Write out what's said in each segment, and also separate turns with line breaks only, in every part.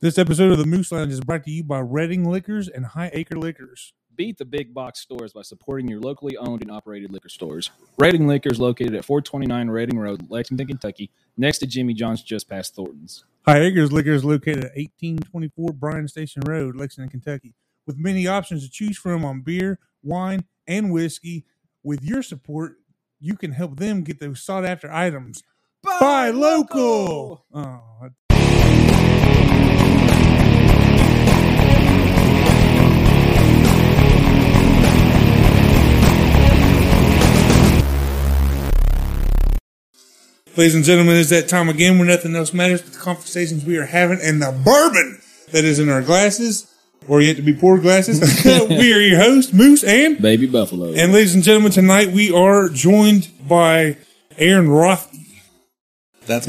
This episode of the Moose Lounge is brought to you by Reading Liquors and High Acre Liquors.
Beat the big box stores by supporting your locally owned and operated liquor stores. Reading Liquors located at 429 Reading Road, Lexington, Kentucky, next to Jimmy John's just past Thornton's.
High Acres Liquor is located at 1824 Bryan Station Road, Lexington, Kentucky, with many options to choose from on beer, wine, and whiskey. With your support, you can help them get those sought after items. Buy,
Oh,
local. Oh, Ladies and gentlemen, it's that time again where nothing else matters but the conversations we are having and the bourbon that is in our glasses, or yet to be poured glasses. we are your host, Moose and.
Baby Buffalo.
And ladies and gentlemen, tonight we are joined by Aaron Roth.
That's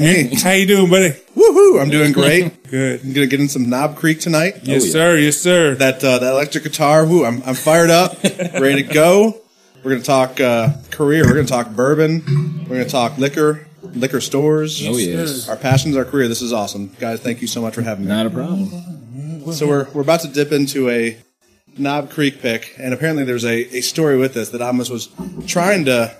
me.
How you doing, buddy?
Woohoo! I'm doing great.
Good.
I'm gonna get in some Knob Creek tonight.
Yes,
yeah.
sir. Yes, sir.
Oh, That uh, that electric guitar. Woo! I'm I'm fired up, ready to go. We're gonna talk uh, career. We're gonna talk bourbon. We're gonna talk liquor, liquor stores.
oh, yes.
Our passions, our career. This is awesome, guys. Thank you so much for having me.
Not a problem.
So we're we're about to dip into a Knob Creek pick, and apparently there's a, a story with this that Amos was trying to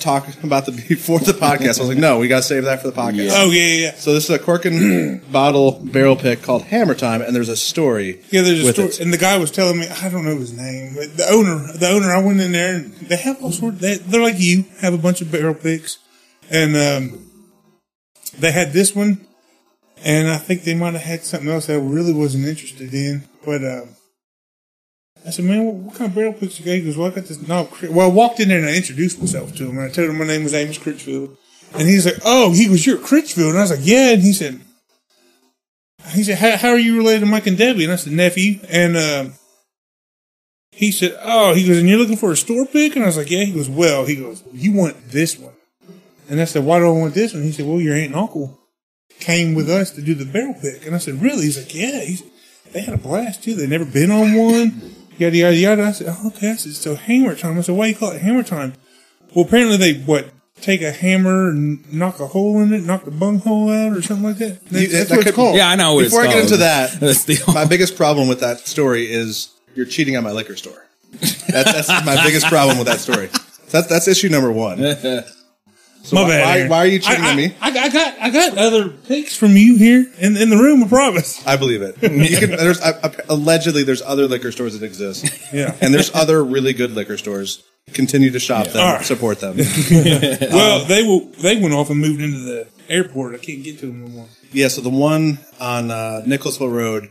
talk about the before the podcast. I was like, no, we gotta save that for the podcast.
Yeah.
oh, yeah, yeah, yeah.
So this is a Corkin bottle barrel pick called Hammer Time, and there's a story.
Yeah, there's a
with
story,
it.
and the guy was telling me I don't know his name, but the owner, the owner. I went in there, and they have all sort. They, they're like you, have a bunch of barrel picks, and um, they had this one, and I think they might have had something else that I really wasn't interested in. But um, I said, "Man, what, what kind of barrel picks you got?" He goes, "Well, I got this knob." Cri-" Well, I walked in there and I introduced myself to him, and I told him my name was Amos Critchfield, and he's like, "Oh, he goes, you're at Critchfield," and I was like, "Yeah," and he said he said, how, how are you related to Mike and Debbie? And I said, nephew. And uh, he said, oh, he goes, and you're looking for a store pick? And I was like, yeah. He goes, well, he goes, you want this one. And I said, why do I want this one? He said, well, your aunt and uncle came with us to do the barrel pick. And I said, really? He's like, yeah. He's, they had a blast, too. They'd never been on one. Yada, yada, yada. I said, oh, okay. I said, so hammer time. I said, why you call it hammer time? Well, apparently they, what, take a hammer and knock a hole in it, knock the bunghole out or something like that. That's,
You-
that's
that
what it's
could-
called.
Yeah, I know what
Before
it's
I get
called.
into that,
That's the
My biggest problem with that story is you're cheating on my liquor store. That's, that's my biggest problem with that story. That's that's issue number one. So
My
why,
bad.
Why,
Aaron.
why are you cheating
I, I-
on me?
I, I got I got other picks from you here in, in the room. I promise.
I believe it. You can, there's, I, I- allegedly, there's other liquor stores that exist,
Yeah.
and there's other really good liquor stores. Continue to shop them,
All right.
support them.
Uh-huh.
well, they will. They went off and moved into the airport. I can't get to them no more.
Yeah, so the one on uh, Nicholasville Road,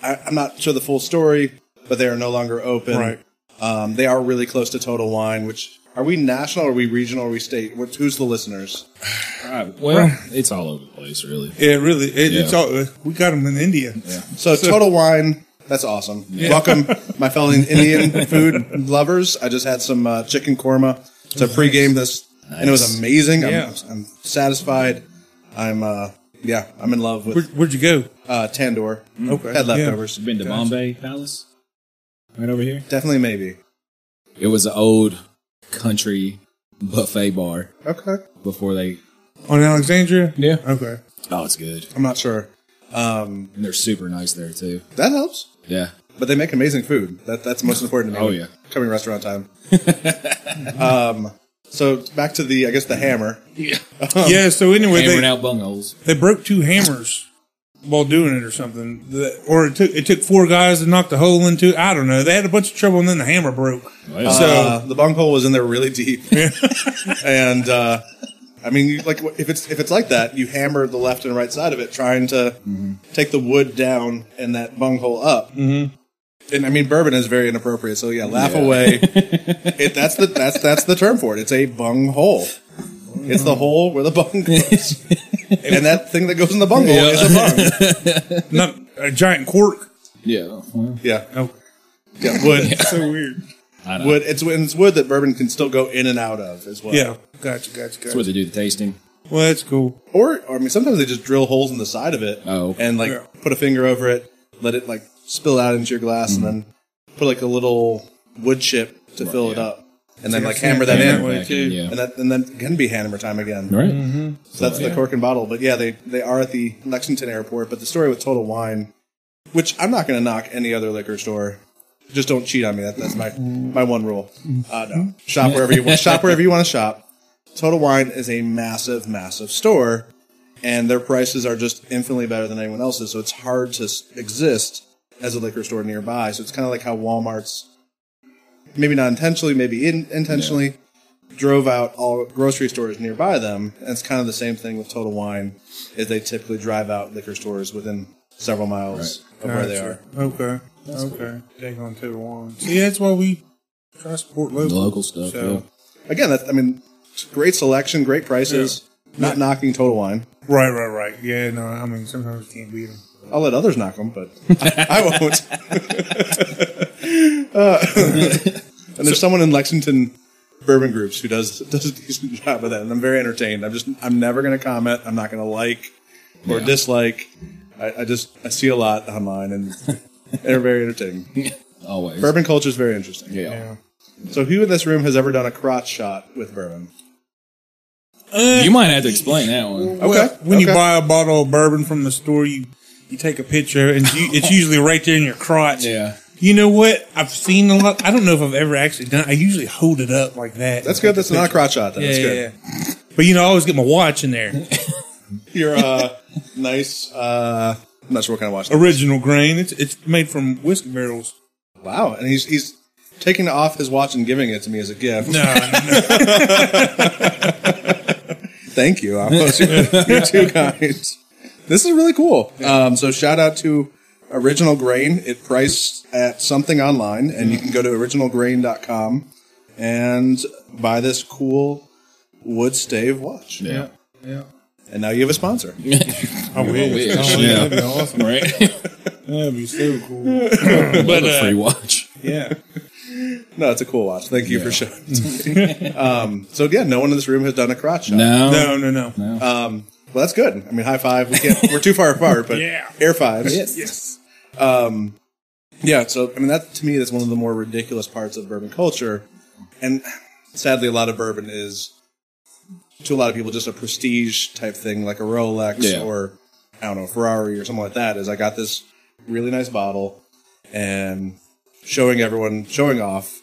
I, I'm not sure the full story, but they are no longer open.
Right.
Um, they are really close to Total Wine, which are we national? Are we regional? Are we state? What's, who's the listeners?
All right. Well, it's all over the place, really.
Yeah, really. It, It's
Yeah.
all. uh, We got them in India.
So, Total Wine, that's awesome. Welcome, my fellow Indian food lovers. I just had some uh, chicken korma to pregame this, and it
Nice.
was amazing.
Yeah.
I'm, I'm satisfied. I'm uh, yeah, I'm in love
Where,
with
where'd you go?
uh, Tandoor.
Mm. Okay.
had
Yeah.
leftovers.
Been to Bombay Palace? Right over here?
Definitely, maybe.
It was an old country buffet bar
Okay.
before they.
On Alexandria.
Yeah.
Okay.
Oh, it's good.
I'm not sure. Um,
And they're super nice there, too.
that helps.
Yeah.
But they make amazing food. That, that's most important to me.
Oh,
when
yeah.
Coming restaurant time. um, so back to the, I guess, the hammer.
yeah. So anyway,
Hammering
they,
out bungholes.
they broke two hammers while doing it or something. The- or it took it took four guys to knock the hole into. I don't know. They had a bunch of trouble and then the hammer broke.
So-
Uh, the bunghole was in there really deep. and, uh, I mean, you, like if it's if it's like that, you hammer the left and right side of it, trying to take the wood down and that bunghole up. Mm-hmm. And I mean, bourbon is very inappropriate. So yeah, laugh away. it, that's the that's that's the term for it. It's a bunghole. It's the hole where the bung goes, and that thing that goes in the bunghole is a bung.
Not a giant cork.
yeah. Well,
Yeah,
Oh,
yeah, wood.
so weird.
I know.
Wood. It's it's wood that bourbon can still go in and out of as well.
Yeah. Gotcha. Gotcha.
That's where
Gotcha.
they do the tasting.
Well, that's cool.
Or, or I mean, sometimes they just drill holes in the side of it,
Oh.
and like
Yeah.
put a finger over it, let it like spill out into your glass,
Mm-hmm.
and then put like a little wood chip to fill it
yeah.
up, and then like
I've seen
hammer
it
that
done
in,
that way,
Back in,
too.
yeah.
and that and then can be hammer time again.
Right?
Mm-hmm.
So that's the cork and bottle. But yeah, they they are at the Lexington airport. But the story with Total Wine which I'm not going to knock any other liquor store. Just don't cheat on me. That, that's my my one rule. Uh, no, shop wherever you want. Shop wherever you want to shop. Total Wine is a massive, massive store, and their prices are just infinitely better than anyone else's. So it's hard to s- exist as a liquor store nearby. So it's kind of like how Walmart's, maybe not intentionally, maybe in, intentionally, drove out all grocery stores nearby them. And it's kind of the same thing with Total Wine, is they typically drive out liquor stores within several miles of where they are.
Okay. okay. They going to the one. See, that's why we try to support local.
The local stuff.
So-
yeah.
Again, that's, I mean, it's great selection, great prices. Not knocking Total Wine.
Right, right, right. Yeah, no, I mean, sometimes you can't beat them.
I'll let others knock them, but I, I won't. uh, and there's someone in Lexington Bourbon Groups who does does a decent job of that, and I'm very entertained. I'm just I'm never going to comment. I'm not going to like or dislike. I, I just I see a lot online, and they're very entertaining.
Always.
Bourbon culture is very interesting.
Yeah.
Yeah.
So, who in this room has ever done a crotch shot with bourbon?
You might have to explain that one.
Well, when you
okay.
buy a bottle of bourbon from the store, you you take a picture, and you, it's usually right there in your crotch.
Yeah.
You know what? I've seen a lot. I don't know if I've ever actually done. it. I usually hold it up like that.
That's good. That's not a crotch shot. Then.
Yeah,
That's good.
yeah, yeah. But you know, I always get my watch in there.
Your uh, nice. Uh, I'm not sure what kind of watch. that
Original grain. It's it's made from whiskey barrels.
Wow, and he's he's taking off his watch and giving it to me as a gift.
No, no.
Thank you. I was- You're too kind. This is really cool. Um, so shout out to Original Grain. It priced at something online, and you can go to originalgrain.com and buy this cool wood stave watch.
Yeah.
And now you have a sponsor.
I wish.
wish.
Oh,
Yeah.
That'd be awesome.
Right.
That'd be so cool.
but a free watch.
Yeah.
No, it's a cool watch. Thank you for showing it to me. um, so yeah, no one in this room has done a crotch shot.
No.
No, no, no.
Well, that's good. I mean, high five. We can't. We're too far apart, but
Yeah.
air fives.
Yes.
Um, Yeah, so I mean that to me that's one of the more ridiculous parts of bourbon culture, and sadly, a lot of bourbon is to a lot of people just a prestige type thing, like a Rolex
Yeah.
or I don't know Ferrari or something like that. Is I got this really nice bottle and showing everyone, showing off,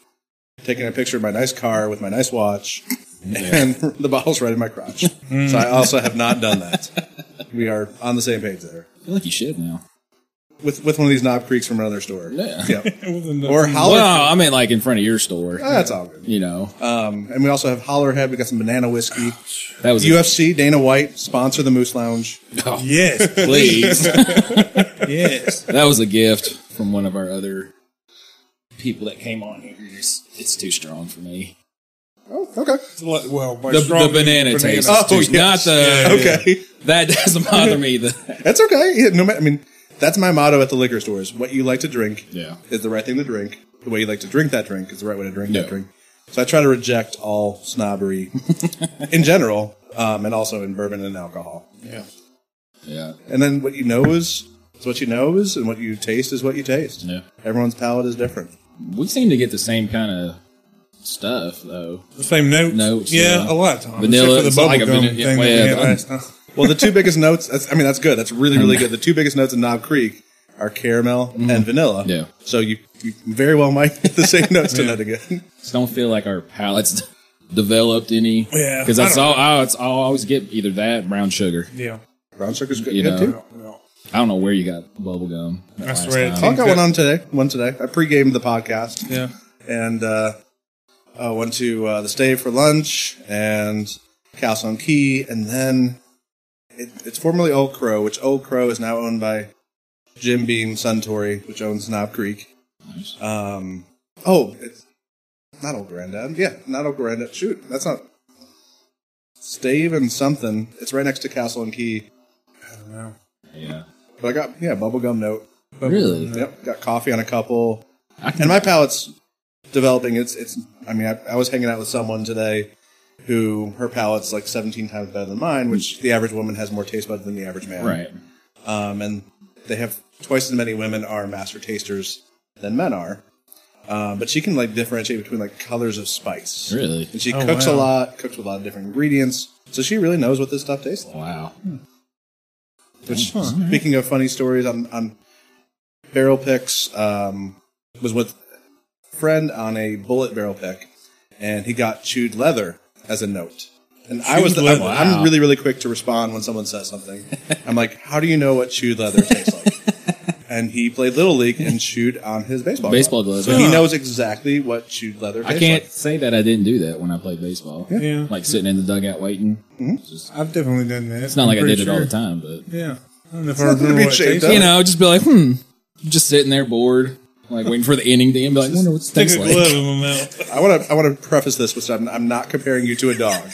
taking a picture of my nice car with my nice watch, and the bottle's right in my crotch. so I also have not done that. We are on the same page there
I feel like you should now.
with with one of these knob creeks from another store.
Yeah.
Yep.
Or
Or holler.
Well, I mean, like in front of your store.
Ah, That's all good.
you know,
Um, and we also have Hollerhead. We got some banana whiskey.
that was a,
UFC Dana White sponsor the Moose Lounge.
yes,
please.
yes.
that was a gift from one of our other people that came on here. It's, it's too strong for me.
Oh, okay,
Well, by
The,
strawberry
the banana taste. is
Oh,
too-
yes.
Not the.
okay,
That doesn't bother me. The,
that's okay. Yeah, no, ma- I mean that's my motto at the liquor stores. What you like to drink
Yeah.
is the right thing to drink. The way you like to drink that drink is the right way to drink
No.
that drink. So I try to reject all snobbery in general, um, and also in bourbon and alcohol.
yeah.
And then what you know is is what you know is, and what you taste is what you taste.
Yeah.
Everyone's palate is different.
We seem to get the same kind of stuff, though.
The Oh, same notes.
Notes,
Yeah,
yeah.
a lot of times.
Vanilla,
Except
it's
for the
like a
bubblegum
vanilla-
thing
yeah,
that we had
yeah,
last time.
Well, the two biggest notes. That's, I mean, that's good. That's really,
Um,
really good. The two biggest notes in Knob Creek are caramel and vanilla.
Mm-hmm. Yeah.
So you, you very well might get the same notes to that again.
Just don't feel like our palates developed any.
Yeah,
Because
I
that's
don't
all. I, it's, I'll always get either that or brown sugar.
Yeah.
Brown sugar's good,
You
good
know.
too.
No.
I don't know where you got bubble gum.
I
last
swear
time.
it's-
I got one on today. One today. I pre-gamed the podcast
Yeah.
and uh, uh, went to uh, the stay for lunch and Calson Key, and then it, it's formerly Old Crow, which Old Crow is now owned by Jim Beam Suntory, which owns Knob Creek.
Nice.
Um, oh, it's not old granddad. Yeah, not old granddad. Shoot, that's not stave and something. It's right next to Castle and Key.
No.
Yeah.
But I got yeah bubblegum note.
Really?
Yep, got coffee on a couple,
I can,
and my palate's developing. It's it's. I mean, I, I was hanging out with someone today who her palate's like 17 times better than mine, which the average woman has more taste buds than the average man.
right.
um, and they have twice as many women are master tasters than men are. Uh, but she can like differentiate between like colors of spice.
Really?
And she
Oh,
cooks a
wow.
lot, cooks with a lot of different ingredients, so she really knows what this stuff tastes like.
Wow.
Which, speaking of funny stories on, on barrel picks. Um, was with a friend on a bullet barrel pick, and he got chewed leather as a note. And I was the,
Chewed
I'm,
leather.
I'm really really quick to respond when someone says something. I'm like, how do you know what chewed leather tastes like? and he played little league and chewed on his baseball
Baseball glove.
So he knows exactly what chewed leather.
I
tastes
can't
Like.
say that I didn't do that when I played baseball.
Yeah. Mm-hmm.
Like sitting in the dugout waiting.
I've definitely done that.
It's not like I did it all the time, but
Yeah. I don't know if I remember
to be
what it
ashamed
tastes
of.
like.
you know, just be like, hmm, just sitting there bored, like waiting for the ending to end. Be like, wonder what this
Stick
tastes
a
like.
glove in my mouth.
I want to. I want to preface this with something. I'm not comparing you to a dog,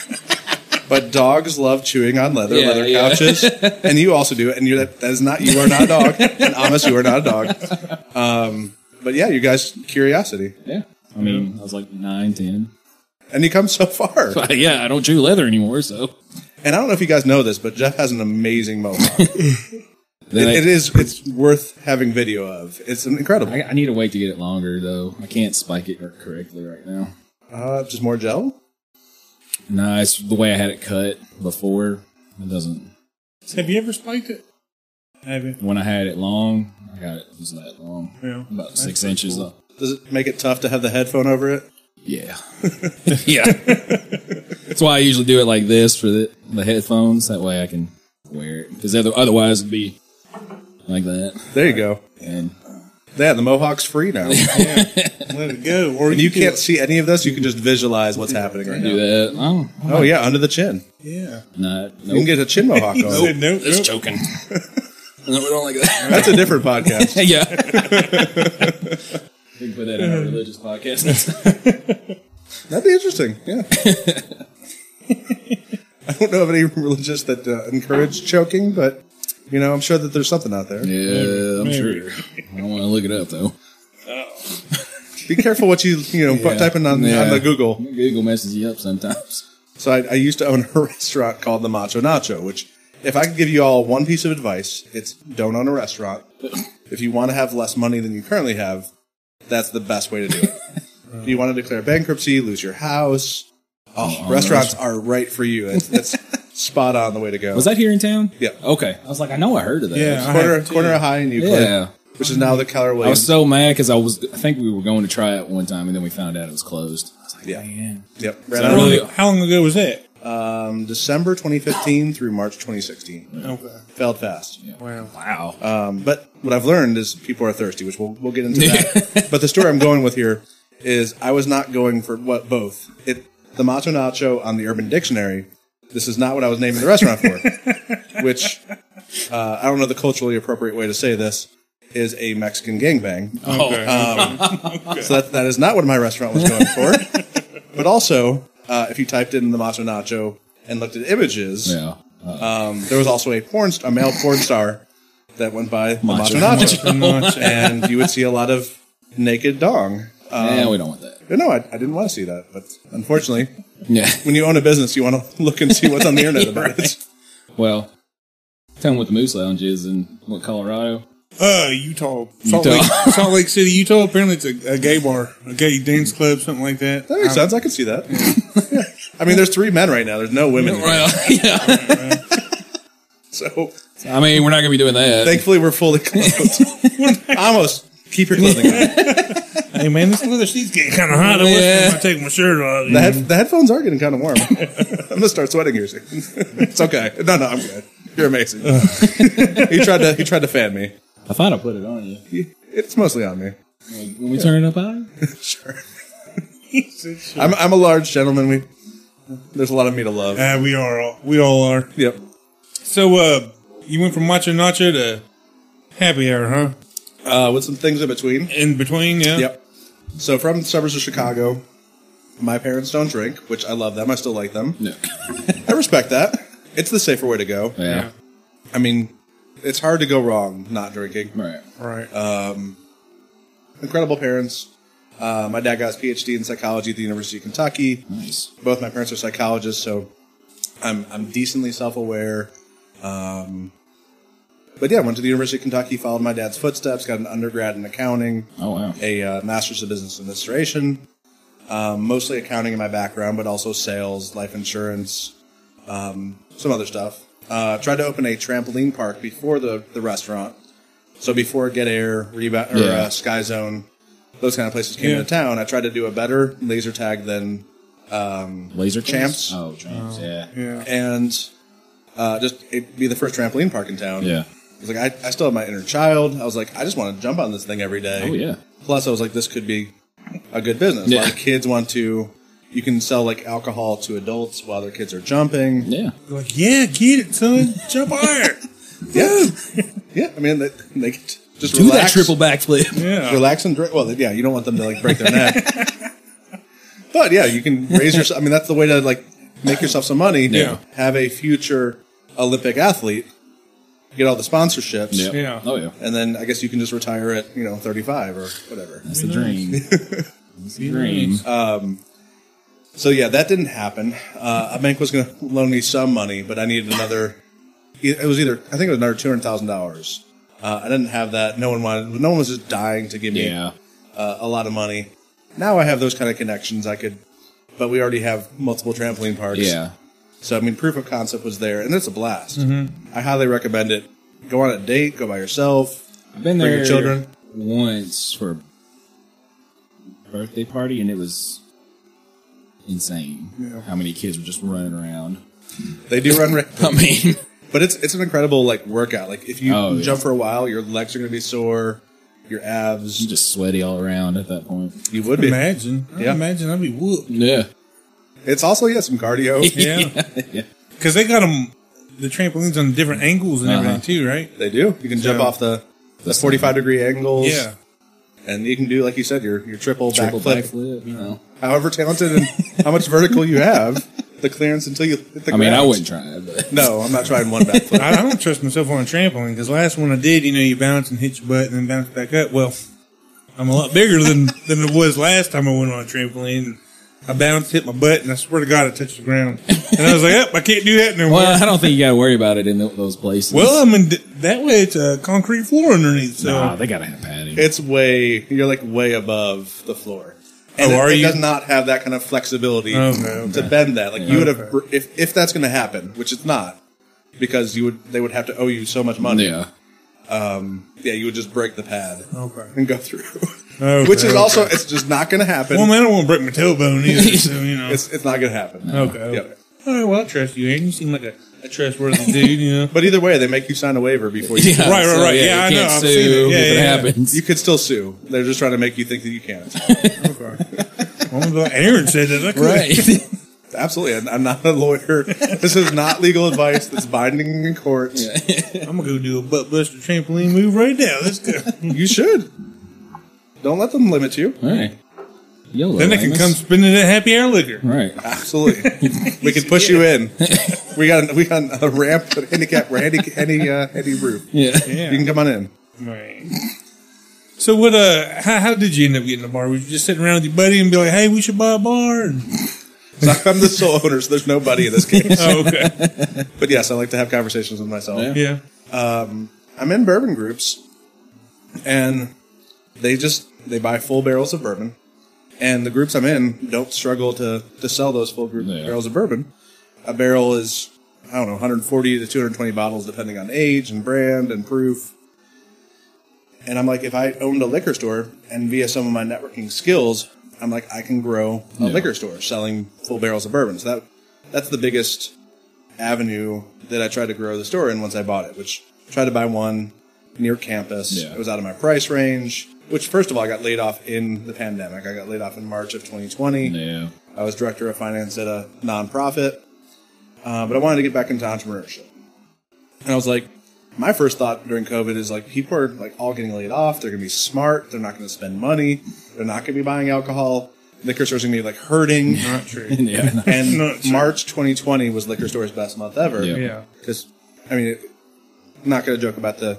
but dogs love chewing on leather,
Yeah,
leather
yeah.
couches, and you also do. And you're that, that is not. You are not a dog. and honest, you are not a dog. Um, but yeah, you guys curiosity,
Yeah, I mean, I was like nine, ten.
and you come so far.
But yeah, I don't chew leather anymore, so
And I don't know if you guys know this, but Jeff has an amazing mohawk. it,
Then I,
it is. It's worth having video of. It's incredible.
I, I need to wait to get it longer though. I can't spike it correctly right now.
Uh, just more gel.
Nah, it's the way I had it cut before. It doesn't.
Have you ever spiked it? Have you?
When I had it long, I got it, it was that long,
Yeah.
about six inches. Long.
Does it make it tough to have the headphone over it?
Yeah. yeah. That's why I usually do it like this for the, the headphones. That way I can wear it. Because other, otherwise it'd be like that.
There you go.
And
Yeah, the mohawk's free now.
Let it go. Or
And you can't see any of this. You can just visualize what's happening right
do
now.
that. I don't, I'm
Oh yeah, under the chin.
Yeah.
not.
You can
Nope.
get a chin mohawk
Nope.
on.
Nope.
It's choking. no, we don't like that.
That's a different podcast.
yeah. we can put that in our religious podcast.
That'd be interesting. Yeah. I don't know of any religious that uh, encourage choking, but you know, I'm sure that there's something out there.
yeah, I'm
Maybe.
sure. I don't want to look it up though.
Be careful what you you know
Yeah.
typing on,
Yeah.
on the Google.
Google messes you up sometimes.
So I, I used to own a restaurant called the Macho Nacho, which if I could give you all one piece of advice, it's don't own a restaurant. If you want to have less money than you currently have, that's the best way to do it. Do you want to declare bankruptcy, lose your house? Oh, restaurants are right for you. That's, that's spot on the way to go.
Was that here in town?
Yeah.
Okay. I was like, I know I heard of that.
Yeah. I
corner
have two.
corner of high in Euclid,
Yeah.
which is now the Keller
I was
Williams?
so mad because I was. I think we were going to try it one time, and then we found out it was closed. I was like,
Yeah.
man.
yep,
I
ran
How
out
long,
really-
how long ago was that?
from December 2015 through March 2016.
Okay.
Failed fast.
Wow.
Wow.
Um, but what I've learned is people are thirsty, which we'll, we'll get into that. but the story I'm going with here is I was not going for what both. It the Macho Nacho on the Urban Dictionary. This is not what I was naming the restaurant for. which uh, I don't know the culturally appropriate way to say this is a Mexican gangbang. Um,
Okay.
So that, that is not what my restaurant was going for. but also, uh, if you typed in the Macho Nacho and looked at images,
yeah.
um, there was also a porn, st- a male porn star that went by
Macho.
the Macho Nacho
Pretty much.
and you would see a lot of naked dong. Uh,
yeah, we don't want that.
no, I, I didn't want to see that, but unfortunately,
Yeah.
when you own a business, you want to look and see what's on the internet about it.
Well, tell them what the Moose Lounge is in what Colorado.
Uh, Utah, Salt,
Utah.
Lake, Salt Lake City, Utah. Apparently, it's a, a gay bar, a gay dance club, something like that.
That makes sense. I could see that. Yeah. I mean, there's three men right now. There's no women. here.
Well, yeah.
So
I mean, we're not gonna be doing that.
thankfully, we're fully clothed. Almost. Keep your clothing on.
Hey man, this leather seat's getting kind of hot. I wish
Yeah.
I take my shirt off.
The, head, the headphones are getting kind of warm. I'm going to start sweating here soon. it's okay. No, no, I'm good. You're amazing. he tried to he tried to fan me.
I thought I put it on you.
It's mostly on me.
When we turn it up high.
Sure. I'm, I'm a large gentleman. We there's a lot of me to love.
Uh,
Ah, we are all, we all are.
Yep.
So, uh, you went from Macho Nacho to Happy Hour, huh?
Uh, with some things in between.
In between, yeah.
Yep. So from the suburbs of Chicago, my parents don't drink, which I love them. I still like them.
No.
I respect that. It's the safer way to go.
Yeah.
I mean, it's hard to go wrong not drinking.
Right.
Right.
Incredible parents. Uh, my dad got his PhD in psychology at the University of Kentucky.
Nice.
both my parents are psychologists, so I'm I'm decently self aware. Um, but yeah, I went to the University of Kentucky, followed my dad's footsteps, got an undergrad in accounting,
Oh wow.
a uh, master's of business administration, um, mostly accounting in my background, but also sales, life insurance, um, some other stuff. Uh, tried to open a trampoline park before the the restaurant, So before Get Air, Rebound, or
Yeah.
uh, Sky Zone, those kind of places came
Yeah.
into town, I tried to do a better laser tag than
Laser
Champs.
Oh, champs. yeah.
Yeah.
and uh, just it'd be the first trampoline park in town.
Yeah.
I was like, I, I still have my inner child. I was like, I just want to jump on this thing every day.
Oh, yeah.
Plus, I was like, this could be a good business.
Yeah.
A lot of kids want to. You can sell like alcohol to adults while their kids are jumping.
Yeah.
They're like, yeah, get it, son. Jump higher.
Yeah, yeah. I mean, they, they could just
Do that
relax,
triple backflip.
Yeah.
relax and drink. Well, yeah, you don't want them to like break their neck. but yeah, you can raise yourself. I mean, that's the way to like make yourself some money.
Yeah.
Have a future Olympic athlete. Get all the sponsorships.
Yep.
Yeah.
Oh, yeah.
And then I guess you can just retire at you know 35 or whatever.
That's the dream. That's the dream.
Uh,
So yeah, that didn't happen. Uh, a bank was going to loan me some money, but I needed another. e, It was either I think it was another two hundred thousand uh, dollars. I didn't have that. No one wanted. No one was just dying to give me
yeah.
uh, a lot of money. Now I have those kind of connections. I could, but we already have multiple trampoline parks.
Yeah.
So I mean, proof of concept was there, and it's a blast. I highly recommend it. Go on a date. Go by yourself.
I've been
Bring
there
your children.
once for a birthday party, and it was insane how many kids were just running around.
They do run. ra-
I mean,
But it's it's an incredible like workout. Like if you
Oh, yeah.
jump for a while, your legs are going to be sore, your abs.
just sweaty all around at that point.
You would be.
Imagine. I
Yeah.
imagine I'd be whooped.
Yeah.
It's also yeah some cardio.
Yeah. Because they got them, the trampolines on different angles and everything, too, right?
they do. You can jump
Yeah.
off the the forty five degree angles.
Yeah.
and you can do like you said your your triple,
Triple
backflip.
backflip, you know.
However talented and how much vertical you have, the clearance until you hit the.
I mean, I
ground.
wouldn't try it, but
No, I'm not trying one backflip.
I, I don't trust myself on a trampoline because last one I did, you know, you bounce and hit your butt and then bounce back up. Well, I'm a lot bigger than than it was last time I went on a trampoline. I bounced, hit my butt, and I swear to God, I touched the ground. And I was like, "Yep, I can't do that no more."
well,
Well,
I don't think you got to worry about it in tho- those places.
I mean, th- that way it's a concrete floor underneath. So,
nah, they got to have padding.
It's way you're like way above the floor.
Oh,
it,
are
it
you?
does not have that kind of flexibility
Oh, okay,
to bend that. Like you would have if if that's going to happen, which it's not, because you would they would have to owe you so much money.
yeah.
Yeah, you would just break the pad
okay.
and go through.
Okay,
which is
okay.
also it's just not going to happen.
Well, man, I don't want to break my tailbone either. So you know,
it's it's not going to happen.
okay. okay.
Yep.
All right. Well, I trust you, Aaron. You seem like a, a trustworthy dude. You know.
But either way, they make you sign a waiver before you.
Yeah,
Right, right, right. Yeah, I
you
know.
can't
I've
sue
seen it. Yeah,
if
yeah,
it
yeah.
happens.
You could still sue. They're just trying to make you think that you can't.
Okay. I'm gonna be like, Aaron said that. I could.
right.
Absolutely, I'm- I'm not a lawyer. This is not legal advice that's binding in court.
I'm gonna go do a butt buster trampoline move right now. Let's go.
You should. Don't let them limit you.
all right. YOLO,
then they can
Amos.
come spinning that happy hour liquor.
Right.
Absolutely. we can push you in. We got a, we got a ramp, a handicap, or handy, handy, uh, handy roof.
Yeah.
You can come on in.
Right. So what? Uh, how, how did you end up getting a bar? Were you just sitting around with your buddy and be like, "Hey, we should buy a bar"? And,
So I'm the sole owner, so there's nobody in this case.
oh, okay.
But yes, I like to have conversations with myself.
Yeah.
yeah.
I'm in bourbon groups, and they just they buy full barrels of bourbon, and the groups I'm in don't struggle to to sell those full group
Yeah.
barrels of bourbon. A barrel is I don't know 140 to 220 bottles, depending on age and brand and proof. And I'm like, if I owned a liquor store, and via some of my networking skills, I'm like, I can grow a
Yeah.
liquor store selling full barrels of bourbon. So that that's the biggest avenue that I tried to grow the store in once I bought it, which tried to buy one near campus.
Yeah.
It was out of my price range, which first of all, I got laid off in the pandemic. I got laid off in March of 2020.
Yeah.
I was director of finance at a nonprofit, uh, but I wanted to get back into entrepreneurship. And I was like, my first thought during COVID is like, people are like all getting laid off. They're going to be smart. They're not going to spend money. They're not going to be buying alcohol. Liquor stores are going to be like hurting.
Not true.
Yeah.
And
Not true.
March 2020 was liquor store's best month ever.
Yeah.
Yeah.
Because, I mean, it- I'm not going to joke about the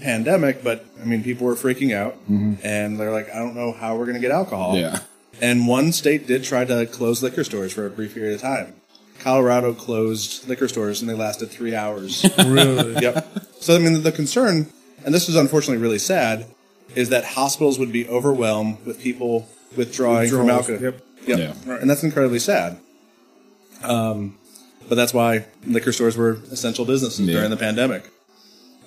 pandemic, but I mean, people were freaking out and they're like, I don't know how we're going to get alcohol.
Yeah.
And one state did try to close liquor stores for a brief period of time. Colorado closed liquor stores and they lasted three hours.
Really.
yep. So, I mean, the concern, and this is unfortunately really sad, is that hospitals would be overwhelmed with people withdrawing from
Withdrawals,
alcohol.
yep.
Yep.
Yeah.
And that's incredibly sad. Um, but that's why liquor stores were essential businesses
Yeah.
during the pandemic.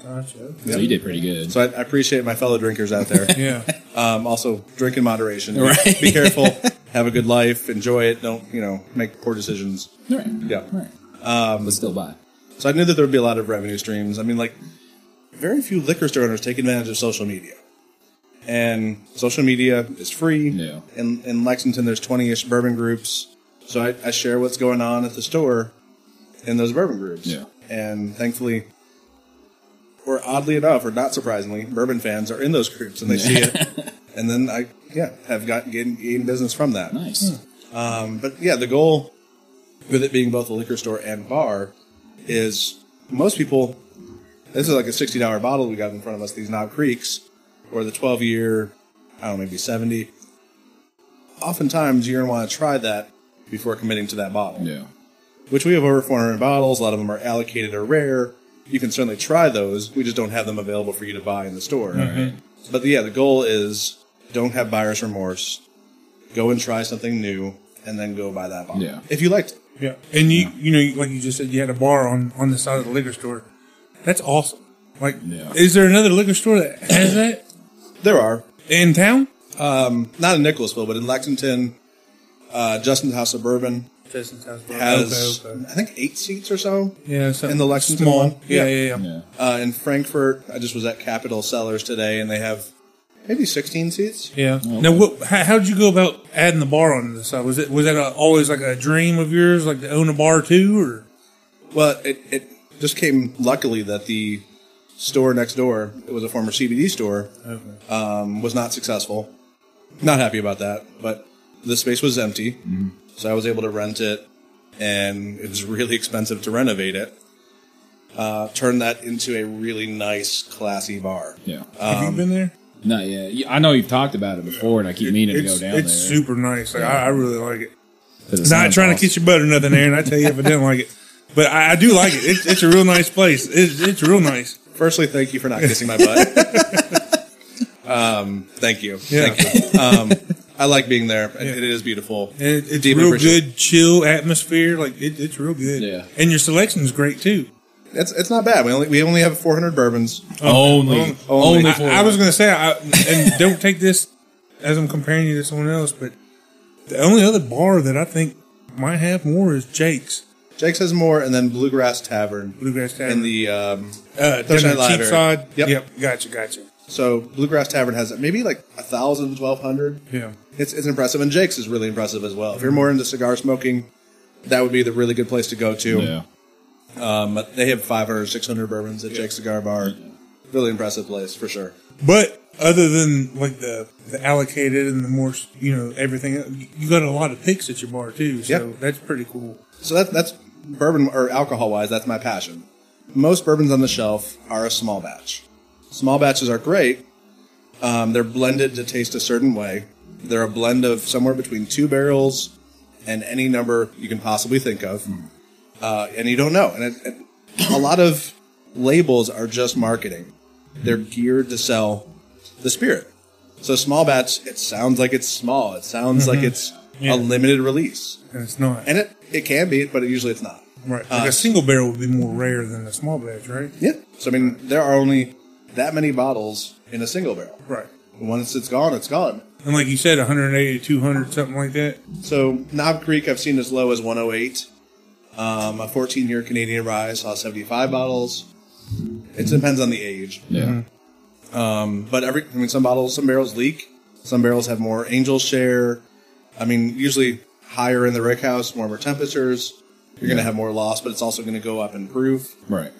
Gotcha.
So you did pretty good.
So I, I appreciate my fellow drinkers out there.
Yeah.
Um, also, drink in moderation.
Right.
Be careful. Have a good life. Enjoy it. Don't you know make poor decisions.
All right.
Yeah.
All right. but still buy.
So I knew that there would be a lot of revenue streams. I mean, like very few liquor store owners take advantage of social media, and social media is free.
Yeah.
In in Lexington, there's 20ish bourbon groups. So I, I share what's going on at the store in those bourbon groups.
Yeah.
And thankfully, or oddly enough, or not surprisingly, bourbon fans are in those groups and they see it. And then I, yeah, have got gained, gained business from that.
Nice.
Um, but yeah, the goal with it being both a liquor store and bar is most people. This is like a sixty dollar bottle we got in front of us. These Knob Creeks, or the twelve year, I don't know, maybe seventy. Oftentimes, you're gonna want to try that before committing to that bottle.
Yeah.
Which we have over four hundred bottles. A lot of them are allocated or rare. You can certainly try those. We just don't have them available for you to buy in the store. But yeah, the goal is don't have buyer's remorse. Go and try something new, and then go buy that bottle.
Yeah.
If you liked it.
Yeah, and you you know, like you just said, you had a bar on on the side of the liquor store. That's awesome. Like,
Yeah.
is there another liquor store that has that
There are. um,
in town?
Not in Nicholasville, but in Lexington, uh, Justin's House of Bourbon has, I think, eight seats or so.
Yeah, something
in the Lexington
small.
one?
Yeah,
Yeah.
yeah, yeah.
Yeah.
Uh, in Frankfurt, I just was at Capital Cellars today, and they have maybe 16 seats.
Yeah. Now, what? How, how did you go about adding the bar on the side? Was it was that a, always like a dream of yours, like to own a bar too, or
Well, it, it just came luckily that the store next door, it was a former CBD store, um, was not successful. Not happy about that, but the space was empty, so I was able to rent it, and it was really expensive to renovate it. Uh, turn that into a really nice, classy bar.
Yeah.
have you been there?
Not yet. You- I know you've talked about it before, and I keep meaning to
It's
go down
it's
there.
super nice. Like, I, I really like it.
'cause it
It's not
sounds
trying to
awesome.
kiss your butt or nothing, Aaron. I tell you if I didn't like it, but I, I do like it. It's, it's a real nice place. It's, it's real nice.
Firstly, thank you for not kissing my butt. um, thank you.
Yeah.
Thank you. Um, I like being there. It- It is beautiful.
And it, it's
Deeply
real
appreciate-
good, chill atmosphere. Like it, it's real good.
Yeah.
And your selection's great too.
It's it's not bad. We only we only have 400 bourbons.
Only, only,
Only-
I,
for
I was gonna say, I, and don't take this as I'm comparing you to someone else, but the only other bar that I think might have more is Jake's
Jake's has more, and then Bluegrass Tavern.
Bluegrass Tavern.
And the um,
uh, down
Thursday
in
Night Live area.
Cheapside.
Yep.
yep. Gotcha. Gotcha.
So Bluegrass Tavern has maybe like a thousand, twelve hundred.
Yeah.
It's it's impressive, and Jake's is really impressive as well. If you're more into cigar smoking, that would be the really good place to go to.
yeah,
Um, they have 500, 600 bourbons at Jake's Cigar Bar. Really impressive place for sure.
But other than like the, the allocated and the more, you know, everything, you- you got a lot of picks at your bar too. So
Yep.
that's pretty cool.
So that, that's bourbon or alcohol wise, that's my passion. Most bourbons on the shelf are a small batch. Small batches are great. Um, they're blended to taste a certain way. They're a blend of somewhere between two barrels and any number you can possibly think of. Uh, and you don't know. And it, it, a lot of labels are just marketing, they're geared to sell the spirit. So, small batch, it sounds like it's small. It sounds like it's
Yeah.
a limited release.
And it's not.
And it, it can be, but usually it's not.
right. Like a single barrel would be more rare than a small batch, right?
Yeah. So, I mean, there are only that many bottles in a single barrel.
Right.
Once it's gone, it's gone.
And like you said, 180 to 200, something like that.
So, Knob Creek, I've seen as low as 108. Um, a 14 year Canadian rye saw 75 bottles. It depends on the age.
yeah.
But every, I mean, some bottles, some barrels leak. Some barrels have more angel share. I mean, usually higher in the rick house, warmer temperatures. You're going to have more loss, but it's also going to go up in proof.
Right.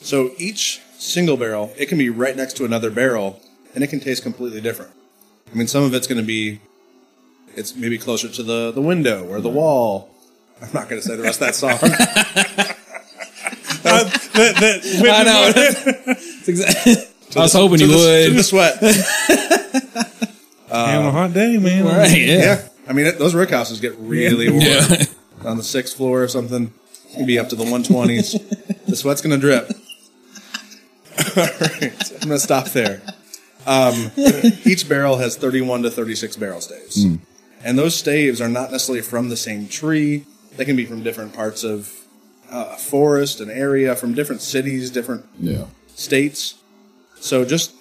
So each single barrel, it can be right next to another barrel, and it can taste completely different. I mean, some of it's going to be, it's maybe closer to the the window or the wall. I'm not going to say the rest of that song.
Uh, that, that,
I know. That's exa- I was hoping you
To the- to
would.
the sweat. Uh,
on a hot day, man.
Right. Yeah.
Yeah, I mean, it, those rick houses get really warm
Yeah.
on the sixth floor or something. It can be up to the 120s. the sweat's going to drip. All right, I'm going to stop there. Um, each barrel has 31 to 36 barrel staves.
Hmm.
And those staves are not necessarily from the same tree. They can be from different parts of uh, a forest, an area from different cities, different
Yeah.
states. So just,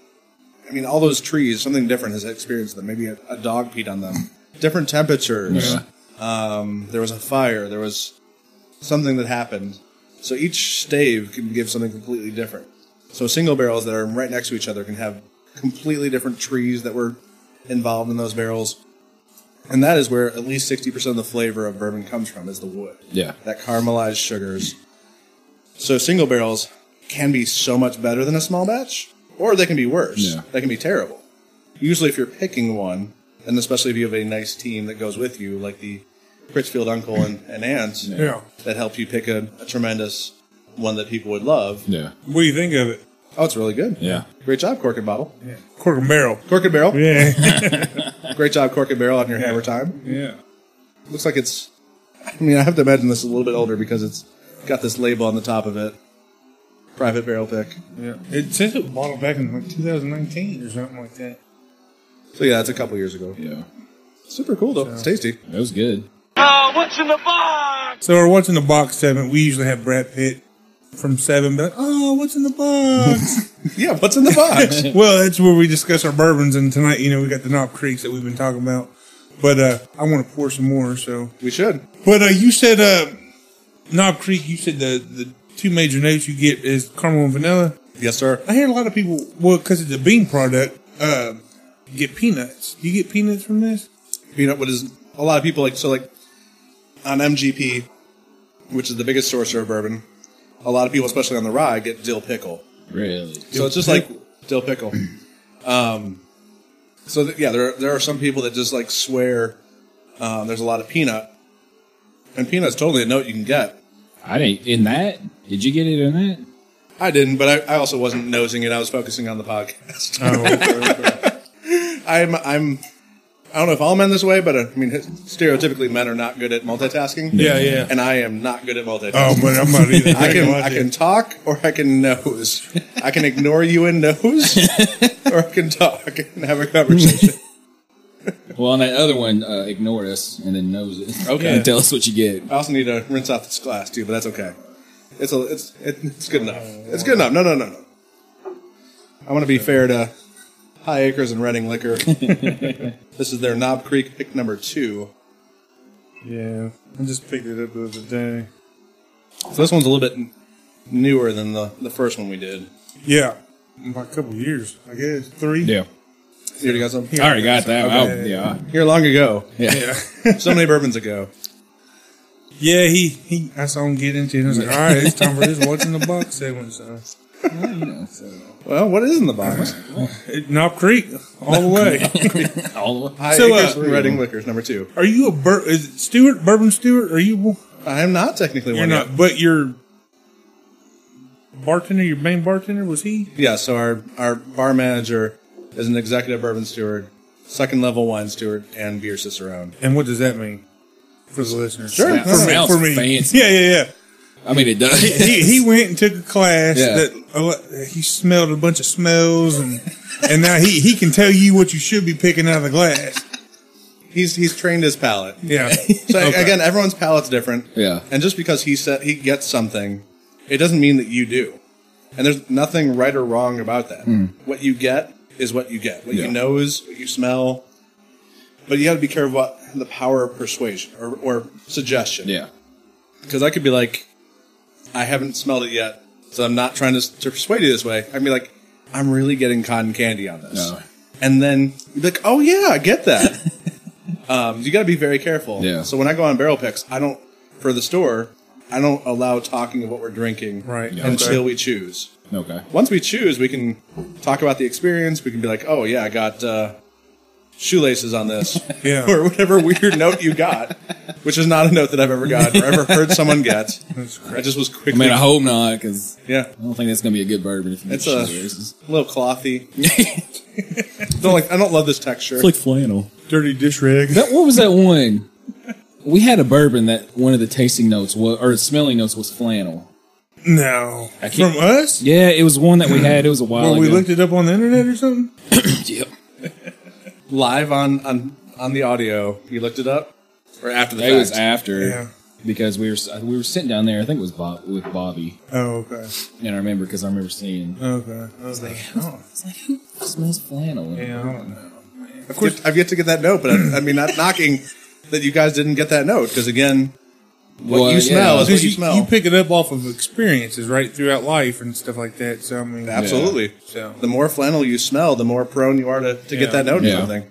I mean, all those trees, something different has experienced them. Maybe a, a dog peed on them. Different temperatures.
Yeah.
Um, there was a fire. There was something that happened. So each stave can give something completely different. So single barrels that are right next to each other can have completely different trees that were involved in those barrels. And that is where at least 60% of the flavor of bourbon comes from is the wood
Yeah.
that caramelized sugars. So single barrels can be so much better than a small batch, or they can be worse.
Yeah.
They can be terrible. Usually, if you're picking one, and especially if you have a nice team that goes with you, like the Critchfield uncle and, and aunt,
Yeah.
that help you pick a, a tremendous one that people would love.
Yeah.
What do you think of it?
Oh, it's really good.
Yeah.
Great job, Cork and Bottle.
Cork and barrel.
Cork and Barrel.
Yeah.
Great job, Cork and Barrel, on your hammer time.
yeah.
Looks like it's. I mean, I have to imagine this is a little bit older because it's got this label on the top of it. Private barrel pick.
Yeah. It says it was bottled back in like 2019 or something like that.
So yeah, it's a couple years ago.
Yeah.
Super cool though. It's tasty.
That was good.
Oh, what's in the box?
So we're watching the box segment. We usually have Brad Pitt from Seven, but oh, what's in the box?
Yeah, what's in the box?
well, that's where we discuss our bourbons, and tonight, you know, we got the Knob Creeks that we've been talking about. But uh, I want to pour some more, so.
we should.
But uh, you said uh, Knob Creek. You said the the two major notes you get is caramel and vanilla.
Yes, sir.
I hear a lot of people, well, because it's a bean product, uh, you get peanuts. Do you get peanuts from this?
You know what is a lot of people like so like on MGP, which is the biggest sourcer of bourbon, a lot of people, especially on the rye, get dill pickle.
Really.
so it's just like dill pickle. Um, so th- yeah, there are, there are some people that just like swear um, there's a lot of peanut, and peanut's totally a note you can get.
I didn't in that. Did you get it in that?
I didn't, but I, I also wasn't nosing it. I was focusing on the podcast.
Oh,
I'm, I'm, I don't know if all men this way, but uh, I mean, stereotypically, men are not good at multitasking.
Yeah, yeah.
And I am not good at multitasking.
Oh, but I'm not either.
I can, I can talk or I can nose. I can ignore you and nose, or I can talk and have a conversation.
Well, on that other one, uh, ignored us and then knows it.
Okay.
and tell us what you get.
I also need to rinse out this glass too, but that's okay. It's a, it's, it, it's good enough. It's good enough. No, no, no, no. I want to be fair to High Acres and Reading Liquor. this is their Knob Creek pick number two.
Yeah, I just picked it up the other day.
So this one's a little bit n- newer than the, the first one we did.
Yeah, about a couple years, I guess three.
Yeah.
You already got some?
I already got that.
Okay.
Oh, yeah.
Here long ago.
Yeah.
So many bourbons ago.
Yeah, he, he I saw him get into it. I was like, all right, it's time for this. What's in the box segment? So.
Well, what is in the box?
It- Knob Creek, all the way.
All the way.
High
So, uh,
Acres and Reading Liquors number two.
Are you a bur- is it Stewart Bourbon Stewart? Are you?
I am not technically
You're
one
not,
yet.
but your bartender, your main bartender, was he?
Yeah, so our, our bar manager is an executive bourbon steward, second level wine steward, and beer cicerone.
And what does that mean for the listeners?
Sure.
for me.
Sounds
For me.
fancy.
Yeah, yeah, yeah.
I mean, it does.
he, he went and took a class
Yeah.
that a lot- he smelled a bunch of smells and and now he, he can tell you what you should be picking out of the glass.
He's he's trained his palate.
Yeah.
So again, everyone's palate's different.
Yeah.
And just because he said he gets something, it doesn't mean that you do. And there's nothing right or wrong about that. What you get is what you get. What
Hmm. Yeah.
you know is what you smell. But you got to be careful about the power of persuasion or, or suggestion.
Yeah.
Because I could be like, I haven't smelled it yet, so I'm not trying to, to persuade you this way. I'd be like, I'm really getting cotton candy on this.
No.
And then you'd be like, oh yeah, I get that. um, you got to be very careful.
Yeah.
So when I go on barrel picks, I don't, for the store, I don't allow talking of what we're drinking
Right. Yeah.
until
Okay.
we choose.
Okay.
Once we choose, we can talk about the experience. We can be like, oh yeah, I got uh, shoelaces on this.
Yeah.
or whatever weird note you got, which is not a note that I've ever gotten or ever heard someone get. I just was
I
quickly.
mean, I hope not, because
yeah,
I don't think that's going to be a good bourbon. If you
it's
make
a
shoelaces.
little clothy. don't like. I don't love this texture.
It's like flannel.
Dirty dish rag.
That, what was that one? We had a bourbon that one of the tasting notes was, or smelling notes was flannel.
No.
can't-
From us?
Yeah, it was one that we had. It was a while
Or
ago.
we looked it up on the internet or something?
Yep.
live on on on the audio. You looked it up, or after the
It was
fact?
after.
Yeah.
because we were s- we were sitting down there. I think it was Bob, with Bobby,
Oh, okay.
and I remember because I remember seeing.
Okay. I was like, oh,
It's like who smells flannel? in
yeah, I
here?
don't know.
Of course, I've yet to get that note, but I, I mean, not knocking that you guys didn't get that note because again, what
Well,
you
yeah.
smell is what
Because
you,
you,
smell.
you pick it up off of experiences, right, throughout life and stuff like that. So I mean,
Absolutely.
So-
The more flannel you smell, the more prone you are to, to
Yeah.
get that note
Yeah.
or something.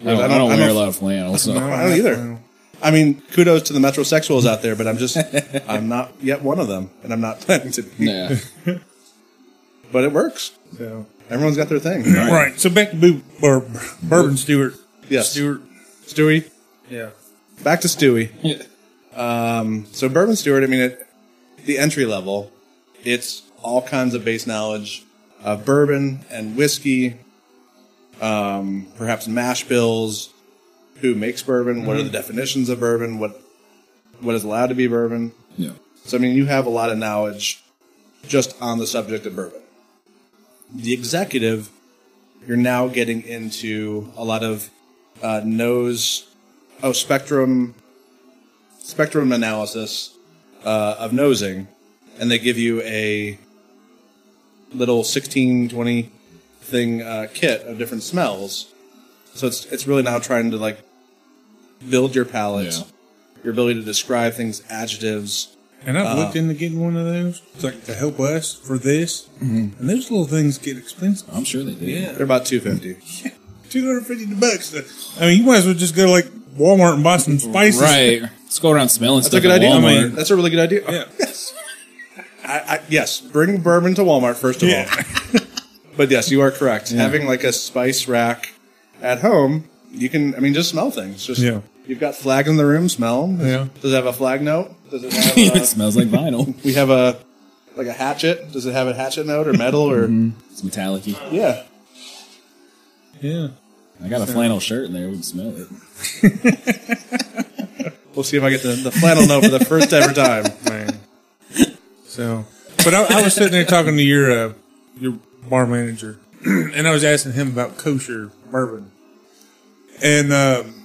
I don't, I don't
I don't-
wear
I'm
a
a-
lot of flannel, so
I don't either. I mean, kudos to the metrosexuals out there, but I'm just, I'm not yet one of them, and I'm not planning to be.
yeah.
But it works.
So.
Everyone's got their thing.
Right. So back to Boo, or Bourbon Stewart.
Yes.
Stewart.
Stewie,
Yeah.
back to Stewie. Um, so Bourbon Stewart, I mean, at the entry level, it's all kinds of base knowledge of bourbon and whiskey, um, perhaps mash bills, who makes bourbon, what are the definitions of bourbon, what what is allowed to be bourbon.
yeah.
So I mean, you have a lot of knowledge just on the subject of bourbon. The executive, you're now getting into a lot of uh, nose, oh spectrum, spectrum analysis uh, of nosing, and they give you a little 16, 20 thing uh, kit of different smells. So it's it's really now trying to like build your palate, your ability to describe things, adjectives.
And I've looked into getting one of those, it's like to help us for this. And those little things get expensive.
I'm sure they did. Yeah.
They're about two
Hmm.
fifty.
Two hundred fifty bucks. I mean, you might as well just go to like Walmart and buy some spices.
Right. Let's go around smelling
That's
stuff
a good
at
idea.
Walmart.
I mean, that's a really good idea.
Yeah.
I, I, yes, bring bourbon to Walmart first of
Yeah.
all. but yes, you are correct. Having like a spice rack at home, you can. I mean, just smell things. Just
Yeah.
you've got flag in the room. Smell. 'em.
Yeah.
Does it have a flag note? Does it have?
it
A,
smells like vinyl.
we have a like a hatchet. Does it have a hatchet note or metal or
Mm-hmm.
It's metallic.
yeah?
Yeah.
I got a flannel shirt in there. We can smell it.
We'll see if I get the, the flannel note for the first ever time.
Man. so, but I, I was sitting there talking to your uh, your bar manager, and I was asking him about kosher bourbon, and um,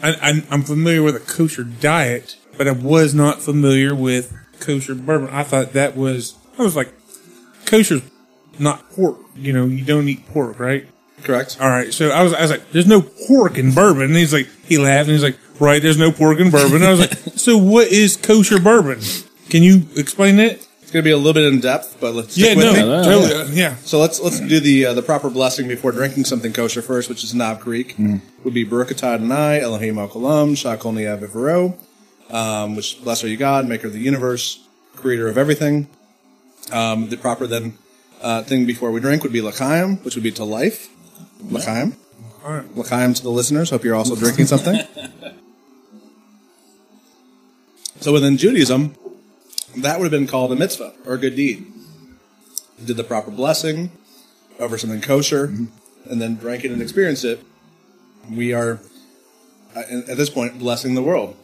I, I, I'm familiar with a kosher diet, but I was not familiar with kosher bourbon. I thought that was I was like, kosher's not pork. You know, you don't eat pork, right?
Correct.
All right, so I was, I was like, "There's no pork in bourbon." And he's like, he laughed and he's like, "Right, there's no pork in bourbon." And I was like, "So what is kosher bourbon? Can you explain that?"
It's going to be a little bit in depth, but let's
yeah,
stick with
no,
me.
it.
totally, uh, yeah,
So let's let's do the uh, the proper blessing before drinking something kosher first, which is Knob Creek. Would be Baruch Atah Adonai, Elohim Okolam, Shakol Nia Vifero, um, which blessed are you God, maker of the universe, creator of everything. Um, the proper then uh, thing before we drink would be Lakayim, which would be to life. Lakayim. Lakayim to the listeners. Hope you're also drinking something. so within Judaism, that would have been called a mitzvah or a good deed. Did the proper blessing over something kosher,
Mm-hmm.
and then drank it and experienced it. We are uh, at this point blessing the world.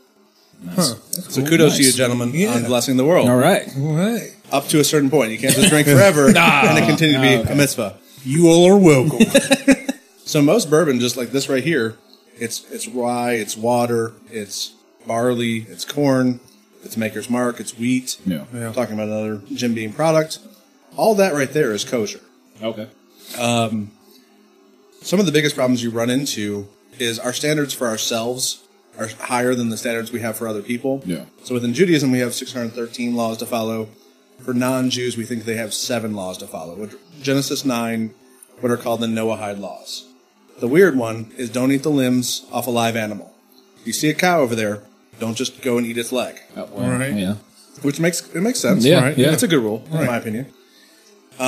So kudos to you, gentlemen, on blessing the world.
All right.
right.
Up to a certain point, you can't just drink forever and it continue to be a mitzvah.
You all are welcome.
So most bourbon, just like this right here, it's it's rye, it's water, it's barley, it's corn, it's Maker's Mark, it's wheat.
Yeah.
Yeah.
Talking about another Jim Beam product. All that right there is kosher.
Okay.
some of the biggest problems you run into is our standards for ourselves are higher than the standards we have for other people.
Yeah.
So within Judaism, we have 613 laws to follow. For non-Jews, we think they have seven laws to follow. which- Genesis 9, what are called the Noahide laws. The weird one is don't eat the limbs off a live animal. You see a cow over there, don't just go and eat its leg.
Oh, well,
All right.
Yeah.
Which makes it makes sense.
Yeah,
Right.
yeah.
That's a good rule, in my opinion. Um,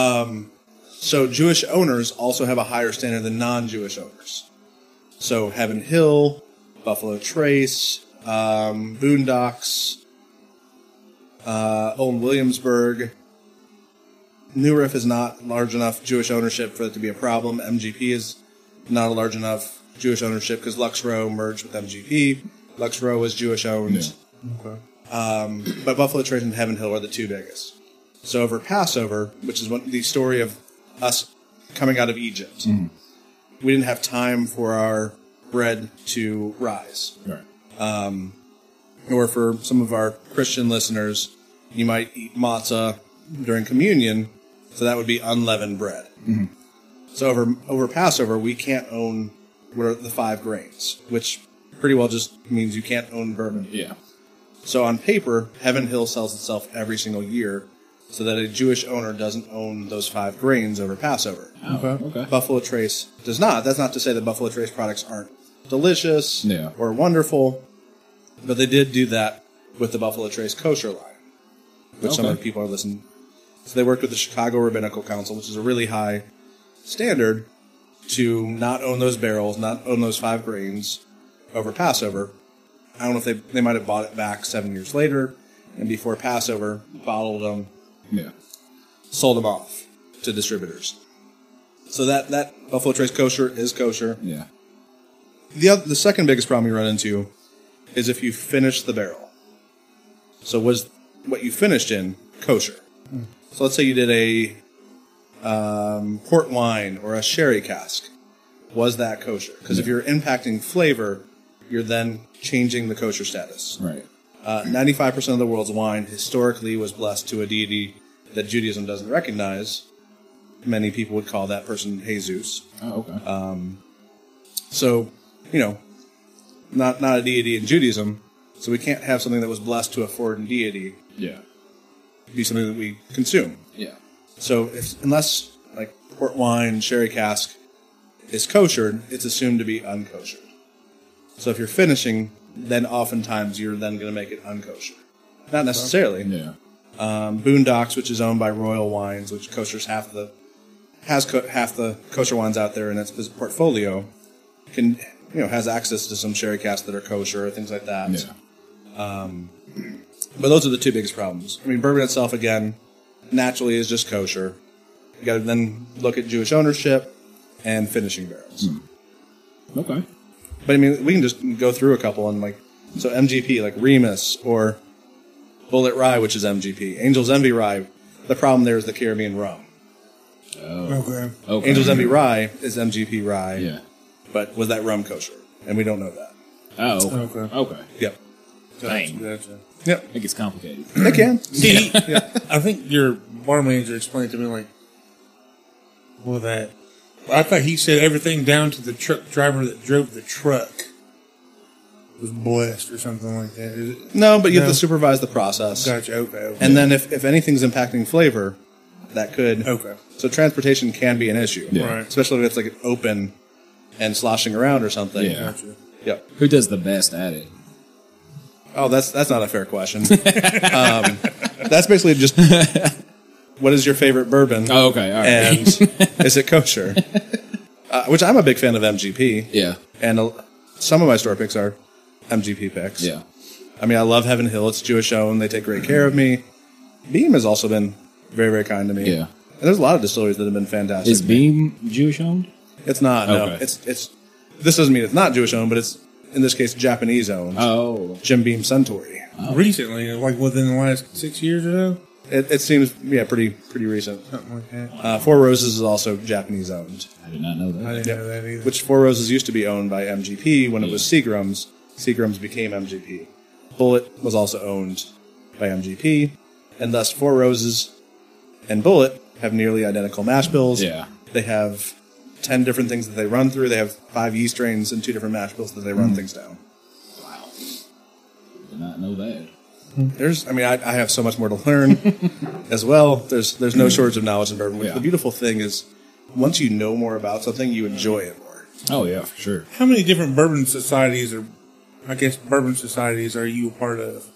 so Jewish owners also have a higher standard than non-Jewish owners. So Heaven Hill, Buffalo Trace, um, Boondocks, uh, Old Williamsburg. New Riff is not large enough Jewish ownership for it to be a problem. MGP is not a large enough Jewish ownership because Lux Row merged with MGP. Lux Row was Jewish owned but Buffalo Trace and Heaven Hill are the two biggest. So over Passover, which is one, the story of us coming out of Egypt, we didn't have time for our bread to rise.
All right.
or for some of our Christian listeners, you might eat matzah during communion, so that would be unleavened bread. So over over Passover, we can't own what are the five grains, which pretty well just means you can't own bourbon.
Yeah.
So on paper, Heaven Hill sells itself every single year, so that a Jewish owner doesn't own those five grains over Passover.
Okay. Oh, Okay.
Buffalo Trace does not. That's not to say that Buffalo Trace products aren't delicious
Yeah.
or wonderful, but they did do that with the Buffalo Trace kosher line, which some
Okay.
of the people are listening. So they worked with the Chicago Rabbinical Council, which is a really high standard to not own those barrels, not own those five grains over Passover. I don't know if they they might have bought it back seven years later, and before Passover, bottled them
Yeah.
sold them off to distributors. So that that Buffalo Trace kosher is kosher.
Yeah.
The other, the second biggest problem you run into is if you finish the barrel. So was what you finished in kosher? So let's say you did a um, port wine or a sherry cask. Was that kosher? Because if you're impacting flavor, you're then changing the kosher status.
Right.
Uh, 95% of the world's wine historically was blessed to a deity that Judaism doesn't recognize. Many people would call that person Jesus.
Oh, okay.
Uh, So, you know, not not a deity in Judaism. So we can't have something that was blessed to a foreign deity
yeah.
be something that we consume.
Yeah.
So if, unless like port wine, sherry cask is kosher, it's assumed to be unkosher. So if you're finishing, then oftentimes you're then going to make it unkosher. Not necessarily.
Yeah.
um, Boondocks, which is owned by Royal Wines, which koshers half the has co- half the kosher wines out there in its bus- portfolio, can you know has access to some sherry casks that are kosher or things like that.
Yeah.
But those are the two biggest problems. I mean, bourbon itself, again, naturally is just kosher. You got to then look at Jewish ownership and finishing barrels.
Okay.
But I mean, we can just go through a couple and like, so MGP, like Remus or Bullet Rye, which is MGP, Angel's Envy Rye. The problem there is the Caribbean rum.
Okay.
Oh. Okay.
Angel's Envy Rye is MGP Rye,
Yeah.
but was that rum kosher? And we don't know that.
Oh. Okay.
Okay.
Okay.
Yep.
Dang.
Yep.
It gets complicated.
They can.
See, I think your bar manager explained to me like, well, that I thought he said everything down to the truck driver that drove the truck was blessed or something like that. Is it?
No, but you have
No.
to supervise the process.
Gotcha. Okay. okay.
And then if, if anything's impacting flavor, that could.
Okay.
So transportation can be an issue.
Yeah.
Right.
Especially if it's like open and sloshing around or something.
Yeah.
Gotcha.
Yep.
Who does the best at it?
Oh, that's that's not a fair question. um, that's basically just what is your favorite bourbon,
Oh, okay. All right.
and is it kosher? Uh, which I'm a big fan of MGP,
yeah.
and a, some of my store picks are MGP picks.
Yeah.
I mean, I love Heaven Hill. It's Jewish owned. They take great care of me. Beam has also been very very kind to me.
Yeah.
and there's a lot of distilleries that have been fantastic.
Is Beam Jewish owned?
it's not. No,
Okay.
it's it's. This doesn't mean it's not Jewish owned, but it's in this case Japanese owned.
Oh.
Jim Beam Suntory.
Recently, like within the last six years or so,
It, it seems yeah pretty pretty recent.
something like that.
Uh, Four Roses is also Japanese owned,
I did not know
I
that.
didn't know that either.
which Four Roses used to be owned by MGP when it was Seagram's. Seagram's became MGP. Bullet was also owned by MGP, and thus Four Roses and Bullet have nearly identical mash bills.
Yeah.
They have 10 different things that they run through, they have five yeast strains and two different mash bills that they
Hmm.
run things down.
Wow. Did not know that.
There's, I mean, I, I have so much more to learn as well. There's, there's no shortage of knowledge in bourbon. which
Yeah.
The beautiful thing is, once you know more about something, you enjoy it more.
Oh yeah, for sure.
How many different bourbon societies are, I guess, bourbon societies are you a part of?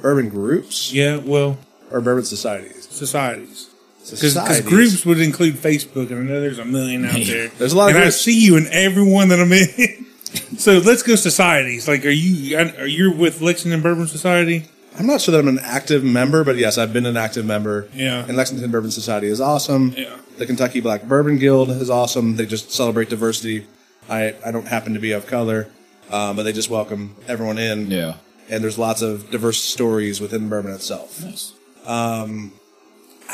Bourbon groups
Yeah, well,
or bourbon societies?
societies. Because
Societies.
groups would include Facebook, and I know there's a million out there.
There's a lot of
and I
groups.
see you in every one that I'm in. so let's go societies. Like, are you are you with Lexington Bourbon Society?
I'm not sure that I'm an active member, but yes, I've been an active member.
Yeah.
And Lexington Bourbon Society is awesome.
Yeah.
The Kentucky Black Bourbon Guild is awesome. They just celebrate diversity. I, I don't happen to be of color, um, but they just welcome everyone in.
Yeah.
And there's lots of diverse stories within bourbon itself.
Nice.
I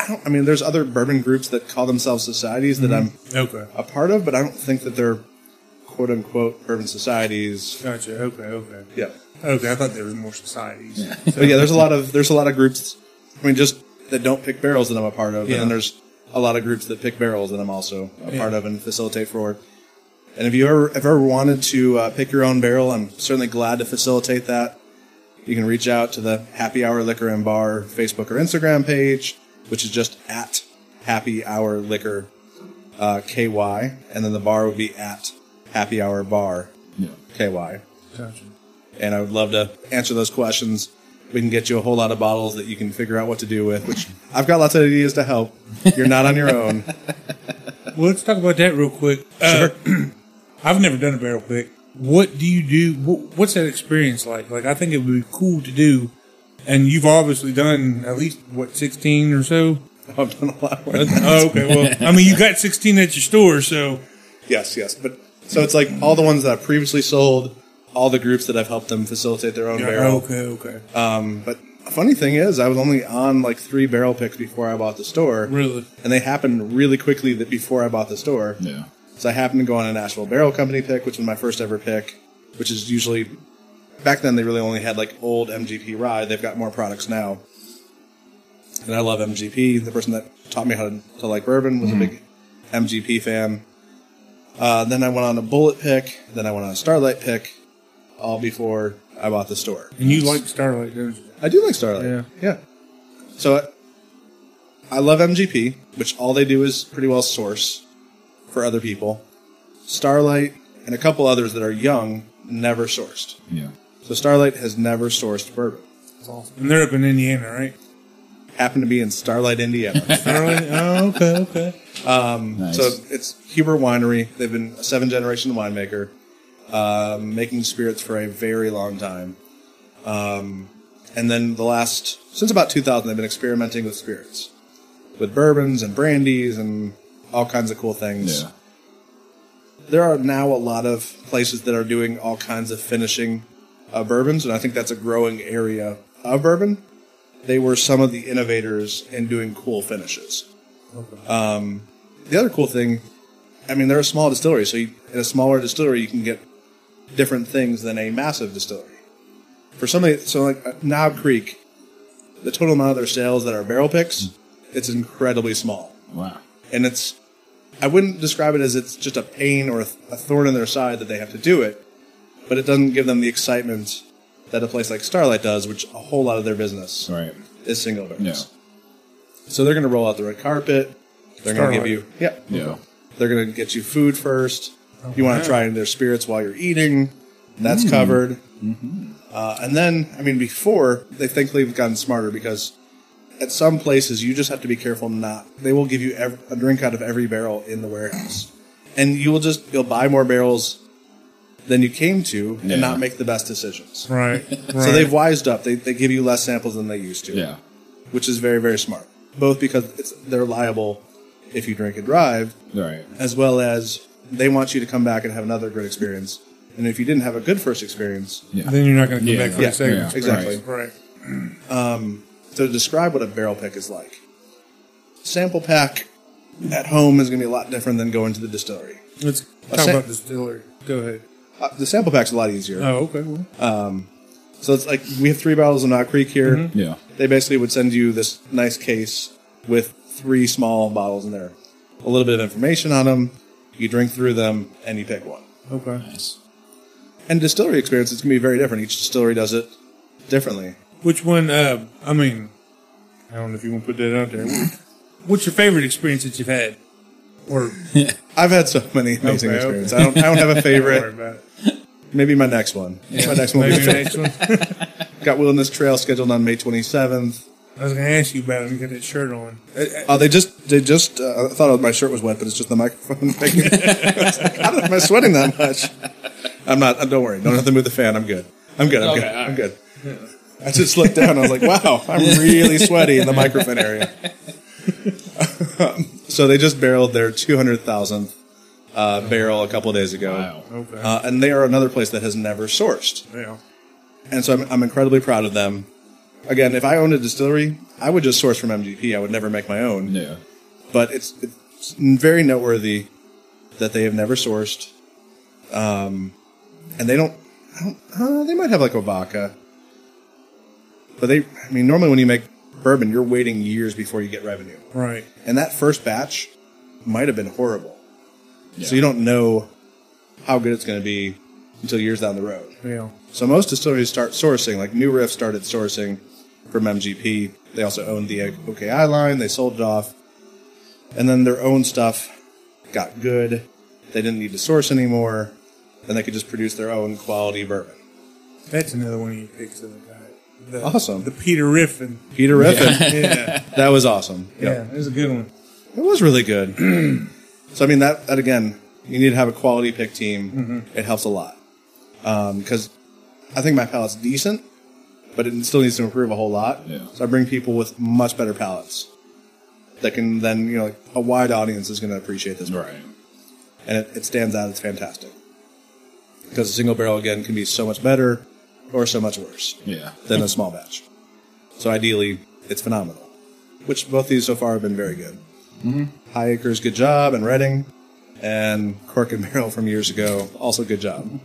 don't. I mean, there's other bourbon groups that call themselves societies that
Mm-hmm.
I'm
Okay,
a part of, but I don't think that they're quote unquote bourbon societies.
gotcha. Okay, okay.
Yeah.
Okay, I thought there was more societies.
But yeah, there's a lot of there's a lot of groups. I mean, just that don't pick barrels that I'm a part of,
Yeah.
and then there's a lot of groups that pick barrels that I'm also a part of and facilitate for. And if you ever if ever wanted to uh, pick your own barrel, I'm certainly glad to facilitate that. You can reach out to the Happy Hour Liquor and Bar Facebook or Instagram page, which is just at Happy Hour Liquor uh, KY, and then the bar would be at Happy Hour Bar KY and I would love to answer those questions. We can get you a whole lot of bottles that you can figure out what to do with, which I've got lots of ideas to help. You're not on your own.
Well, let's talk about that real quick. Uh, I've never done a barrel pick. What do you do? wh- What's that experience like? Like, I think it would be cool to do. And you've obviously done at least what sixteen or so.
I've done a lot more. Than that.
Oh, okay, well, I mean, you got sixteen at your store, so
Yes, yes. But so it's like all the ones that I've previously sold, all the groups that I've helped them facilitate their own barrel.
okay, okay,
Um, but a funny thing is, I was only on like three barrel picks before I bought the store.
Really?
And they happened really quickly that before I bought the store.
Yeah.
So I happened to go on a Nashville Barrel Company pick, which was my first ever pick, which is usually back then they really only had like old MGP rye. They've got more products now. And I love MGP. The person that taught me how to, to like bourbon was a big MGP fan. Uh, then I went on a Bullet pick. Then I went on a Starlight pick, all before I bought the store.
and you like Starlight, don't you?
I do like Starlight.
Yeah.
Yeah. So I, I love MGP, which all they do is pretty well source for other people. Starlight and a couple others that are young never sourced.
Yeah.
So Starlight has never sourced bourbon.
And they're up in Indiana, right?
Happened to be in Starlight, Indiana.
Starlight. oh, okay, okay.
Nice.
so it's Huber Winery. They've been a seven generation winemaker, uh, making spirits for a very long time. Um, and then the last, since about 2000, they've been experimenting with spirits, with bourbons and brandies and all kinds of cool things.
yeah.
There are now a lot of places that are doing all kinds of finishing uh, bourbons, and I think that's a growing area of bourbon. They were some of the innovators in doing cool finishes. Um, the other cool thing, I mean, they're a small distillery, so you, in a smaller distillery, you can get different things than a massive distillery. For somebody, so like uh, Knob Creek, the total amount of their sales that are barrel picks, it's incredibly small
Wow.
and it's I wouldn't describe it as it's just a pain or a, th- a thorn in their side that they have to do it, but it doesn't give them the excitement that a place like Starlight does, which a whole lot of their business
Right.
is single barrels.
Yeah.
So they're going to roll out the red carpet. They're going to give
Starlight.
you yep.
Yeah.
They're going to get you food first. you want to try their spirits while you're eating. That's
Hmm.
covered.
Mm-hmm.
Uh, and then, I mean, before they think they've gotten smarter because at some places you just have to be careful not. They will give you ev- a drink out of every barrel in the warehouse, and you will just you'll buy more barrels than you came to
Yeah.
and not make the best decisions.
Right. right.
So they've wised up. They, they give you less samples than they used to
Yeah.
which is very very smart. Both because it's, they're liable if you drink and drive,
Right.
as well as they want you to come back and have another great experience. And if you didn't have a good first experience,
then you're not going to come
Yeah,
back for
yeah,
a second.
yeah.
exactly.
Right.
So um, to describe what a barrel pick is like, sample pack at home is going to be a lot different than going to the distillery.
Let's talk
sa-
about distillery. Go ahead.
Uh, the sample pack's a lot easier.
Oh, okay. Well,
So it's like we have three barrels of Knot Creek here.
Yeah.
They basically would send you this nice case with three small bottles in there, a little bit of information on them. You drink through them and you pick one.
okay.
and distillery experience is going to be very different. Each distillery does it differently.
Which one? Uh, I mean, I don't know if you want to put that out there. What's your favorite experience that you've had? Or
I've had so many amazing
Okay,
experiences. I don't. I don't have a
don't worry
favorite.
about it.
Maybe my next one. My next one. will
Maybe
be
the next one.
Got Wilderness Trail scheduled on May 27th.
I was going to ask you about it. You got that shirt on. Uh, uh,
Oh, they just. They just. Uh, I thought my shirt was wet, but it's just the microphone. making it. How am I sweating that much? I'm not. uh, Don't worry. Don't have to move the fan. I'm good. I'm good. I'm
Okay,
good.
all right.
I'm good. I just looked down. I was like, wow, I'm really sweaty in the microphone area. so they just barreled their 200,000th uh, barrel a couple days ago.
Wow.
Okay.
Uh, and they are another place that has never sourced.
yeah.
And so I'm, I'm incredibly proud of them. Again, if I owned a distillery, I would just source from MGP. I would never make my own.
Yeah.
But it's, it's very noteworthy that they have never sourced. Um, and they don't, Uh, they might have like Obaka. But they, I mean, normally when you make bourbon, you're waiting years before you get revenue.
Right.
And that first batch might have been horrible. So you don't know how good it's going to be until years down the road.
Yeah.
So most distilleries start sourcing, like New Riff started sourcing from MGP. They also owned the OKI line, they sold it off. And then their own stuff got good. They didn't need to source anymore. And they could just produce their own quality bourbon.
That's another one of your picks that I got. The,
Awesome.
The Peter Riffin.
Peter Riffin.
Yeah.
that was awesome.
yeah. That was a good one.
It was really good. so I mean that that again, you need to have a quality pick team.
Mm-hmm.
It helps a lot because I think my palate's decent, but it still needs to improve a whole lot.
Yeah.
So I bring people with much better palates that can then you know like a wide audience is going to appreciate this, work.
Right.
and it, it stands out. It's fantastic because a single barrel again can be so much better or so much worse
Yeah.
than a small batch. So ideally, it's phenomenal. Which both these so far have been very good. Mm-hmm. High Acres, good job, and Reading, and Cork and Barrel from years ago, also good job.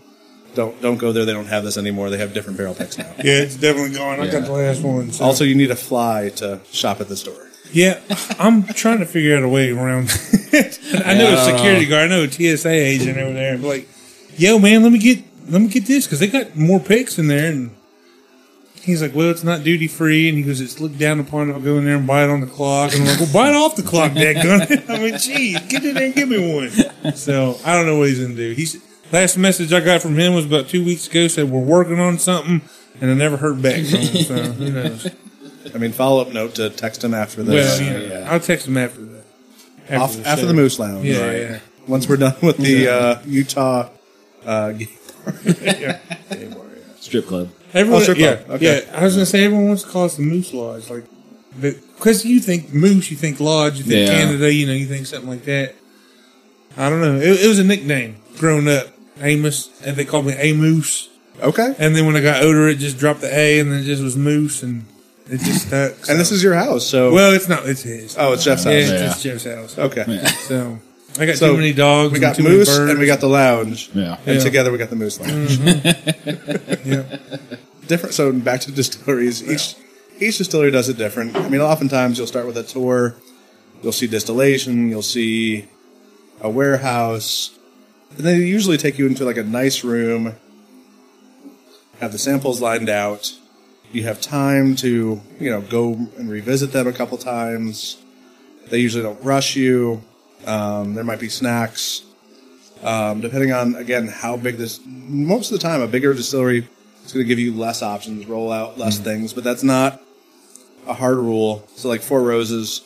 Don't don't go there. They don't have this anymore. They have different barrel picks now.
Yeah, it's definitely gone. I
Yeah.
got the last one. so-
also, you need a fly to shop at the store.
Yeah, I'm trying to figure out a way around. it. I know a security guard, I know a TSA agent over there. But like, yo, man, let me get let me get this because they got more picks in there. And he's like, well, it's not duty free, and he goes, it's looked down upon if I go in there and buy it on the clock. And I'm like, well, buy it off the clock, dadgummit. I mean, geez, get in there and give me one. So I don't know what he's gonna do. He's last message I got from him was about two weeks ago. Said we're working on something, and I never heard back from him. So who knows.
I mean, follow up note to text them after this.
Well, yeah, I'll text him after that. After,
Off, after the
show.
Moose Lounge.
Yeah, yeah.
Once we're done with the uh, Utah. Uh, game.
Strip club.
Everyone,
Oh, strip
yeah,
club. Okay.
yeah. I was gonna say everyone wants to call us the Moose Lodge, like, because you think moose, you think lodge, you think
Yeah.
Canada, you know, you think something like that. I don't know. It, it was a nickname growing up, Amos, and they called me A Moose.
Okay.
And then when I got older, it just dropped the A, and then it just was Moose, and it just stuck. so-
And this is your house, so
well, it's not. It's his.
oh, it's Jeff's
yeah,
house.
it's
yeah.
just Jeff's house.
Okay.
So I got
So,
too many dogs.
We
and
got
too many
Moose
birds.
and we got the lounge.
Yeah.
And
Yeah. Mm-hmm.
together we got the Moose Lounge.
Yeah.
Different. So back to distilleries. Each each distillery does it different. I mean, oftentimes you'll start with a tour. You'll see distillation. You'll see a warehouse, and they usually take you into like a nice room. Have the samples lined out. You have time to you know go and revisit them a couple times. They usually don't rush you. Um, there might be snacks. um, depending on again how big this. Most of the time, a bigger distillery is going to give you less options, roll out less things, but that's not a hard rule. So, like Four Roses,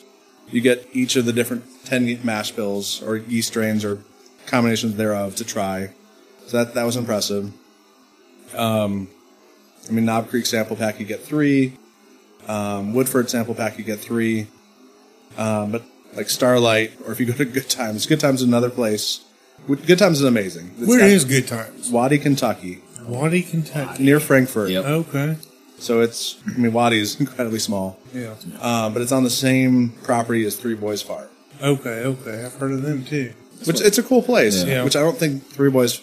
you get each of the different ten mash bills or yeast strains or combinations thereof to try. So that that was impressive. Um, I mean, Knob Creek sample pack you get three. Um, Woodford sample pack you get three. Um, but like Starlight, or if you go to Good Times, Good Times is another place. Good Times is amazing. It's
Where
got-
is Good Times?
Wadi, Kentucky,
Wadi, Kentucky.
near Frankfurt.
Yep.
Okay.
So it's, I mean, Wadi is incredibly small,
Yeah.
um, but it's on the same property as Three Boys Farm,
Okay, okay. I've heard of them too.
which it's a cool place.
Yeah.
Which I don't think Three Boys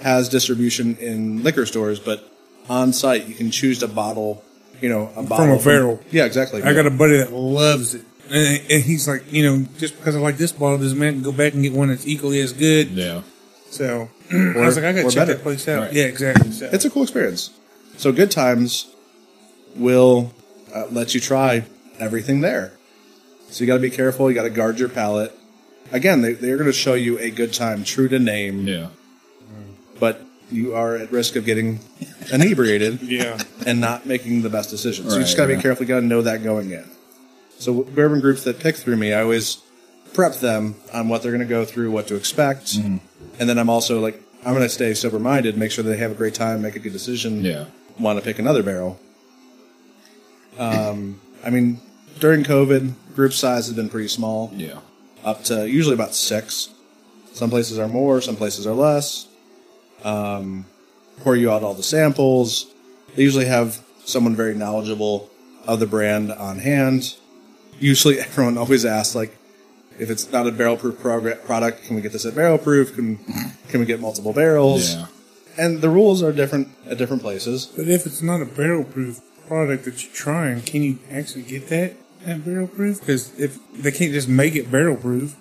has distribution in liquor stores, but on site you can choose to bottle, you know, a bottle
barrel.
yeah, exactly.
I got a buddy that loves it. And, and he's like, you know, just because I like this bottle doesn't mean I can go back and get one that's equally as good.
Yeah.
So I was like, I got
or
to check
better.
that place out.
Right.
Yeah, exactly. So.
it's a cool experience. So good times will uh, let you try everything there. So you got to be careful. You got to guard your palate. Again, they, they're going to show you a good time, true to name,
Yeah.
but you are at risk of getting inebriated
yeah.
and not making the best decision. So you just
Right,
got to
yeah.
be careful. You got to know that going in. So bourbon groups that pick through me, I always prep them on what they're going to go through, what to expect,
Mm-hmm.
and then I'm also like, I'm going to stay sober minded, make sure they have a great time, make a good decision
Yeah.
want to pick another barrel. Um, I mean, during COVID, group size has been pretty small,
Yeah.
up to usually about six. Some places are more, some places are less. Um, pour you out all the samples. They usually have someone very knowledgeable of the brand on hand. Usually, everyone always asks like, if it's not a barrel proof prog- product, can we get this at barrel proof? Can can we get multiple barrels?
Yeah.
and the rules are different at different places.
But if it's not a barrel proof product that you're trying, can you actually get that at barrel proof? Because if they can't just make it barrel proof,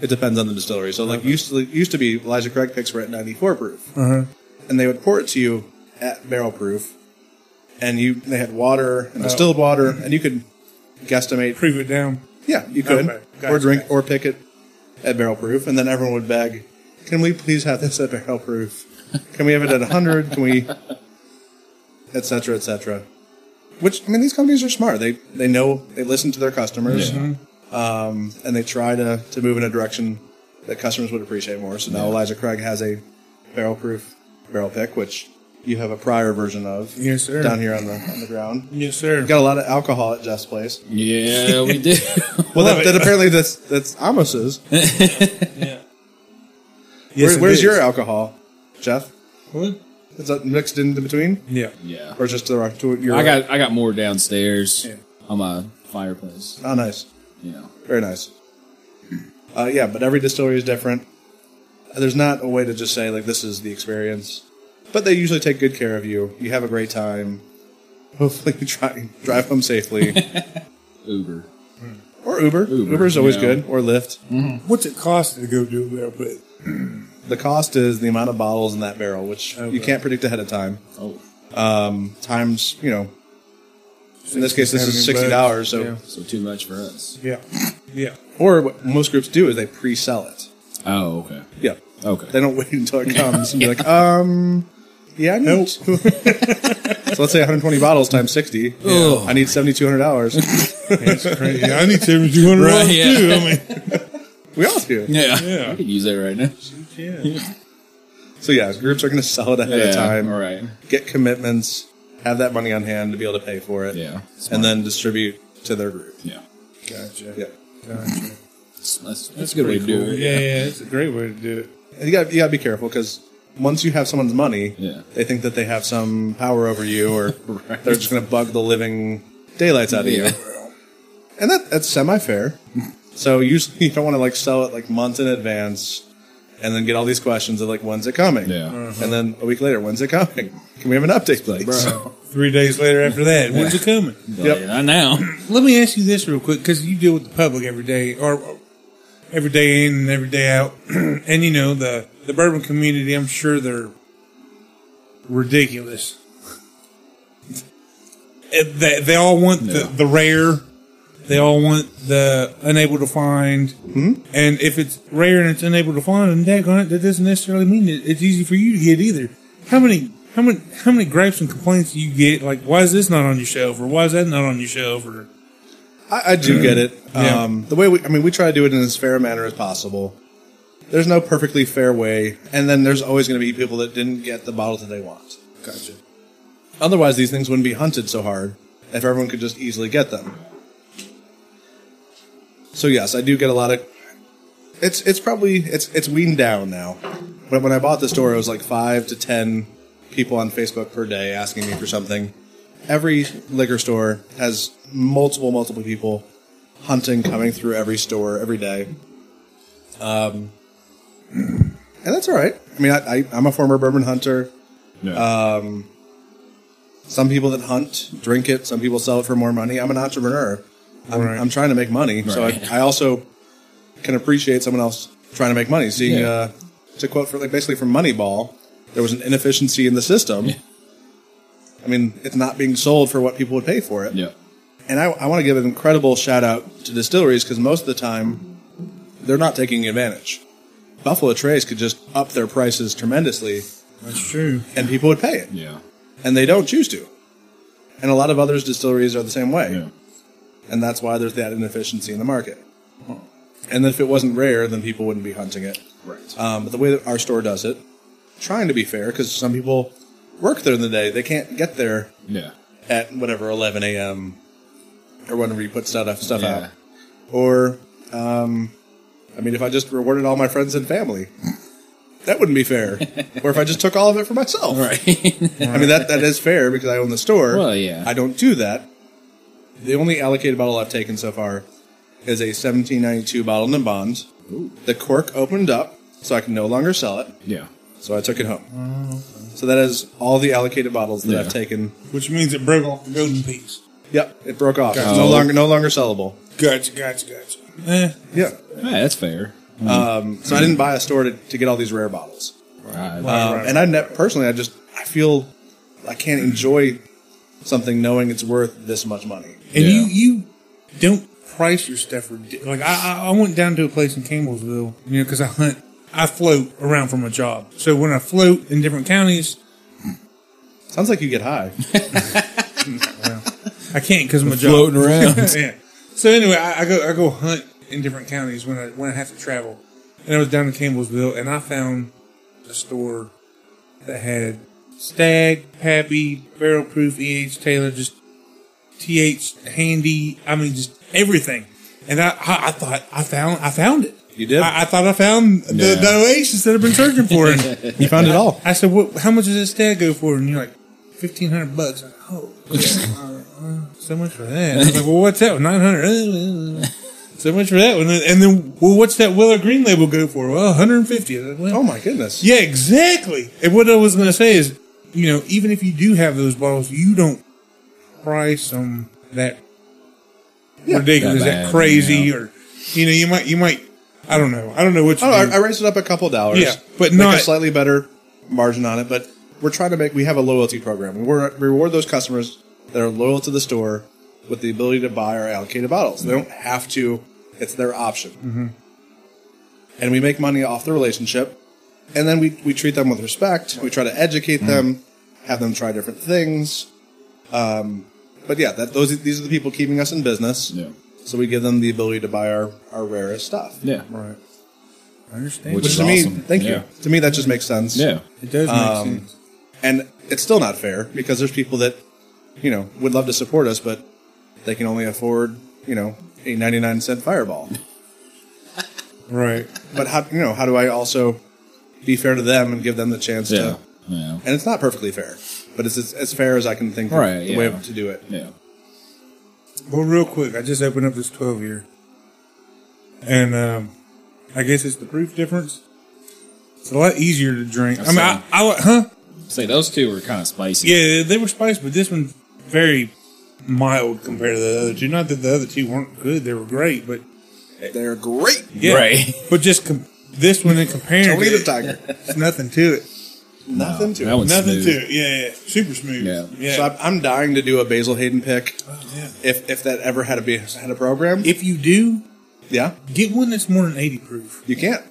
It depends on the distillery. So, like used to used to be, Elijah Craig picks were at ninety four proof, and they would pour it to you at barrel proof, and you they had water and distilled water, and you could guesstimate
prove it down.
Yeah, you could.
Okay, gotcha,
or drink
gotcha.
or pick it at barrel proof, and then everyone would beg, Can we please have this at barrel proof? Can we have it at 100? Can we. Et cetera, et cetera. Which, I mean, these companies are smart. They they know, they listen to their customers,
Mm-hmm.
um, and they try to, to move in a direction that customers would appreciate more. So now Elijah Craig has a barrel proof barrel pick, which you have a prior version of
Yes, sir.
down here on the, on the ground.
Yes, sir.
Got a lot of alcohol at Jeff's place.
Yeah, we did.
Well,
Love
that,
it.
that apparently that's that's Amos's.
Yes,
Where-
it
where's
is.
your alcohol, Jeff?
What?
Is that mixed in between,
Yeah.
yeah,
or just the to your?
I got I got more downstairs
Yeah.
on my fireplace.
Oh, nice,
You know,
very nice. Uh, yeah, but every distillery is different. There's not a way to just say like this is the experience, but they usually take good care of you. You have a great time. Hopefully, you try drive home safely,
Uber.
or Uber.
Uber,
Uber's always
yeah.
good, or Lyft.
What's it cost to go do a barrel proof?
The cost is the amount of bottles in that barrel, which you
Okay.
can't predict ahead of time.
Oh,
um, times you know. In this case, this is sixty dollars. So,
Yeah.
so too much for us.
Yeah. Yeah.
or what most groups do is they pre-sell it.
Oh, okay,
Yeah,
okay.
they don't wait until it comes and be like, um, yeah, I need. so let's say one hundred twenty bottles times sixty.
Ugh.
I need seventy two hundred dollars.
That's crazy. I need to do one
Right,
right,
yeah.
too. I mean,
we all do.
yeah,
Yeah.
I could use that right now.
yeah.
So yeah, groups are going to sell it ahead
yeah,
of time.
All right.
Get commitments. Have that money on hand to be able to pay for it.
Yeah.
and then distribute to their group.
Yeah,
Gotcha.
Yeah.
Gotcha.
that's that's, a good way to do it.
Yeah, yeah, it's a great way to do it.
And you got you got to be careful because once you have someone's money,
Yeah.
they think that they have some power over you, or they're just going to bug the living daylights out of
Yeah.
you. And that that's semi fair. so usually you don't want to like sell it like months in advance, and then get all these questions of like when's it coming?
Yeah.
And then a week later, when's it coming? Can we have an update, please?
Three days later after that, when's it coming?
But
Yep.
yeah, now.
Let me ask you this real quick because you deal with the public every day, or every day in and every day out, and you know the the bourbon community. I'm sure they're ridiculous. Eh, They, they all want the, the rare. They all want the unable to find. And if it's rare and it's unable to find, and dag on it, that doesn't necessarily mean it, it's easy for you to get either. How many, how many, how many gripes and complaints do you get? Like, why is this not on your shelf, or why is that not on your shelf, or
I, I do get it.
Yeah.
Um, the way we, I mean, we try to do it in as fair a manner as possible. There's no perfectly fair way, and then there's always going to be people that didn't get the bottle that they want. Gotcha. Otherwise, these things wouldn't be hunted so hard if everyone could just easily get them. So yes, I do get a lot of. It's it's probably it's it's weaned down now. When, when I bought the store, it was like five to ten people on Facebook per day asking me for something every liquor store has multiple, multiple people hunting, coming through every store every day. Um, and that's all right. I mean, I, I, I'm a former bourbon hunter.
Yeah.
Some people that hunt drink it. Some people sell it for more money. I'm an entrepreneur. I'm,
Right.
I'm trying to make money, so I,
Right.
I also can appreciate someone else trying to make money. Seeing,
Yeah.
uh, to quote for like basically from Moneyball, there was an inefficiency in the system. I mean, it's not being sold for what people would pay for it.
yeah.
And I, I want to give an incredible shout out to distilleries because most of the time they're not taking advantage. Buffalo Trace could just up their prices tremendously
that's true.
and people would pay it.
Yeah.
And they don't choose to. And a lot of other distilleries are the same way.
Yeah.
And that's why there's that inefficiency in the market. And if it wasn't rare, then people wouldn't be hunting it.
Right.
Um, but the way that our store does it, trying to be fair, because some people work during the day, they can't get there
yeah.
at whatever 11 a.m. or whenever you put stuff stuff
Yeah.
out. Or, um, I mean, if I just rewarded all my friends and family, that wouldn't be fair. or if I just took all of it for myself,
Right.
I mean, that that is fair because I own the store.
Well, yeah.
I don't do that. The only allocated bottle I've taken so far is a 1792 bottle in the bond. The cork opened up, so I can no longer sell it.
yeah.
So I took it home. So that is all the allocated bottles that
Oh, Yeah.
I've taken.
Which means it broke off the golden piece.
Yep, it broke off.
Gotcha.
No longer, no longer sellable.
Gotcha, gotcha, gotcha. Eh,
Yeah.
Yeah, that's fair.
So I didn't buy a store to, to get all these rare bottles.
Right.
Um, and I ne- personally, I just I feel I can't enjoy something knowing it's worth this much money.
And
Yeah.
you you don't price your stuff ridic- like I I- I went down to a place in Campbellsville, you know, because I hunt, I float around for my job. So when I float in different counties,
Sounds like you get high.
I can't because of my
Floating
job.
around.
yeah. So anyway, I, I go I go hunt in different counties when I when I have to travel, and I was down in Campbellsville, and I found a store that had Stag, Pappy, Barrel Proof, E.H. Taylor, just T.H. Handy. I mean, just everything. And I, I, I thought I found I found it.
You did?
I, I thought I found the,
Yeah.
the oasis that I've been searching for. And
You found it all.
I said, "What? How much does this stag go for?" And you're like, fifteen hundred bucks." I'm like, oh, yeah, uh, uh, so much for that. I was like, "Well, what's that? Nine hundred? So much for that one." And then, well, what's that Willow Green label go for? Well, one hundred and fifty. Well,
Oh my goodness.
yeah, exactly. And what I was going to say is, you know, even if you do have those bottles, you don't price them that ridiculous,
That
that,
bad,
crazy,
yeah.
or you know, you might, you might. I don't know. I don't know what you
Oh,
do.
I, I raised it up a couple dollars.
Yeah, but
Make
not-
a slightly better margin on it. But we're trying to make. We have a loyalty program. We were- we reward those customers that are loyal to the store with the ability to buy our allocated bottles.
Mm-hmm.
They don't have to. It's their option. And we make money off the relationship. And then we, we treat them with respect. We try to educate
Mm-hmm.
them, have them try different things. Um, but yeah, that those these are the people keeping us in business.
Yeah.
So we give them the ability to buy our, our rarest stuff.
Yeah.
right. I understand.
Which
Which
is
to me,
awesome.
thank
Yeah.
you. To me, that just makes sense.
Yeah.
it does make
Um,
sense.
And it's still not fair because there's people that, you know, would love to support us, but they can only afford, you know, a 99 cent fireball.
Right.
but how, you know, how do I also be fair to them and give them the chance
Yeah.
to?
Yeah.
And it's not perfectly fair, but it's as, as fair as I can think of
Right,
the
yeah.
way to do it.
Yeah.
Well, real quick, I just opened up this 12 year. And um, I guess it's the proof difference. It's a lot easier to drink. I mean, I, I, li- huh?
Say those two are kind of spicy.
Yeah, they were spiced, but this one's very mild compared to the other two. Not that the other two weren't good; they were great, but
They're great.
yeah,
Right.
But just com- this one in comparing,
Only
to
the
it,
tiger.
it's nothing to it.
Nothing to
That
it.
one's
nothing
smooth.
to it. Yeah, yeah, super smooth.
Yeah.
yeah.
So I'm, I'm dying to do a Basil Hayden pick
yeah.
if if that ever had to be had a program.
If you do
Yeah,
get one that's more than eighty proof,
you can't.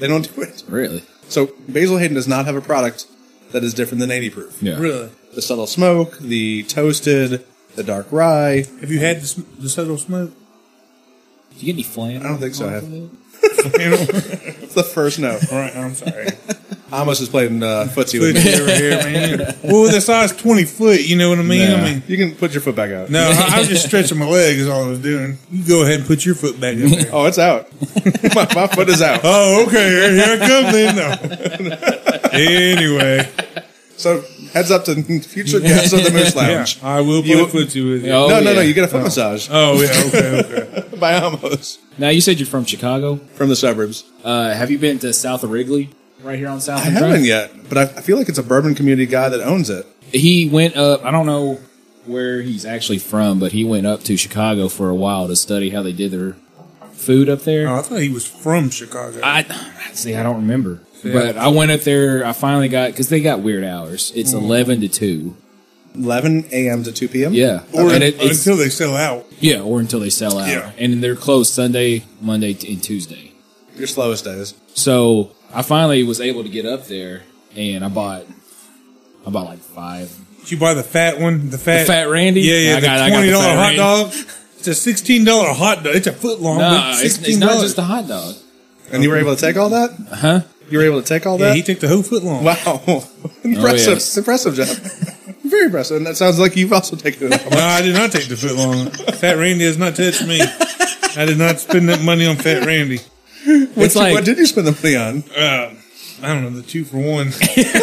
They don't do it.
Really?
So Basil Hayden does not have a product that is different than 80 proof.
Yeah.
really.
The subtle smoke, the toasted, the dark rye.
Have you had the, sm- the subtle smoke?
Did you get any flan?
I don't think so, I have.
You know?
It's the first note.
All right, I'm sorry.
Amos is playing uh, footsie
Foot
with me.
over here, man. Well, with a size 20 foot, you know what I mean?
Yeah.
I mean,
You can put your foot back out.
no, I, I was just stretching my leg is all I was doing. You go ahead and put your foot back in there.
Oh, it's out. my, my foot is out.
oh, okay. Here, here I come then. No. anyway.
So heads up to future guests of the Moose
Yeah,
Lounge.
I will play
You-
footsie with you.
Oh,
no, no, no.
yeah.
You get a foot massage
Oh, yeah. Okay, okay.
by Amos
Now you said you're from Chicago.
from the suburbs.
Uh, have you been to South of Wrigley? Right here on South.
I haven't yet, but I, I feel like it's a bourbon community guy that owns it.
He went up. I don't know where he's actually from, but he went up to Chicago for a while to study how they did their food up there.
Oh, I thought he was from Chicago.
I see. I don't remember. But I went up there. I finally got because they got weird hours. It's
Mm.
eleven to two.
11 a.m. to 2 p.m.
Yeah,
or
and it- it's-
until they sell out.
yeah, or until they sell out.
Yeah.
And they're closed Sunday, Monday, t- and Tuesday.
Your slowest days.
So I finally was able to get up there, and I bought, I bought like five.
Did you buy the fat one? The fat,
The Fat Randy?
Yeah, yeah.
I
the
got- I got the
$20
Fat
hot
Randy.
dog. It's a $16 hot dog. It's a foot long.
No,
but
it's, it's
$16.
not just a hot dog.
And you were able to take all that? Huh? You were able to take all
Yeah,
that?
he took the whole foot long.
Wow. impressive.
Oh,
yes.
Impressive, Jeff. Very impressive. And that sounds like you've also taken it.
No, I did not take the foot long. Fat Randy has not touched me. I did not spend that money on Fat Randy.
It's like
what did you spend the money on?
Uh, I don't know the two for one.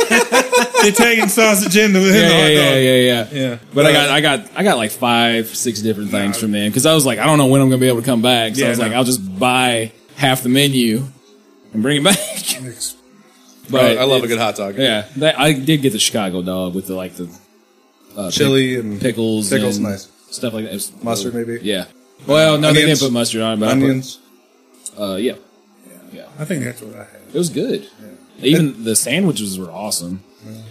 They're tagging sausage into the, in
yeah,
the
yeah,
hot
yeah,
dog.
yeah, yeah,
Yeah.
But I got, I got, I got like five, six different things from them because I was like, I don't know when I'm gonna be able to come back. So I
Yeah,
was like,
no.
I'll just buy half the menu and bring it back.
It's
But
Oh, I, I love a
it's-
good hot dog.
Yeah, that, I did get the Chicago dog with the like the uh,
Chili and
pickles,
Pickles,
and
nice.
stuff like that. It was-
Mustard, maybe?
Yeah. Well, no, they
Onions.
didn't put mustard on, it, but I put-
Onions.
uh, yeah,
I think that's what I had.
it was good. Even the sandwiches were awesome.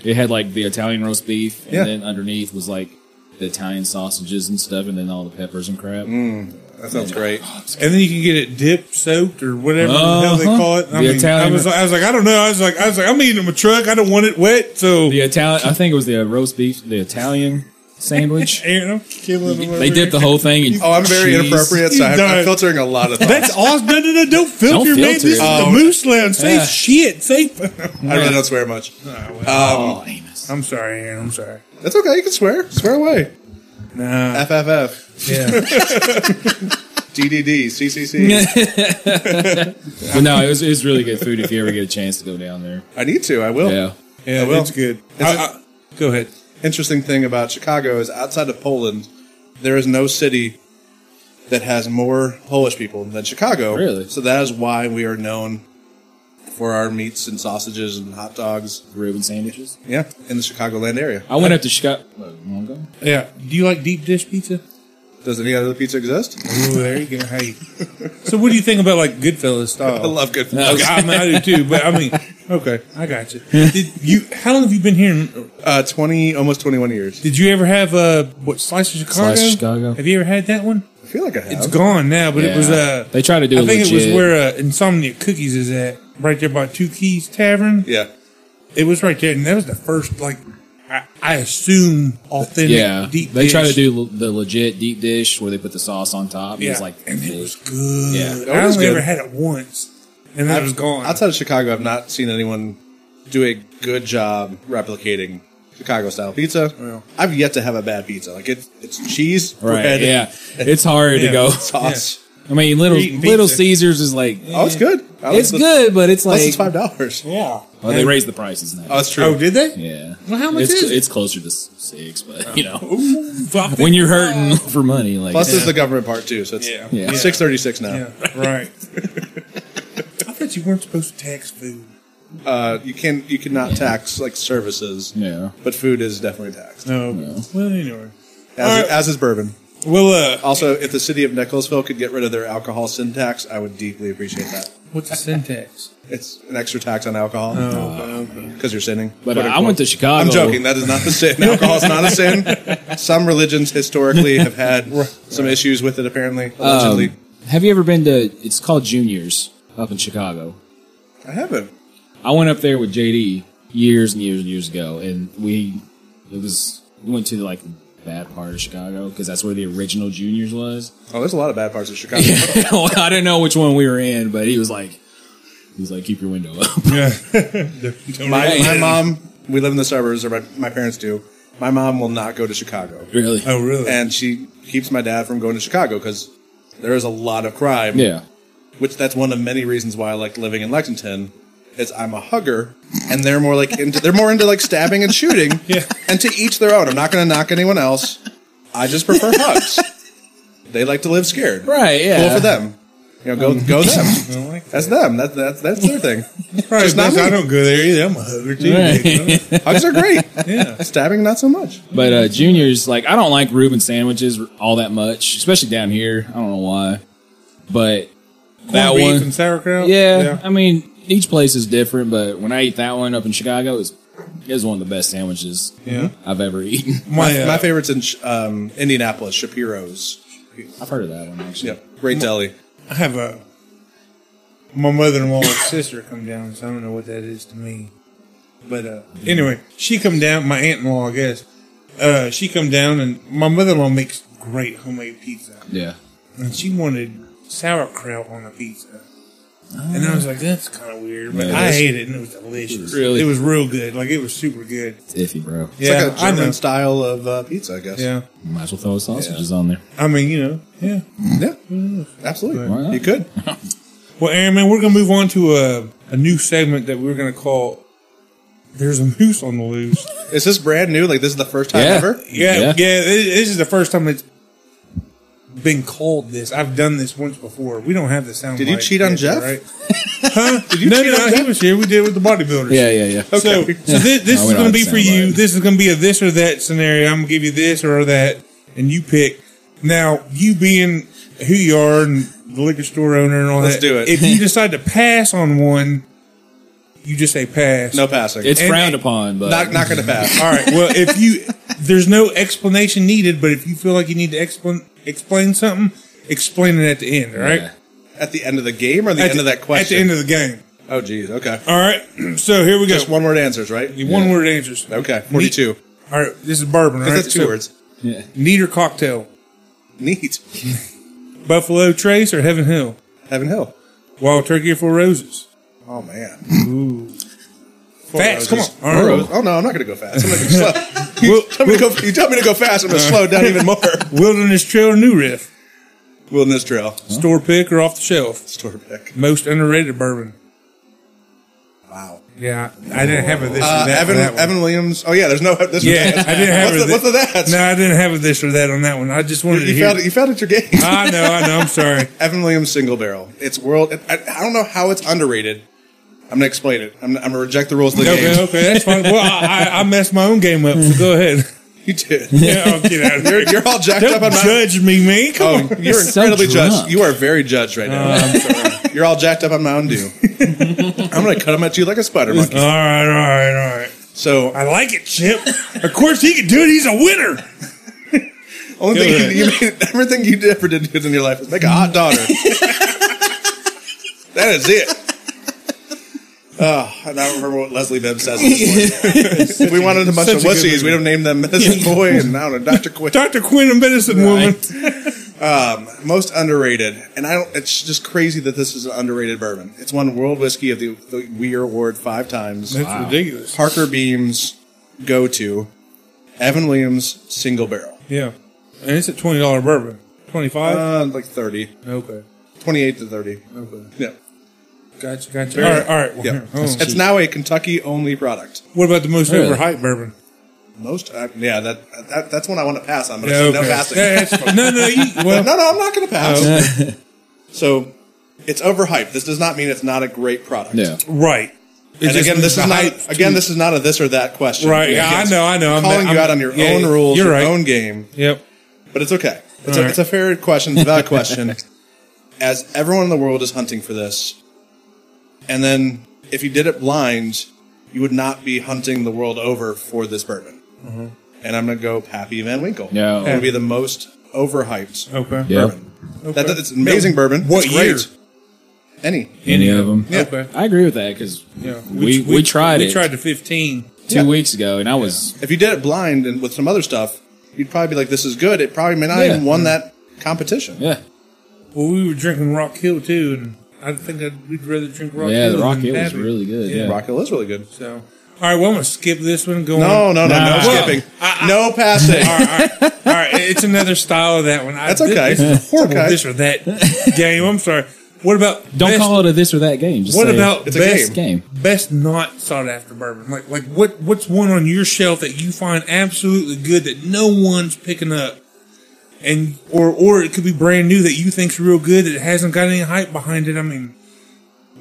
It had like the Italian roast beef, and
Yeah.
then underneath was like the Italian sausages and stuff, and then all the peppers and crap.
Mm.
That sounds great.
And then you can get it dipped, soaked, or whatever the hell they
Uh-huh.
call it. I
The
mean, I
Italian-
was, I was like, I don't know. I was like, I was like, I'm eating a truck. I don't want it wet. So
The Italian, I think it was the uh, roast beef, the Italian sandwich.
Aaron, I'm killing them.
they
over
dipped the
here.
whole thing. In
Oh, I'm very
cheese.
inappropriate. So
You
I'm,
don't-
I'm filtering a lot of thoughts.
That's awesome. No, no, no. Don't filter,
Don't
man.
filter
This is
it.
the
Oh.
Moose Lounge. Say
Yeah.
shit. Say.
I really don't swear much.
Oh, Amos.
I'm sorry, Aaron. I'm sorry.
That's okay. You can swear. Swear away.
Nah.
FFF.
Yeah.
DDD. CCC.
But no, it was, it was really good food if you ever get a chance to go down there.
I need to. I
Oh.
will.
Yeah.
yeah.
well,
That's good.
Is
I-
it-
I- go ahead.
interesting thing about Chicago is outside of Poland, there is no city that has more Polish people than Chicago.
Really?
So that is why we are known for our meats and sausages and hot dogs.
Reuben sandwiches.
Yeah, in the Chicagoland area.
I went up to Chicago. wanna go?
Yeah. Do you like deep dish pizza?
Does any other pizza exist?
Ooh, there you go. Hey. so, what do you think about like Goodfellas style?
I love good.
Okay, I, mean, I do too, but I mean, okay, I got you. Did you? How long have you been here?
Uh, Twenty, almost twenty-one years.
Did you ever have uh, what slice of Chicago?
Slice of Chicago.
Have you ever had that one?
I feel like I have.
It's gone now, but it was uh,
They tried to do
I
it
think it was
legit.
where uh, Insomnia Cookies is at, right there by Two Keys Tavern.
Yeah,
It was right there, and that was the first like I, I assume authentic.
Yeah.
deep
they tried to
dish.
do l- the legit deep dish where they put the sauce on top. It
Yeah,
was like,
and it
big.
was good.
Yeah.
I
It was
only
good.
ever had it once, and then it was gone.
Outside of Chicago, I've not seen anyone do a good job replicating Chicago style pizza. I've yet to have a bad pizza. Like it, it's cheese,
right.
bread,
Yeah. It's hard
Yeah.
to go.
sauce.
I mean, Little
You're eating
Little
pizza.
Caesars is like,
Oh, it's good. I
it's
like the-
good, but it's
Plus,
like,
it's five dollars.
yeah.
well, they raised the prices now.
Oh, that's true.
Oh, did they?
yeah.
Well, how much
it's,
is it?
It's closer to s- six, but you know,
Ooh, fuck.
when you're
Oh.
hurting for money, like,
Plus, there's the government part too. So it's
Yeah.
Yeah.
six thirty six now.
Yeah, right. I thought you weren't supposed to tax food.
Uh, you can you cannot tax like services.
Yeah.
But food is definitely taxed,
No. Well, anyway.
as,
All right.
as is bourbon.
Well, uh,
Also, if the city of Nicholasville could get rid of their alcohol sin tax, I would deeply appreciate that.
what's the syntax?
It's an extra tax on alcohol
Oh,
because you're sinning.
But uh,
Quote,
I
unquote.
went to Chicago.
I'm joking. That is not a sin. Alcohol is not a sin. Some religions historically have had some issues with it.
Um,
Apparently, allegedly,
Have you ever been to? It's called Juniors up in Chicago.
I haven't.
I went up there with JD years and years and years ago, and we it was we went to like the bad part of Chicago because that's where the original Juniors was.
Oh, there's a lot of bad parts of Chicago.
Well, I don't know which one we were in, but he was like, he was like, keep your window up.
My,
Right.
my mom, we live in the suburbs, or my, my parents do. My mom will not go to Chicago.
really?
Oh, really?
And she keeps my dad from going to Chicago because there is a lot of crime.
Yeah.
Which that's one of many reasons why I like living in Lexington. Is I'm a hugger, and they're more like into they're more into like stabbing and shooting.
Yeah.
And to each their own. I'm not going to knock anyone else. I just prefer hugs. They like to live scared.
Right. Yeah.
Cool for them. You know, go go them.
don't like that.
That's them. That's that's that's their thing.
Probably
Just not
because I
me.
don't go there either. I'm a hugger too.
Right.
Hugs are great.
Yeah.
Stabbing not so much.
But uh, Juniors, like, I don't like Reuben sandwiches all that much, especially down here. I don't know why, but that
Corned beef
one
and sauerkraut.
Yeah, I mean, each place is different, but when I ate that one up in Chicago, it was, it was one of the best sandwiches
Yeah.
I've ever eaten.
My, uh,
My favorite's in um, Indianapolis, Shapiro's.
I've heard of that one actually.
Yeah, great deli.
I have a my mother-in-law's sister come down, so I don't know what that is to me. But uh, anyway, she come down. My aunt-in-law, I guess. Uh, she come down, and my mother-in-law makes great homemade pizza.
Yeah,
and she wanted sauerkraut on the pizza. And I was like, that's kind of weird, but
Yeah,
I
that's-
ate it and it was delicious.
Really?
It was real good. Like, it was super good.
it's iffy, bro.
It's
yeah,
like a
I know.
German style of uh, pizza, I guess.
Yeah.
Might as well throw sausages on there.
I mean, you know, yeah.
yeah,
Mm-hmm.
absolutely.
Why not?
You could.
Well, Aaron, man, we're going to move on to a, a new segment that we're going to call There's a Moose on the Loose.
Is this brand new? Like this is the first time
Yeah.
ever?
yeah, yeah.
Yeah.
thi- this is the first time it's been called this. I've done this once before. We don't have the sound.
Did you
bite
cheat on
yet,
Jeff?
Right? huh? Did you no,
cheat
no,
on
he
Jeff?
was here. We did it with the bodybuilders.
Yeah, yeah, yeah.
So,
Okay.
so this, this is
No, we don't
going to be
have
for
sound
you.
bites.
This is going to be a this or that scenario. I'm going to give you this or that, and you pick. Now, you being who you are and the liquor store owner and all
Let's
that,
do it.
If you decide to pass on one, you just say pass.
No passing.
It's
And-
frowned upon, but
not not going to pass.
Mm-hmm. All right. Well, if you there's no explanation needed, but if you feel like you need to explain explain something, explain it at the end. All right.
Yeah.
At the end of the game or the
At
end of that
At
question?
the end of the game.
oh, geez. Okay.
All right. So here we go.
Just one word answers, right?
One word answers.
Okay. 42.
All right. This is bourbon. Right.
That's two
So,
words.
Neat or cocktail.
Neat.
Buffalo Trace or Heaven Hill.
Heaven Hill.
Wild Turkey or Four Roses.
Oh, man.
Facts. Come on.
Roses.
All right.
Oh, no, I'm not going to go fast. I'm going to go slow.
Wil-
you, tell me to go, you tell me to go fast, I'm going to slow down even more.
Wilderness Trail or New Riff.
Wilderness Trail.
Store pick or off the shelf.
Store pick.
Most underrated bourbon.
Wow.
Yeah, I didn't have a this
Uh,
or that.
Evan,
for that one.
Evan Williams. Oh, yeah, there's no. There's
Yeah,
no
I didn't have
what's
a
the,
thi-
what's the that?
No, I didn't have a this or that on that one. I just wanted to
you,
hear.
found it, you found it at your game.
I know, I know. I'm sorry.
Evan Williams single barrel. It's world. I, I don't know how it's underrated. I'm going to explain it. I'm, I'm going to reject the rules of the game.
Okay, okay, that's fine. Well, I, I, I messed my own game up, so go ahead.
You did.
Yeah, I'll get out of here.
You're, you're all jacked
Don't
up on my.
judge me, man. Come
Oh,
on.
you're Um,
so
incredibly
drunk.
judged. You are very judged right now. You're all jacked up on Mountain Dew. I'm going to cut him at you like a spider monkey.
All right, all right, all right.
So
I like it, Chip. Of course, he can do it. He's a winner.
Only
Go
thing
ahead.
you, you made, everything you ever did good in your life was make a hot daughter. that is it. Oh, I don't remember what Leslie Bibb says. at this point. we wanted a bunch
such
of
a good
wussies. We don't name them Medicine Boy and now Dr. Quinn.
Dr. Quinn, a medicine woman.
Most underrated, and I don't. It's just crazy that this is an underrated bourbon. It's won World Whiskey of the, the Weir Award five times.
That's ridiculous.
Parker Beam's go to, Evan Williams single barrel,
Yeah. And it's a $20 bourbon. 25
uh, like 30,
Okay.
28 to thirty.
Okay.
Yeah.
Gotcha, gotcha. All right, Hmm. Oh. all right. Well,
Yep.
here, hold on.
It's now a Kentucky only product.
What about the most
Really?
overhyped bourbon?
Most, uh, yeah, that, that that's one I want to pass on. But
Yeah,
yeah,
okay.
no passing.
Yeah, it's- no, no, you, well, Oh.
No, no, I'm not going to pass. so it's overhyped. This does not mean it's not a great product.
yeah.
right. It's
And
just
again, this is
the
not
hype.
again. This is not a this or that question.
Right, yeah,
Again,
I know, I know. I'm-
Calling
I'm-
you out on your
yeah,
own rules,
you're
your
right.
own game,
Yep.
but it's okay. It's,
All
a,
right.
it's a fair question. It's a valid question. As everyone in the world is hunting for this, and then if you did it blind, you would not be hunting the world over for this bourbon.
Mm-hmm.
And I'm going to go Pappy Van Winkle.
No.
it would be the most overhyped
Okay.
Yeah.
bourbon. That, that- it's an amazing bourbon.
What
it's great.
year?
Any.
Any of them?
Okay.
I agree with that because
Yeah.
we, we, tried
we
it
tried the 15.
two weeks ago, and I was
If you did it blind and with some other stuff, you'd probably be like, "This is good." It probably may not
Yeah.
even won that competition.
yeah.
Well, we were drinking Rock Hill too, and I think I'd, we'd rather drink Rock
Yeah,
Hill.
the Rock
than
Hill was
Pappy.
really good. Yeah.
Rock Hill is really good.
So, all right, well, I'm gonna skip this one. Go
No,
on.
no, no,
Nah.
no skipping, no passing.
All right, all right, all right. It's another style of that one. I,
That's
thi-
okay.
This is a horrible
It's okay.
this or that game. I'm sorry. What about
Don't
best,
call it a this or that game. Just
What
say
about
It's a
best
game.
Best not sought after bourbon. Like like what what's one on your shelf that you find absolutely good that no one's picking up, and or or it could be brand new that you think's real good that hasn't got any hype behind it. I mean,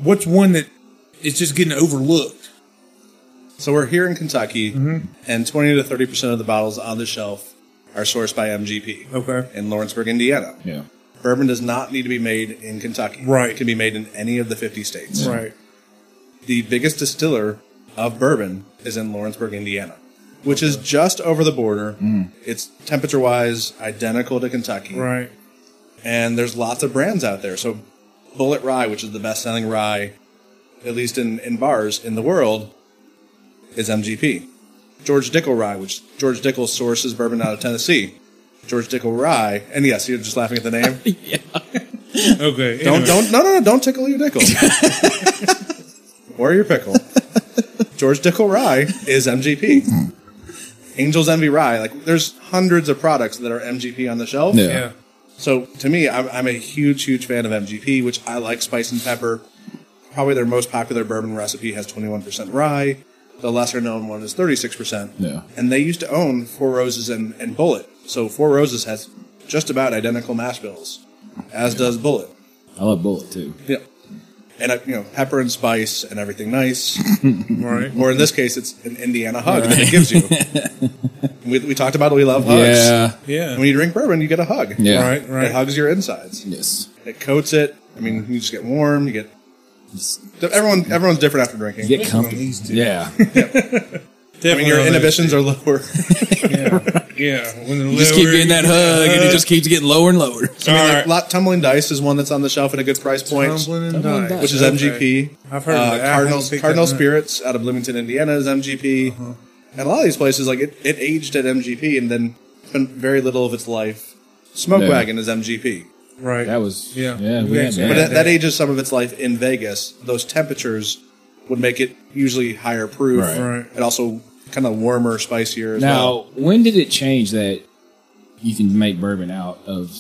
what's one that it's just getting overlooked?
So we're here in Kentucky, and twenty to thirty percent of the bottles on the shelf are sourced by MGP.
Okay.
In Lawrenceburg, Indiana,
yeah.
bourbon does not need to be made in Kentucky.
Right.
It can be made in any of the fifty states.
Right.
the biggest distiller of bourbon is in Lawrenceburg, Indiana, which is just over the border. It's temperature wise identical to Kentucky.
Right.
And there's lots of brands out there. So, Bullet Rye, which is the best selling rye, at least in, in bars in the world, is MGP. George Dickel Rye, which George Dickel sources bourbon out of Tennessee. George Dickel Rye, and yes, you're just laughing at the name.
Okay. anyway.
Don't don't no no no don't tickle your dickle. or your pickle. George Dickel Rye is MGP. Angels Envy Rye. Like there's hundreds of products that are MGP on the shelf.
Yeah.
Yeah.
So to me, I'm, I'm a huge, huge fan of MGP, which I like spice and pepper. Probably their most popular bourbon recipe has 21% rye. The lesser known one is 36%.
Yeah.
And they used to own Four Roses and, and Bullet. So Four Roses has just about identical mash bills, as does Bullet.
I love Bullet too.
Yeah. And, uh, you know, pepper and spice and everything nice.
Right.
or in this case, it's an Indiana hug that it gives you. we, we talked about we love hugs.
Yeah.
Yeah.
When you drink bourbon, you get a hug.
Yeah.
Right.
It hugs your insides.
Yes.
It coats it. I mean, you just get warm. You get everyone. Everyone's different after drinking.
Get comfy.
these two.
Yeah.
Definitely
I mean, your
on those.
inhibitions are lower.
Yeah. When they're
just keep getting that hug, and it just keeps getting lower and lower.
All
I mean,
right.
like, lot, tumbling dice is one that's on the shelf at a good price point,
Tumbling and
Tumbling
dice.
dice.
which is
Okay.
MGP.
I've heard of
Uh,
that. I haven't
Cardinals
picked
Cardinal
that one up. Uh-huh.
Spirits out of Bloomington, Indiana is MGP, and a lot of these places like it, it aged at MGP and then spent very little of its life. Smoke
Yeah.
Wagon is MGP,
Right.
That was
Yeah.
Yeah. We
Yeah,
had
so-
that.
but
Yeah.
that, that ages some of its life in Vegas. Those temperatures would make it usually higher proof,
Right.
Right.
and also kind of warmer, spicier. As
now,
well.
when did it change that you can make bourbon out of?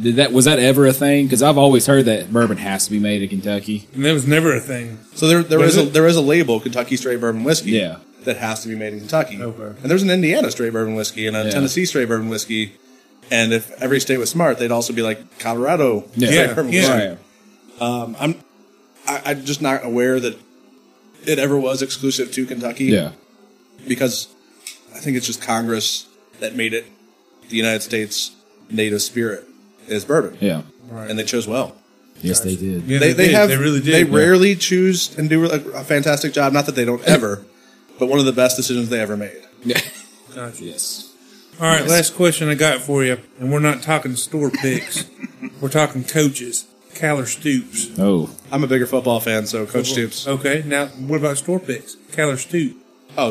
Did that was that ever a thing? Because I've always heard that bourbon has to be made in Kentucky.
and that was never a thing.
So there, there
Was
is a,
it?
there is a label Kentucky straight bourbon whiskey.
Yeah.
That has to be made in Kentucky.
Okay.
And there's an Indiana straight bourbon whiskey and a
Yeah.
Tennessee straight bourbon whiskey. And if every state was smart, they'd also be like Colorado.
Yeah.
straight
Yeah,
bourbon
yeah.
whiskey.
Right.
I'm I, I'm just not aware that it ever was exclusive to Kentucky.
Yeah.
Because I think it's just Congress that made it the United States native spirit is bourbon.
Yeah.
And they chose well.
Yes, they did.
Yeah,
they, they
did.
have
They really did.
They
yeah.
rarely choose and do a, a fantastic job. Not that they don't ever, but one of the best decisions they ever made.
Yes.
All right, last question I got for you, and we're not talking store picks. we're talking coaches. Caller Stoops.
Oh.
I'm a bigger football fan, so Coach Stoops.
Okay, now what about store picks? Caller Stoops.
Oh,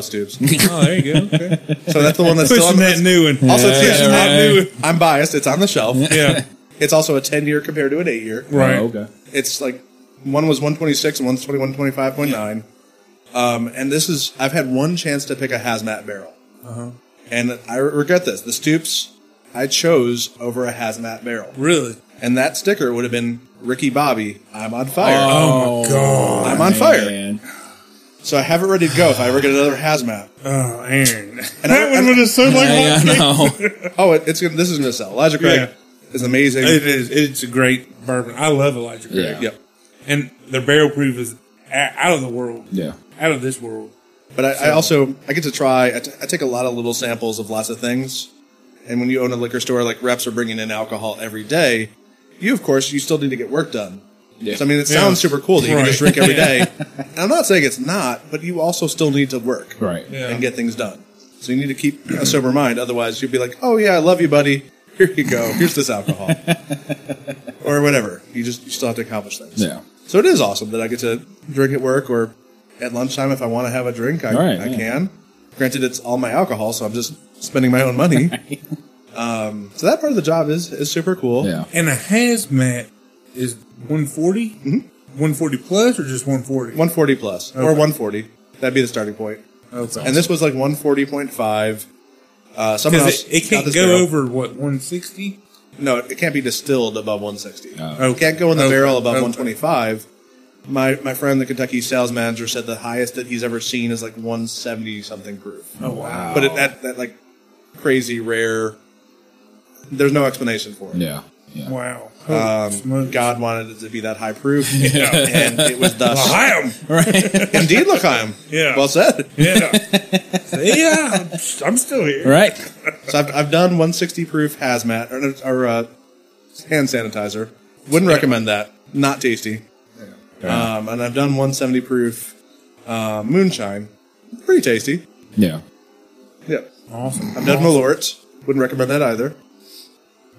Stoops.
Oh, there you go. Okay.
So that's the one that's still on
Pushing that
the
new one.
Also,
yeah,
pushing that
right.
new. I'm biased. It's on the shelf.
Yeah,
It's also a 10 year compared to an 8 year.
right.
Oh, okay.
It's like one was 126 and one's 125.9. Um, and this is, I've had one chance to pick a hazmat barrel.
Uh-huh.
And I regret this. The Stoops I chose over a hazmat barrel.
Really?
And that sticker would have been Ricky Bobby, I'm on fire.
Oh, my God.
I'm on fire.
Man.
So I have it ready to go if I ever get another hazmat.
Oh, Aaron. that
And I-
one
and-
would have so like
Yeah, I know.
Oh, it, it's gonna, this is going to sell. Elijah Craig is amazing.
It is. It's a great bourbon. I love Elijah Craig.
Yeah.
Yep.
And the barrel proof is a- out of the world.
Yeah.
Out of this world.
But I, I also I get to try. I, t- I take a lot of little samples of lots of things. And when you own a liquor store, like reps are bringing in alcohol every day, you of course you still need to get work done. So I mean, it sounds super cool that you can just
Right.
drink every day. and I'm not saying it's not, but you also still need to work.
Right.
Yeah.
and get things done. So you need to keep a sober mind. Otherwise, you'll be like, "Oh yeah, I love you, buddy. Here you go. Here's this alcohol, or whatever." You just you still have to accomplish things.
Yeah.
So it is awesome that I get to drink at work or at lunchtime if I want to have a drink. I,
Right,
I
yeah.
can. Granted, it's all my alcohol, so I'm just spending my own money. um, so that part of the job is is super cool.
Yeah.
And a hazmat is 140? Mm-hmm. 140 plus or just 140?
140 plus or 140. That'd be the starting point.
Okay.
And this was like 140.5. Uh, someone
Because
else
it, it
got
can't
this
go
barrel.
over, what, 160?
No, it can't be distilled above 160.
Oh,
It can't go in the
Okay.
barrel above
Okay.
125. My my friend, the Kentucky sales manager, said the highest that he's ever seen is like 170 something proof.
Oh, wow.
But it, that that like crazy rare. There's no explanation for it.
Yeah. Yeah.
Wow. Holy
Um,
smokes.
God wanted it to be that high proof, and it was thus.
Blam!
Indeed, Lachaim.
Yeah.
Well said.
Yeah. yeah, I'm, I'm still here.
Right.
So I've, I've done 160 proof hazmat or, or uh, hand sanitizer. Wouldn't recommend that. Not tasty. Um, and I've done 170 proof uh, moonshine. Pretty tasty.
Yeah.
Yeah.
Awesome.
I've done Malort's. Wouldn't recommend that either.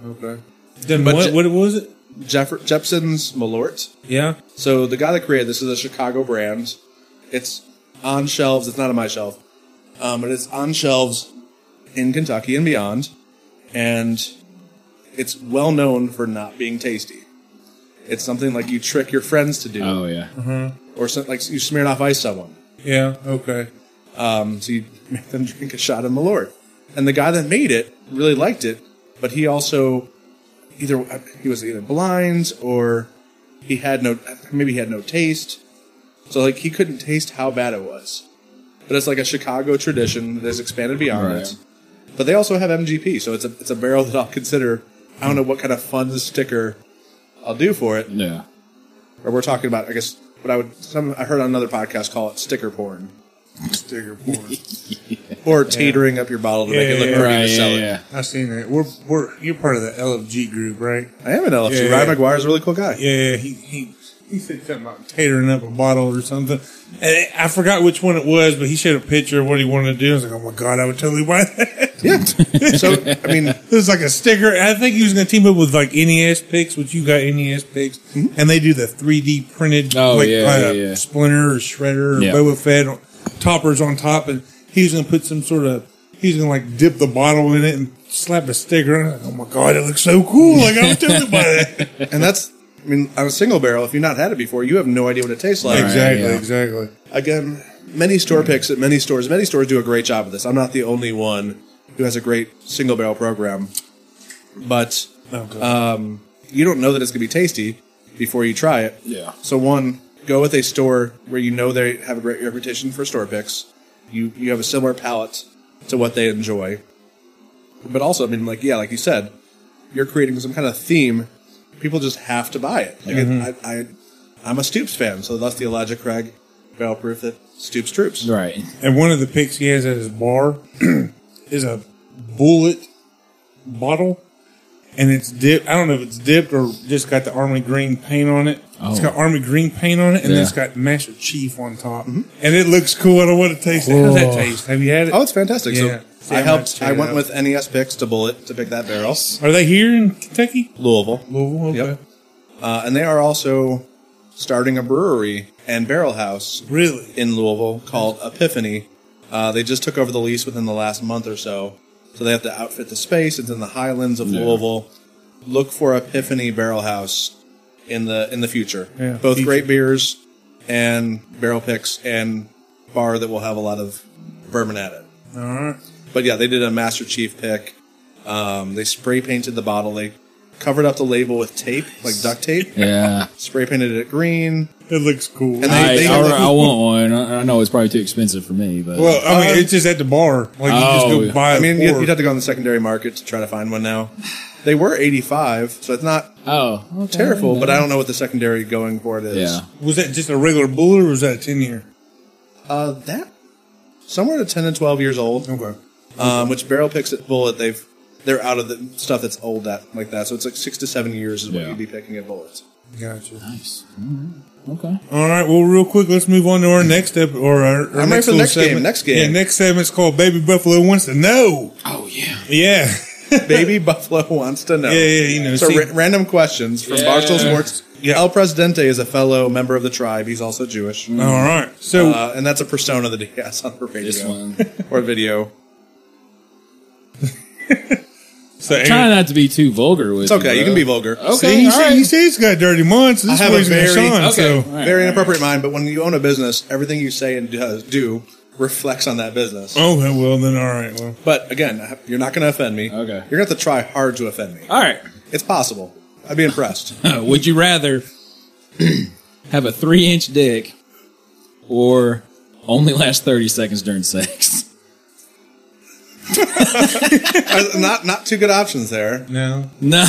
Okay. Then
But
what,
ju-
what was it?
Jeff- Jepson's Malort.
Yeah.
So the guy that created this is a Chicago brand. It's on shelves. It's not on my shelf, um, but it's on shelves in Kentucky and beyond, and it's well known for not being tasty. It's something like you trick your friends to do,
Oh yeah.
Mm-hmm. or some, like you smeared off ice someone,
Yeah. Okay.
um, so you make them drink a shot of Malort. And the guy that made it really liked it, but he also either he was either blind or he had no maybe he had no taste. So like he couldn't taste how bad it was. But it's like a Chicago tradition that has expanded beyond
Right.
it. But they also have MGP, so it's a it's a barrel that I'll consider I don't know what kind of fun sticker I'll do for it.
Yeah.
Or we're talking about, I guess, what I would. Some I heard on another podcast call it sticker porn
Sticker porn.
or tatering up your bottle to make it
Yeah,
look
yeah,
pretty
Right.
to sell
Yeah.
it.
yeah.
I seen that. We're we're you're part of the LFG group, right?
I am an LFG.
Yeah.
Ryan McGuire's a really cool guy.
Yeah, he he he said something about tatering up a bottle or something. And I forgot which one it was, but he showed a picture of what he wanted to do. I was like, oh my god, I would totally buy that.
Yeah. so I mean,
It was like a sticker. I think he was going to team up with like NES picks, which you got NES picks, and they do the 3D printed
Oh,
like,
yeah,
like
yeah,
a
yeah.
Splinter or Shredder or
Yeah.
Boba Fett on, toppers on top, and he was going to put some sort of he was going to like dip the bottle in it and slap a sticker. on it. oh my god, it looks so cool! Like I'm totally buy that.
and that's. I mean, on a single barrel, if you've not had it before, you have no idea what it tastes like.
exactly,
yeah.
exactly.
again, many store picks at many stores. Many stores do a great job of this. I'm not the only one who has a great single barrel program, but
Oh god.
you don't know that it's going to be tasty before you try it.
Yeah.
So one, go with a store where you know they have a great reputation for store picks. You you have a similar palate to what they enjoy, but also, I mean, like yeah, like you said, you're creating some kind of theme. People just have to buy it. Like I, I, I'm a Stoops fan, so that's the Elijah Craig barrel proof that Stoops troops.
Right.
And one of the picks he has at his bar is a bullet bottle. And it's dipped. I don't know if it's dipped or just got the army green paint on it. It's
Oh.
got army green paint on it, and then
Yeah.
it's got Master Chief on top. And it looks cool. I don't want to taste it. How's that taste? Have you had it?
Mm-hmm. Oh, it's fantastic.
Yeah.
So
See,
I
I'm not
helped.
straight
I went
up.
with NES picks to bullet to pick that barrel.
Are they here in Kentucky?
Louisville.
Louisville. Okay.
Yep. Uh, and they are also starting a brewery and barrel house
Really?
in Louisville called Epiphany. Uh, they just took over the lease within the last month or so. So they have to outfit the space. It's in the highlands of Louisville. Look for Epiphany Barrel House in the in the future.
Yeah,
Both
future.
great beers and barrel picks and bar that will have a lot of bourbon at it.
All right.
But yeah, they did a Master Chief pick. Um, they spray painted the bottle. They covered up the label with tape, like duct tape.
Yeah.
Spray painted it green.
It looks cool.
And
I,
They- they-
I, I want one. I, I know it's probably too expensive for me, but
well, I mean,
Uh,
it's just at the bar. Like, you just
Oh,
go
yeah.
buy it.
I mean,
or-
you'd, you'd have to go on the secondary market to try to find one now. They were eighty-five, so it's not
oh, okay.
terrible. But I don't know what the secondary going for it is.
Yeah.
was that just a regular bullet or was that a 10 year?
Uh, that somewhere to ten and twelve years old.
Okay.
Um, which barrel picks at bullet, they've they're out of the stuff that's old that like that. So it's like six to seven years is what
Yeah.
you'd be picking at bullets.
Gotcha.
Nice. All right. Okay.
All right. Well, real quick, let's move on to our next step or our, our
I'm ready for
little
the next game,
segment.
next game.
Yeah, next segment's called "Baby Buffalo Wants to Know."
Oh yeah.
Yeah,
Baby Buffalo wants to know.
yeah, yeah. You know,
So
see-
ra- random questions from
Yeah.
Barstool Sports. El Presidente is a fellow member of the tribe. He's also Jewish,
all right. So
uh, and that's a persona that he has on the radio
This one.
or video.
so
Try not to be too vulgar with.
It's okay. You can be vulgar.
Okay.
See, you
all
see,
right.
you see, it's got dirty minds. so This
I have
is
a
what he's gonna
very-
shine,
okay.
So.
all right.
Very inappropriate mind, but when you own a business, everything you say and do, do reflects on that business.
Okay. Oh, Well, then, all right. Well,
But again, you're not going to offend me.
Okay.
You're going to have to try hard to offend me.
All right.
It's possible. I'd be impressed.
Would you rather have a three-inch dick or only last thirty seconds during sex?
Uh, not not two good options there.
no.
No.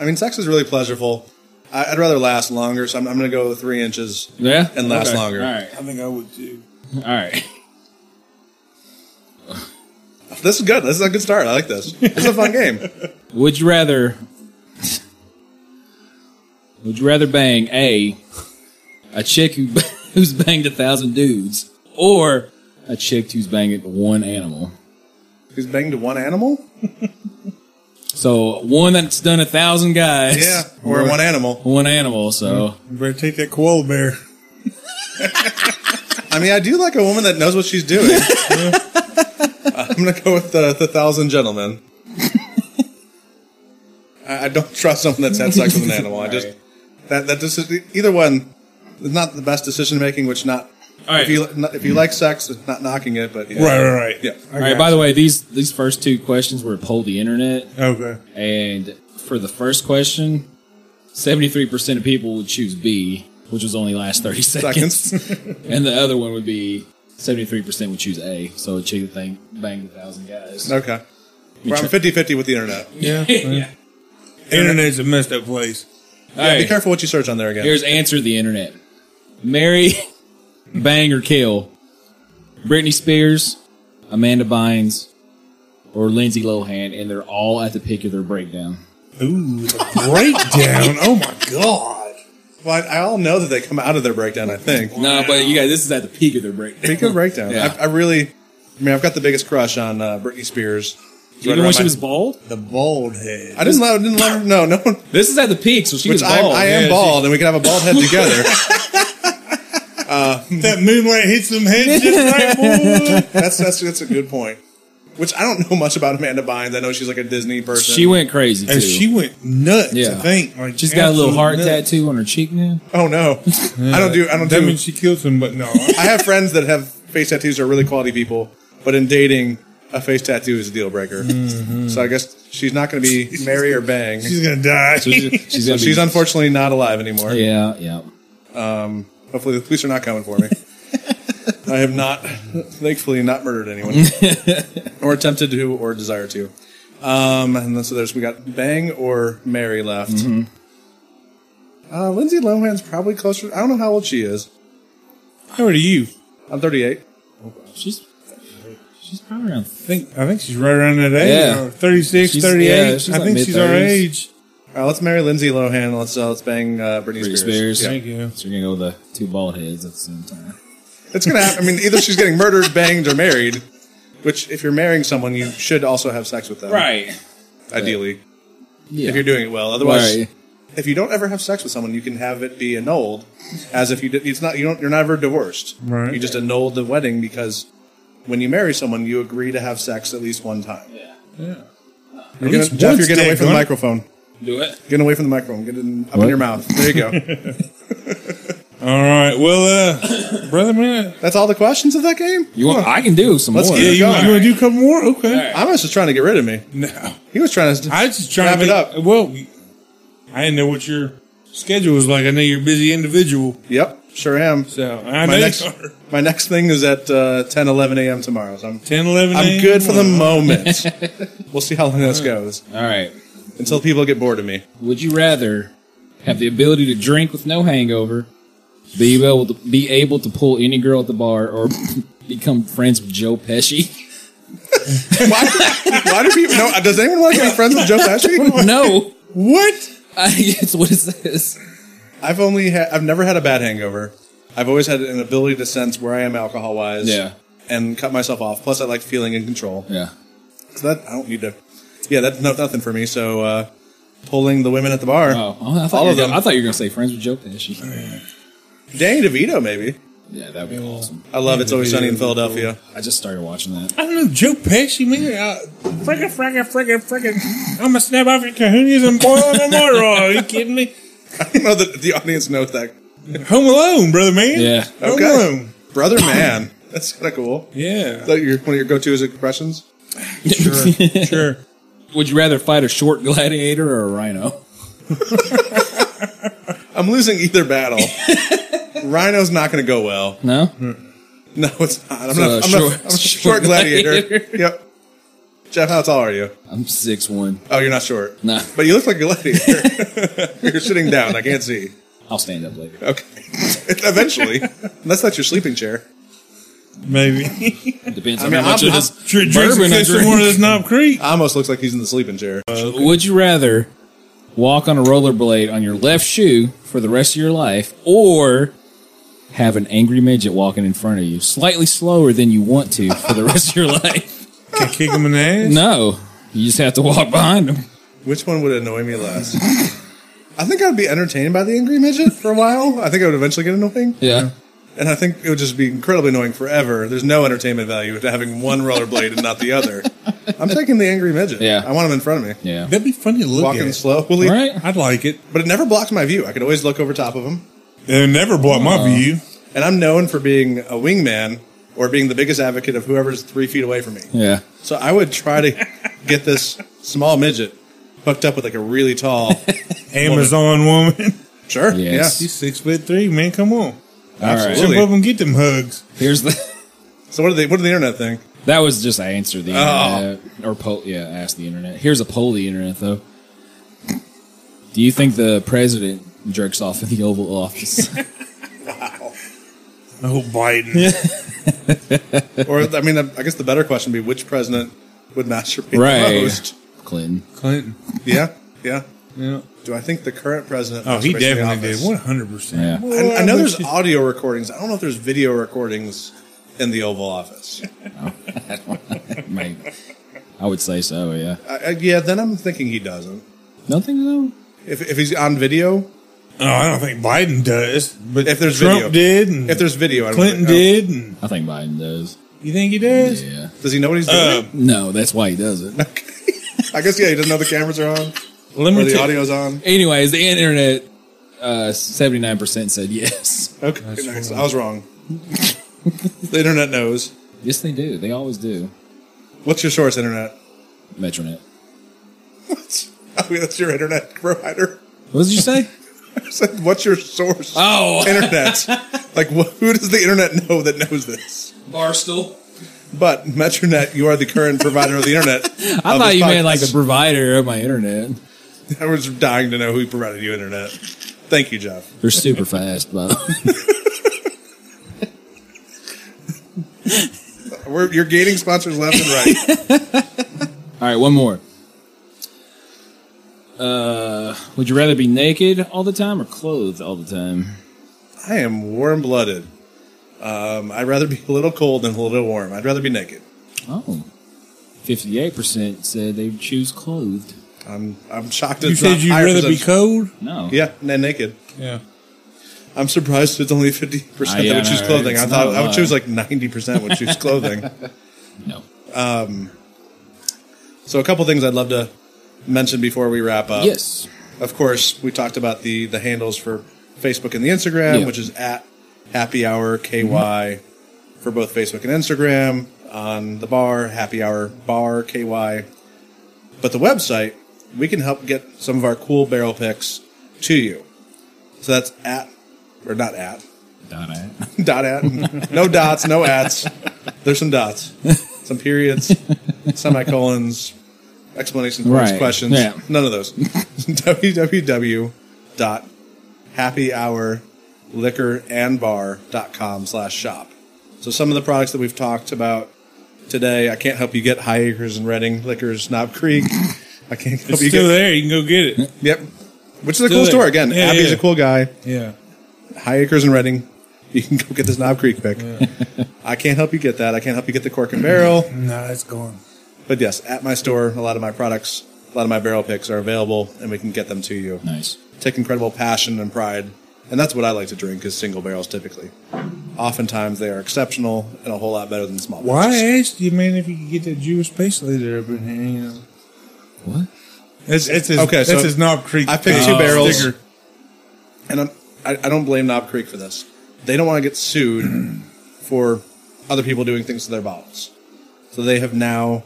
I mean, sex is really pleasurable. I- I'd rather last longer, so I'm, I'm going to go with three inches.
Yeah.
And last
Okay.
longer.
All right.
I think I would too.
All right.
This is good. This is a good start. I like this. This is a fun game.
Would you rather? would you rather bang a a chick who who's banged a thousand dudes or a chick who's banged one animal?
He's banged one animal?
So one that's done a thousand guys.
Yeah. Mm. Or one animal.
One animal. So
You better take that koala bear.
I mean, I do like a woman that knows what she's doing. I'm going to go with the, the thousand gentlemen. I, I don't trust someone that's had sex with an animal. I just, that, that just, either one is not the best decision making, which not,
all right.
if you, if you like sex, it's not knocking it, but yeah.
Right. Right. Right.
Yeah.
I
all right.
got
By the way, these these first two questions were polled the internet,
you. Okay.
and for the first question, seventy three percent of people would choose B, which was only last thirty seconds.
Seconds.
And the other one would be 73% would choose A. So a chick would think bang a thousand guys.
Okay. Well, I'm 50 50 with the internet.
Yeah.
yeah.
Internet's a messed up place.
All
Be
right.
careful what you search on there again.
Here's answer the internet. Marry, bang, or kill. Britney Spears, Amanda Bynes, or Lindsay Lohan, and they're all at the peak of their breakdown.
Ooh, the breakdown. oh my god.
well, I, I all know that they come out of their breakdown. I think
No, but you guys, this is at the peak of their breakdown.
pretty good breakdown.
Yeah.
I, I really, I mean, I've got the biggest crush on uh, Britney Spears. It's right
Even when
around
she
my-
was bald,
The bald head.
I didn't love, didn't love her. No, no one.
this is at the peak, so she was
Which I,
bald.
I am
Yeah, she-
bald, and we can have a bald head together.
That moonlight hits them heads just right, boy.
that's that's that's a good point. Which I don't know much about Amanda Bynes. I know she's like a Disney person.
She went crazy too.
And she went nuts,
Yeah.
I think. Like,
She's got a little
absolute
heart
nuts.
tattoo on her cheek now.
oh no, I don't do I don't
That
do
means she killed somebody. No.
I have friends that have face tattoos are really quality people, but in dating, a face tattoo is a deal breaker.
Mm-hmm.
So I guess she's not going to be marry or bang.
She's going to die.
So she's, she's gonna be-
She's unfortunately not alive anymore.
Yeah, yeah.
Hopefully, the police are not coming for me. I have not, thankfully, not murdered anyone or attempted to or desire to. Um, and then, so there's we got bang or Mary left.
Mm-hmm.
Uh, Lindsay Lohan's probably closer. I don't know how old she is.
How old are you?
I'm 38.
She's she's probably around.
I think, I think she's right around that age.
Yeah.
Or 36,
She's-
38.
yeah, she's
I
like
think she's our
mid-thirties.
age.
All right, Uh, let's marry Lindsay Lohan. Let's uh, let's bang uh, Britney,
Britney
Spears.
Spears.
Yeah.
Thank you.
So you're gonna go with the two bald heads at the same time.
It's gonna happen. I mean, either she's getting murdered, banged, or married. Which, if you're marrying someone, you should also have sex with them,
Right.
Ideally,
Yeah.
if you're doing it well. Otherwise,
right.
if you don't ever have sex with someone, you can have it be annulled, as if you did, it's not you don't you're never divorced.
Right.
You just annulled the wedding because when you marry someone, you agree to have sex at least one time. Yeah. You're gonna,
least
Jeff,
once,
you're getting away from the
dadgummit.
microphone.
Do it.
Getting away from the microphone. Get it up
What?
in your mouth. There you go.
All right. Well, uh, brother, man.
That's all the questions of that game.
You want? I can do some
Let's
more.
get
Yeah,
it.
you,
Go.
want to do a couple more? Okay.
right.
I was just trying to get rid of me.
No.
He was trying to.
I was just trying
Wrap
to
it
make,
up.
Well, I didn't know what your schedule was like. I know you're a busy individual.
Yep, sure am.
So I
my
know
next
you are.
my next thing is at uh, 10, 11 a.m. tomorrow. So I'm
10, 11
I'm
a.m.
good for the moment. we'll see how long this goes
All right.
until people get bored of me.
Would you rather have the ability to drink with no hangover, be able to be able to pull any girl at the bar, or become friends with Joe Pesci?
Why, why do people? No, does anyone want to be friends with Joe Pesci?
no,
What?
I, it's what is this?
I've only ha- I've never had a bad hangover. I've always had an ability to sense where I am alcohol wise.
Yeah.
And cut myself off. Plus, I like feeling in control.
Yeah.
So that I don't need to. Yeah, that's no, nothing for me. So uh, pulling the women at the bar.
Oh, I thought,
All
you were
of them. Mm.
gonna- I thought you were gonna say friends with Joe Pesci.
Danny DeVito, maybe.
Yeah, that'd be awesome.
I love It's Always Sunny in Philadelphia.
I just started watching that.
I don't know, Joe Pesci, man. Uh, frickin', frickin', frickin', frickin'. I'm going to snap off your cajoonies and boil them in water. Are you kidding me?
I don't know that the audience knows that.
Home Alone, brother, man.
Yeah.
Home
Okay.
Alone.
Brother Man. That's kind of cool. Is
Yeah.
that your, one of your go to expressions?
Sure. sure.
Would you rather fight a short gladiator or a rhino?
I'm losing either battle. Rhino's not going to go well.
No.
No, it's not. I'm,
So,
not,
uh,
I'm, not-
short-
I'm a
short
short gladiator.
gladiator.
yep. Jeff, how tall are you?
I'm six one.
Oh, you're not short.
Nah.
But you look like a gladiator. you're sitting down. I can't see.
I'll stand up later.
Okay. Eventually. Unless that's your sleeping chair.
Maybe.
Depends
mean,
on how much
I'm-
of this
Sure, drink
bourbon I
some
drink.
more of this Knob Creek.
Almost looks like he's in the sleeping chair. Uh,
Would you rather walk on a rollerblade on your left shoe for the rest of your life or have an angry midget walking in front of you slightly slower than you want to for the rest of your life?
Can kick him in the ass.
No. You just have to walk behind him.
Which one would annoy me less? I think I'd be entertained by the angry midget for a while. I think I would eventually get annoying.
Yeah.
And I think it would just be incredibly annoying forever. There's no entertainment value to having one rollerblade and not the other. I'm taking the angry midget.
Yeah.
I want him in front of me.
Yeah.
That'd be funny to look
Walking
at.
slowly.
Right?
I'd like it.
But it never blocks my view. I could always look over top of him.
They never block
Uh,
my view.
And I'm known for being a wingman or being the biggest advocate of whoever's three feet away from me.
Yeah.
So I would try to get this small midget hooked up with like a really tall.
Amazon woman.
Sure.
Yes.
She's six foot three, man. Come on.
All right.
Absolutely.
Jump up and get them hugs.
Here's the
Yeah. So what did they? What did the internet think?
That was just I answered the
Oh.
internet or poll. Yeah, ask the internet. Here's a poll. The internet though. Do you think the president jerks off in the Oval Office?
Oh, Biden.
or I mean, I guess the better question would be which president would masturbate the most?
Clinton.
Clinton.
Yeah, yeah.
Yeah.
Do I think the current president?
Oh, he
masturbates in the
definitely
office?
did. One hundred percent.
Yeah.
I, I know there's audio recordings. I don't know if there's video recordings in the Oval Office.
Maybe. I would say so, yeah.
I, I, yeah, then I'm thinking he doesn't.
Nothing though?
If, if he's on video,
No, I don't think Biden does. But
If there's
Trump
video.
did, and
if there's video, I don't
Clinton
think- no.
did, and
I think Biden does.
you think he does?
Yeah.
Does he know what he's
Uh,
doing?
No, that's why he does it.
I guess yeah, he doesn't know the cameras are on
Let
or
me
the
tell-
audio's on.
Anyways, the internet uh, 79% said yes.
Okay, nice. I was wrong. the internet knows.
Yes, they do. They always do.
What's your source, internet?
Metronet.
I mean, that's your internet provider.
What did you say?
I said, What's your source?
oh,
internet. like, wh- who does the internet know that knows this?
Barstool.
But Metronet, you are the current provider of the
I
internet. of
thought
this
you meant like the
podcast.
provider of my internet.
I was dying to know who provided you internet. Thank you, Jeff.
They're super fast, by the way.
We're, you're gaining sponsors left and right.
All right, one more. Uh, would you rather be naked all the time or clothed all the time?
I am warm blooded. Um, I'd rather be a little cold than a little warm. I'd rather be naked.
Oh. 58% said they would choose clothed.
I'm I'm shocked.
You
it's
said
not
you'd
higher
rather be
percentage.
cold.
No.
Yeah, na- naked.
Yeah.
I'm surprised it's only fifty
Ah,
percent
yeah,
that would choose
no,
clothing.
it's
I thought
not a
I would
lot.
choose like ninety percent would choose clothing.
No.
so a couple things I'd love to mention before we wrap up.
Yes.
Of course, we talked about the the handles for Facebook and the Instagram,
Yeah.
which is at Happy Hour KY for both Facebook and Instagram. On the bar, Happy Hour Bar KY. But the website, we can help get some of our cool barrel picks to you. So that's at or not at
Not at.
dot at no dots, no ats. There's some dots, some periods, semicolons, explanation points,
Right.
questions.
Yeah.
None of those. www.happyhourliquorandbar.com slash shop. So some of the products that we've talked about today, I can't help you get High Acres and Redding Liquors, Knob Creek. I can't help
It's
you
still
get.
there. You can go get it.
Yep. Which is a
Still
cool
there.
store. Again,
Yeah,
Abby's
yeah.
a cool guy.
Yeah.
High Acres in Reading. You can go get this Knob Creek pick. I can't help you get that. I can't help you get the cork and barrel.
No, that's gone.
But yes, at my store, a lot of my products, a lot of my barrel picks are available and we can get them to you.
Nice.
Take incredible passion and pride. And that's what I like to drink is single barrels typically. Oftentimes they are exceptional and a whole lot better than small
Why
batches.
I asked you, man, if you could get that Jewish space laser up in here. You know,
What?
that's that's his,
Okay,
that's
so
his Knob Creek.
I picked
thing.
two barrels.
Sticker.
And I'm, I, I don't blame Knob Creek for this. They don't want to get sued for other people doing things to their bottles. So they have now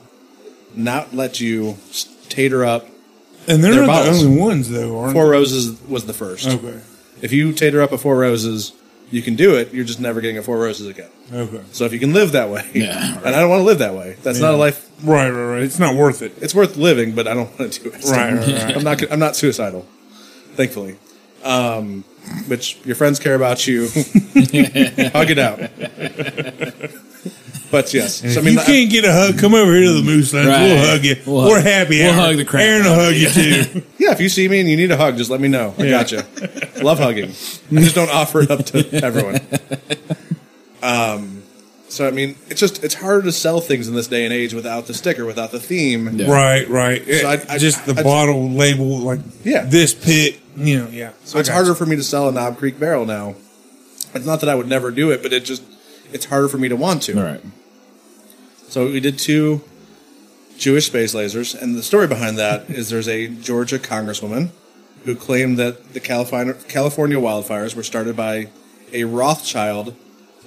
not let you s- tater up.
And they're,
They're
not
bottles.
the only ones, though, aren't
Four Roses was the first.
they? Okay.
If you tater up a Four Roses, you can do it. You're just never getting a Four Roses again.
Okay.
So if you can live that way,
Yeah.
and I don't want to live that way. That's not a life.
Right, right, right. It's not worth it.
It's worth living, but I don't want to do it.
Right, right, right.
I'm not. I'm not suicidal, thankfully. Um, which your friends care about you. Hug it out. but yes, so, I mean,
you can't get a hug. Come over here to the Moose Lounge. We'll
Right.
hug you.
We'll
We're
hug-
happy.
we'll
hour.
hug the crap
Aaron will hug you too.
yeah, if you see me and you need a hug, just let me know. I
Yeah.
gotcha. Love hugging. I just don't offer it up to everyone. Um, so I mean, it's just it's harder to sell things in this day and age without the sticker, without the theme.
Yeah.
Right, right.
So I- I-
just the
I-
bottle label, like
Yeah.
this pick. You know, yeah.
So it's harder for me to sell a Knob Creek barrel now. It's not that I would never do it, but it just it's harder for me to want to.
All right.
So we did two Jewish space lasers, and the story behind that is there's a Georgia congresswoman who claimed that the California California wildfires were started by a Rothschild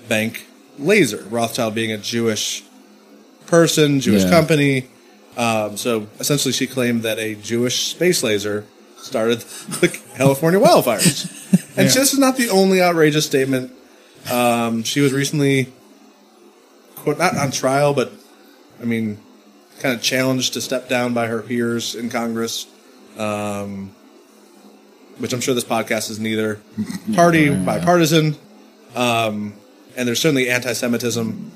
bank laser. Rothschild being a Jewish person, Jewish
Yeah.
company. Um, so essentially, she claimed that a Jewish space laser started the California wildfires. And this is not the only outrageous statement. Um, she was recently quote, not on trial, but I mean, kind of challenged to step down by her peers in Congress. Um, which I'm sure this podcast is neither party bipartisan. Um, and there's certainly anti-Semitism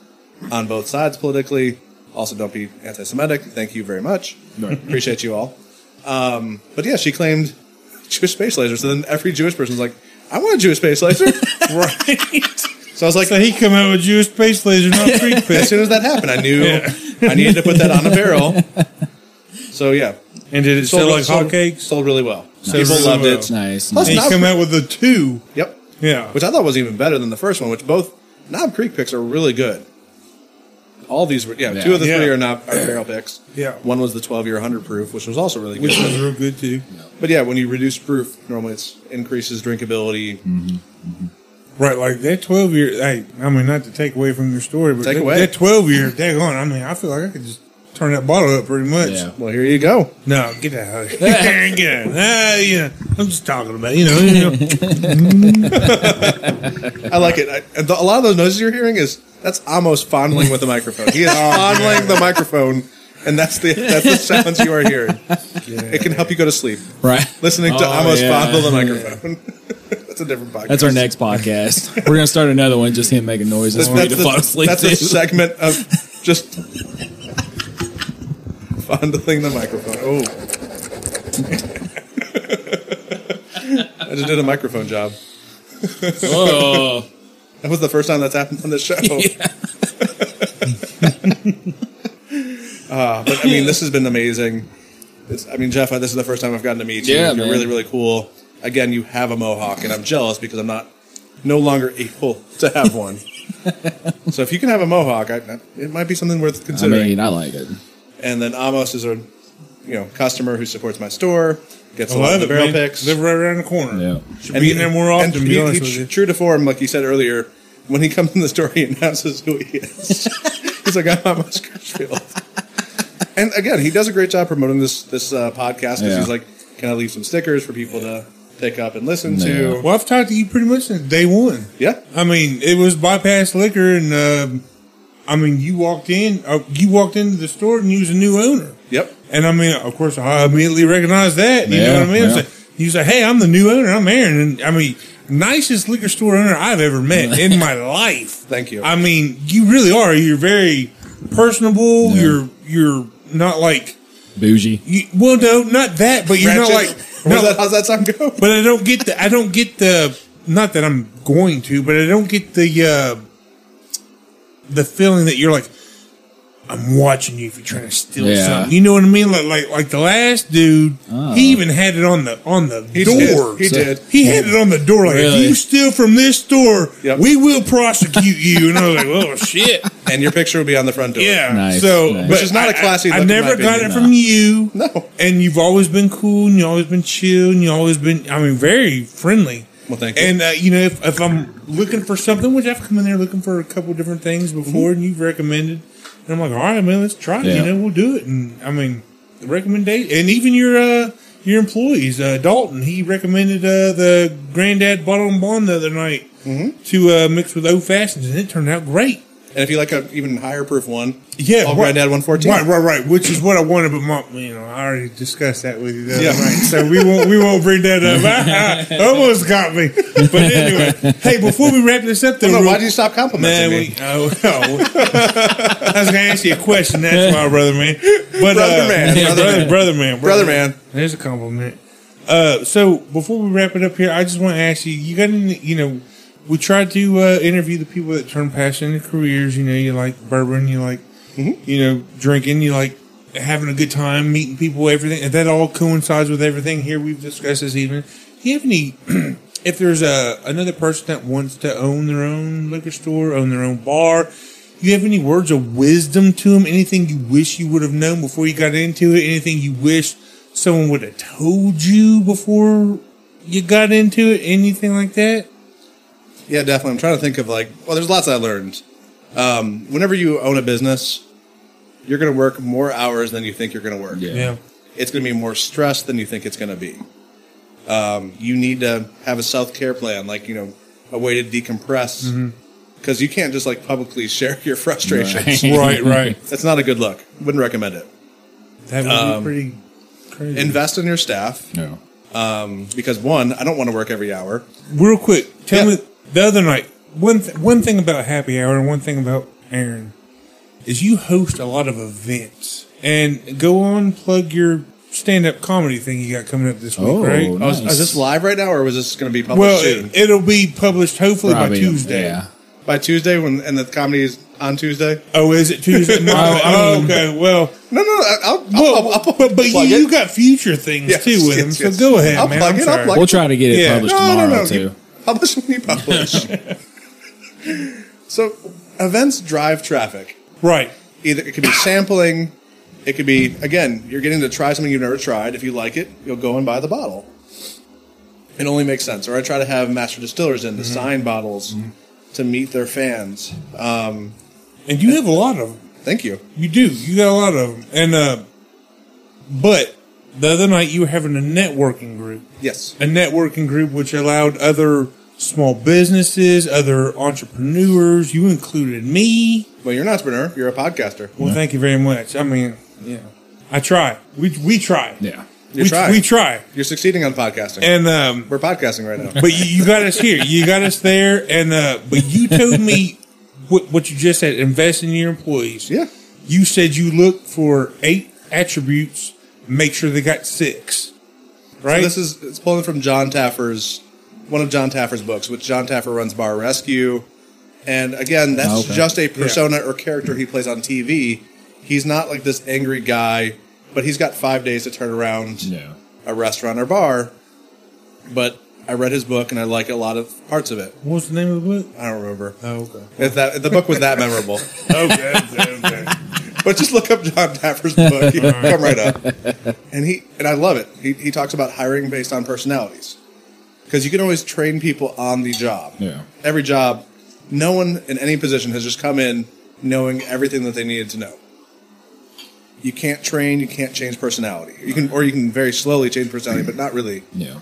on both sides politically. Also, don't be anti-Semitic. Thank you very much. Appreciate you all. Um, but yeah, she claimed Jewish space lasers. So then every Jewish person's like, "I want a Jewish space laser."
right.
so I was like,
So he come out with Jewish space laser, not freak
as
piss,
soon as that happened, I knew I needed to put that on a barrel. So yeah,
and did it sell like hotcakes?
Sold really well.
Nice.
People loved
Nice.
it.
Nice.
Plus
And he
Knob-
come out with a two.
Yep,
Yeah.
which I thought was even better than the first one. Which both Knob Creek picks are really good. All these, were, yeah,
Yeah.
two of the
Yeah.
three are not are barrel picks.
Yeah.
one was the twelve year hundred proof, which was also really good.
Which was real good too.
but yeah, when you reduce proof, normally it's increases drinkability.
Mm-hmm. Right, like that twelve year. Hey, I mean, not to take away from your story, but
Take
that,
away.
that twelve year. Dang on. I mean, I feel like I could just turn that bottle up pretty much.
Yeah.
Well, here you go.
No, get out of here. get out. Ah, yeah. I'm just talking about you know. You know.
I like it. I, and the, a lot of those noises you're hearing is that's Amos fondling with the microphone.
Oh,
He is fondling the microphone, and that's the that's the sounds you are hearing. It can help you go to sleep
Right.
listening to
Oh,
Amos
yeah.
fondle the microphone. that's a different podcast.
That's our next podcast. We're gonna start another one, just him making noises
That's,
for me
that's,
to
the-
fall asleep.
that's a
to.
segment of just fondling the microphone. Oh, I just did a microphone job.
Oh.
That was the first time that's happened on this show. uh, but I mean, this has been amazing. It's, I mean, Jeff, I- this is the first time I've gotten to meet you.
Yeah,
You're
man.
really, really cool. Again, you have a mohawk, and I'm jealous because I'm not no longer able to have one. so if you can have a mohawk, I, I- it might be something worth
I
considering.
mean, I like it.
and then Amos is a you know customer who supports my store, gets a
I
lot of
love
the
it.
barrel
man.
picks
Live right around the corner.
Yeah.
Should be in there more often. to
and
be
he-
honest with
he-
you.
True to form, like you said earlier, when he comes in the store, he announces who he is. He's like, I'm Amos Crutchfield. and again, he does a great job promoting this this uh, podcast because
Yeah.
he's like, can I leave some stickers for people to pick up and listen
Yeah.
to?
Well, I've talked to you pretty much since day one.
Yeah.
I mean, it was bypass liquor, and um I mean, you walked in, uh, you walked into the store, and you was a new owner.
Yep.
And I mean, of course, I immediately recognized that. You know
Yeah,
what I mean?
yeah.
So you say, "Hey, I'm the new owner. I'm Aaron." And I mean, nicest liquor store owner I've ever met in my life.
Thank you.
I mean, you really are. You're very personable.
Yeah.
You're you're not like
Bougie.
you, well, no, not that, but you're
Ratchet.
not like
Where's
no,
that, how's that song go?
but I don't get the I don't get the not that I'm going to, but I don't get the uh the feeling that you're like I'm watching you if you're trying to steal
Yeah. Oh.
something. You know what I mean? Like like like the last dude, he even had it on the on the
He
door.
did. He did.
He had it on the door like
Really?
if you steal from this store,
Yep.
we will prosecute you. And I was like, oh shit,
And your picture will be on the front door.
yeah.
Nice,
so,
nice.
but
Which is not a classy
I, I
look, in my
never got
opinion.
it from you.
No.
And you've always been cool, and you've always been chill, and you've always been, I mean, very friendly.
Well, thank you.
And, uh, you know, if, if I'm looking for something, which I've come in there looking for a couple different things
Mm-hmm.
before, and you've recommended, and I'm like, all right, man, let's try it.
Yeah.
You know, we'll do it. And, I mean, the recommendation, and even your, uh, your employees, uh, Dalton, he recommended uh, the Granddad Bottle and Bond the other night
Mm-hmm.
to uh, mix with Old Fashions, and it turned out great.
And if you like an even higher proof one,
Yeah,
all
right.
Granddad 114.
Right, right, right. Which is what I wanted, but mom, you know, I already discussed that with you. The other
Yeah.
night, so we won't we won't bring that up. Almost got me. But anyway, hey, before we wrap this up, though,
No,
real-
why do you stop
man,
complimenting me?
we, oh, oh. I was gonna ask you a question. That's why, brother man. But
Brother
uh,
man, brother
brother,
man.
brother man,
Brother man.
There's a compliment. Uh, so before we wrap it up here, I just want to ask you: you got any? You know, we tried to uh, interview the people that turn passion into careers. You know, you like bourbon, you like,
Mm-hmm.
you know, drinking, you like having a good time, meeting people, everything, and that all coincides with everything here we've discussed this evening. Do you have any? if there's a another person that wants to own their own liquor store, own their own bar, you have any words of wisdom to them? Anything you wish you would have known before you got into it? Anything you wish someone would have told you before you got into it? Anything like that?
Yeah, definitely. I'm trying to think of like, well, there's lots I learned. Um, whenever you own a business, you're going to work more hours than you think you're going to work.
Yeah.
It's going to be more stress than you think it's going to be. Um, you need to have a self care plan, like, you know, a way to
Mm-hmm.
decompress. Because you can't just like publicly share your frustrations.
right, right.
That's not a good look. Wouldn't recommend it.
That would be pretty crazy.
Invest in your staff.
No.
Um, because one, I don't want to work every hour.
Real quick, tell
Yeah.
me the other night. One th- one thing about happy hour and one thing about Aaron is you host a lot of events and go on plug your stand up comedy thing you got coming up this week,
Oh,
right?
nice.
Oh, is, is this live right now, or was this going to be published
Well,
soon?
it, will be published hopefully
Probably,
by Tuesday.
Yeah.
By Tuesday, when and the comedy is on Tuesday.
Oh, is it Tuesday? no,
I
oh,
mean-
okay. Well,
No, no, no I- I'll, I'll, I'll, I'll,
but, but you,
plug
you
it.
got future things
Yes,
too with
yes,
him, so
yes.
go ahead,
I'll
man.
plug
I'm
it, I'll
sorry.
plug
We'll try to get it
Yeah.
published
No,
tomorrow
no, no.
too.
You publish when you publish. so events drive traffic.
Right.
Either it could be sampling, it could be again, you're getting to try something you've never tried. If you like it, you'll go and buy the bottle. It only makes sense. Or I try to have master distillers in to sign bottles to meet their fans. Um,
And you have a lot of them.
thank you.
You do. You got a lot of them. And uh, but the other night you were having a networking group,
Yes.
a networking group which allowed other small businesses, other entrepreneurs. You included me.
Well, you're an entrepreneur. You're a podcaster.
Well, thank you very much. I mean, yeah, I try. We we try.
Yeah.
You
we
try.
We try.
You're succeeding on podcasting.
And um,
We're podcasting right now.
but you, you got us here. You got us there. And uh, but you told me what what you just said. Invest in your employees.
yeah.
You said you look for eight attributes, make sure they got six. Right?
So this is it's pulling from John Taffer's one of John Taffer's books, which John Taffer runs Bar Rescue. And again, that's
Okay.
just a persona or character he plays on TV. He's not like this angry guy, but he's got five days to turn around
Yeah.
a restaurant or bar. But I read his book and I like a lot of parts of it.
what was the name of the book?
I don't remember
Oh, okay.
if that if the book was that memorable.
Oh, okay, okay, okay.
But just look up John Taffer's book; you come right up. And he and I love it. He, he talks about hiring based on personalities because you can always train people on the job.
Yeah.
Every job, no one in any position has just come in knowing everything that they needed to know. You can't train. You can't change personality. You can, or you can very slowly change personality, but not really.
Yeah.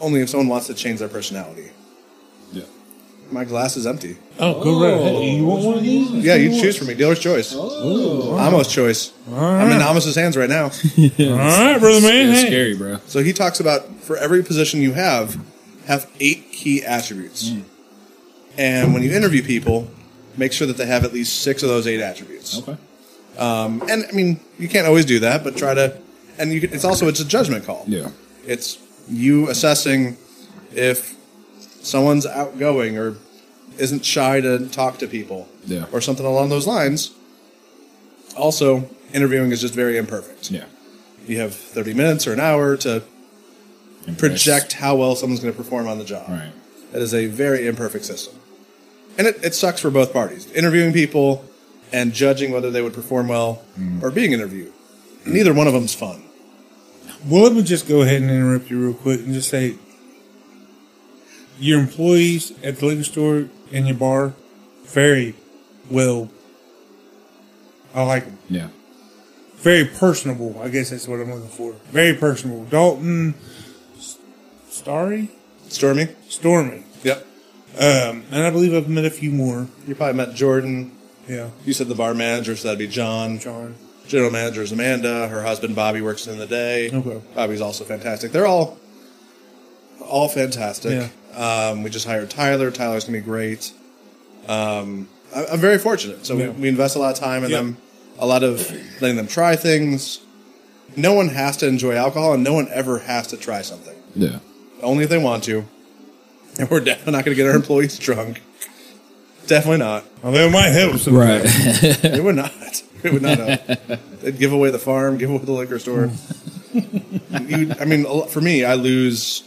Only if someone wants to change their personality.
Yeah.
My glass is empty.
Oh, go right ahead. You want one of these?
Yeah, you choose for me. Dealer's choice. Amos choice. I'm in Amos's hands right now.
All right, brother man.
It's
hey.
scary, bro.
So he talks about for every position you have, have eight key attributes.
Hmm.
And when you interview people, make sure that they have at least six of those eight attributes.
Okay.
And I mean, you can't always do that, but try to. And you can, it's also it's a judgment call.
Yeah.
It's you assessing if someone's outgoing or isn't shy to talk to people
Yeah.
or something along those lines. Also, interviewing is just very imperfect.
Yeah.
You have 30 minutes or an hour to project how well someone's going to perform on the job.
Right.
That is a very imperfect system. And it, it sucks for both parties interviewing people and judging whether they would perform well or being interviewed. Neither one of them's fun.
Well, let me just go ahead and interrupt you real quick and just say your employees at the liquor store and your bar, very well. I like them.
Yeah.
very personable. I guess that's what I'm looking for. Very personable. Dalton, S- Starry,
Stormy?
Stormy,
Yep.
um, and I believe I've met a few more.
You probably met Jordan.
Yeah,
You said the bar manager, so that'd be John.
John.
General manager is Amanda. Her husband Bobby works in the day.
Okay.
Bobby's also fantastic. They're all all fantastic. Um, we just hired Tyler. Tyler's gonna be great. Um, I, I'm very fortunate. So
Yeah.
we, we invest a lot of time in
Yeah.
them, a lot of letting them try things. No one has to enjoy alcohol, and no one ever has to try something.
Yeah.
Only if they want to. And we're definitely not gonna get our employees drunk. Definitely not.
Although it might help. Some
Right.
It would not. It would not. Help. They'd give away the farm, give away the liquor store. you, I mean, a lo- for me, I lose